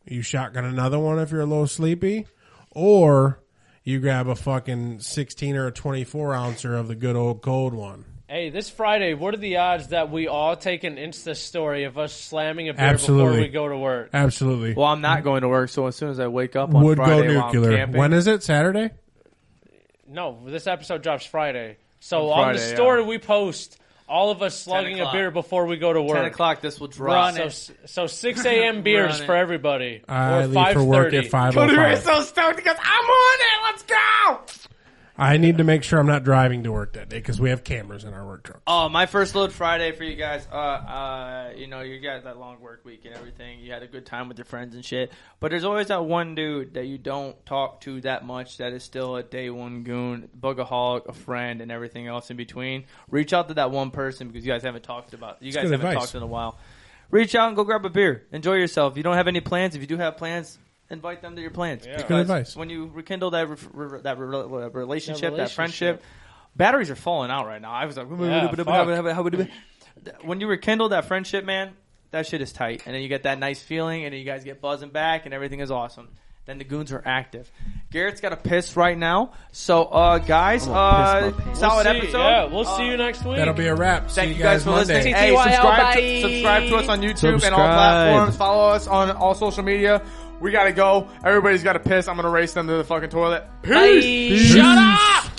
S2: you shotgun another one if you're a little sleepy, or you grab a fucking sixteen or a twenty-four ouncer of the good old cold one.
S1: hey, this Friday, what are the odds that we all take an Insta story of us slamming a beer
S2: Absolutely.
S1: before we go to work?
S2: Absolutely,
S3: Well, I'm not going to work, so as soon as I wake up on
S2: would
S3: Friday
S2: go
S3: while I'm
S2: nuclear.
S3: camping-
S2: When is it? Saturday.
S1: No, this episode drops Friday. So
S3: On
S1: on the
S3: Friday,
S1: story we post, all of us slugging a
S3: o'clock.
S1: beer before we go to work.
S3: 10 o'clock, this will drop.
S1: So, so 6 a.m. beers
S4: it.
S1: for everybody.
S2: I
S1: or
S2: leave for work
S1: 5:30.
S2: at five
S3: Cody
S2: o
S3: Ray's
S2: five.
S3: so stoked because I'm on it. Let's go.
S2: I need to make sure I'm not driving to work that day because we have cameras in our work truck.
S3: Oh, my first load Friday for you guys. Uh, uh, you know, you got that long work week and everything. You had a good time with your friends and shit. But there's always that one dude that you don't talk to that much that is still a day one goon, bugaholic, a friend, and everything else in between. Reach out to that one person because you guys haven't talked about you guys
S2: good
S3: haven't
S2: advice.
S3: talked in a while. Reach out and go grab a beer. Enjoy yourself. If you don't have any plans, if you do have plans, invite them to your plans.
S1: Yeah. It's
S2: good
S3: Because
S2: advice.
S3: When you rekindle that re- re- that re- re- relationship, that
S1: relationship.
S3: friendship, batteries are falling out right now. I was like, when you rekindle that friendship, man, that shit is tight, and then you get that nice feeling, and then you guys get buzzing back, and everything is awesome. Then the goons are active. Garrett's got a piss right now, so uh, guys, uh, solid
S1: see,
S3: episode.
S1: Yeah, we'll
S3: Uh,
S1: see you next week.
S2: That'll be a wrap.
S3: Thank
S2: See
S3: you guys, for
S2: Monday.
S3: listening. Hey,
S5: TTYL,
S3: subscribe to,
S5: bye.
S3: subscribe to us on YouTube and all
S5: Subscribe.
S3: platforms. Follow us on all social media. We gotta go. Everybody's gotta piss. I'm gonna race them to the fucking toilet. Peace.
S5: Peace.
S8: Shut up!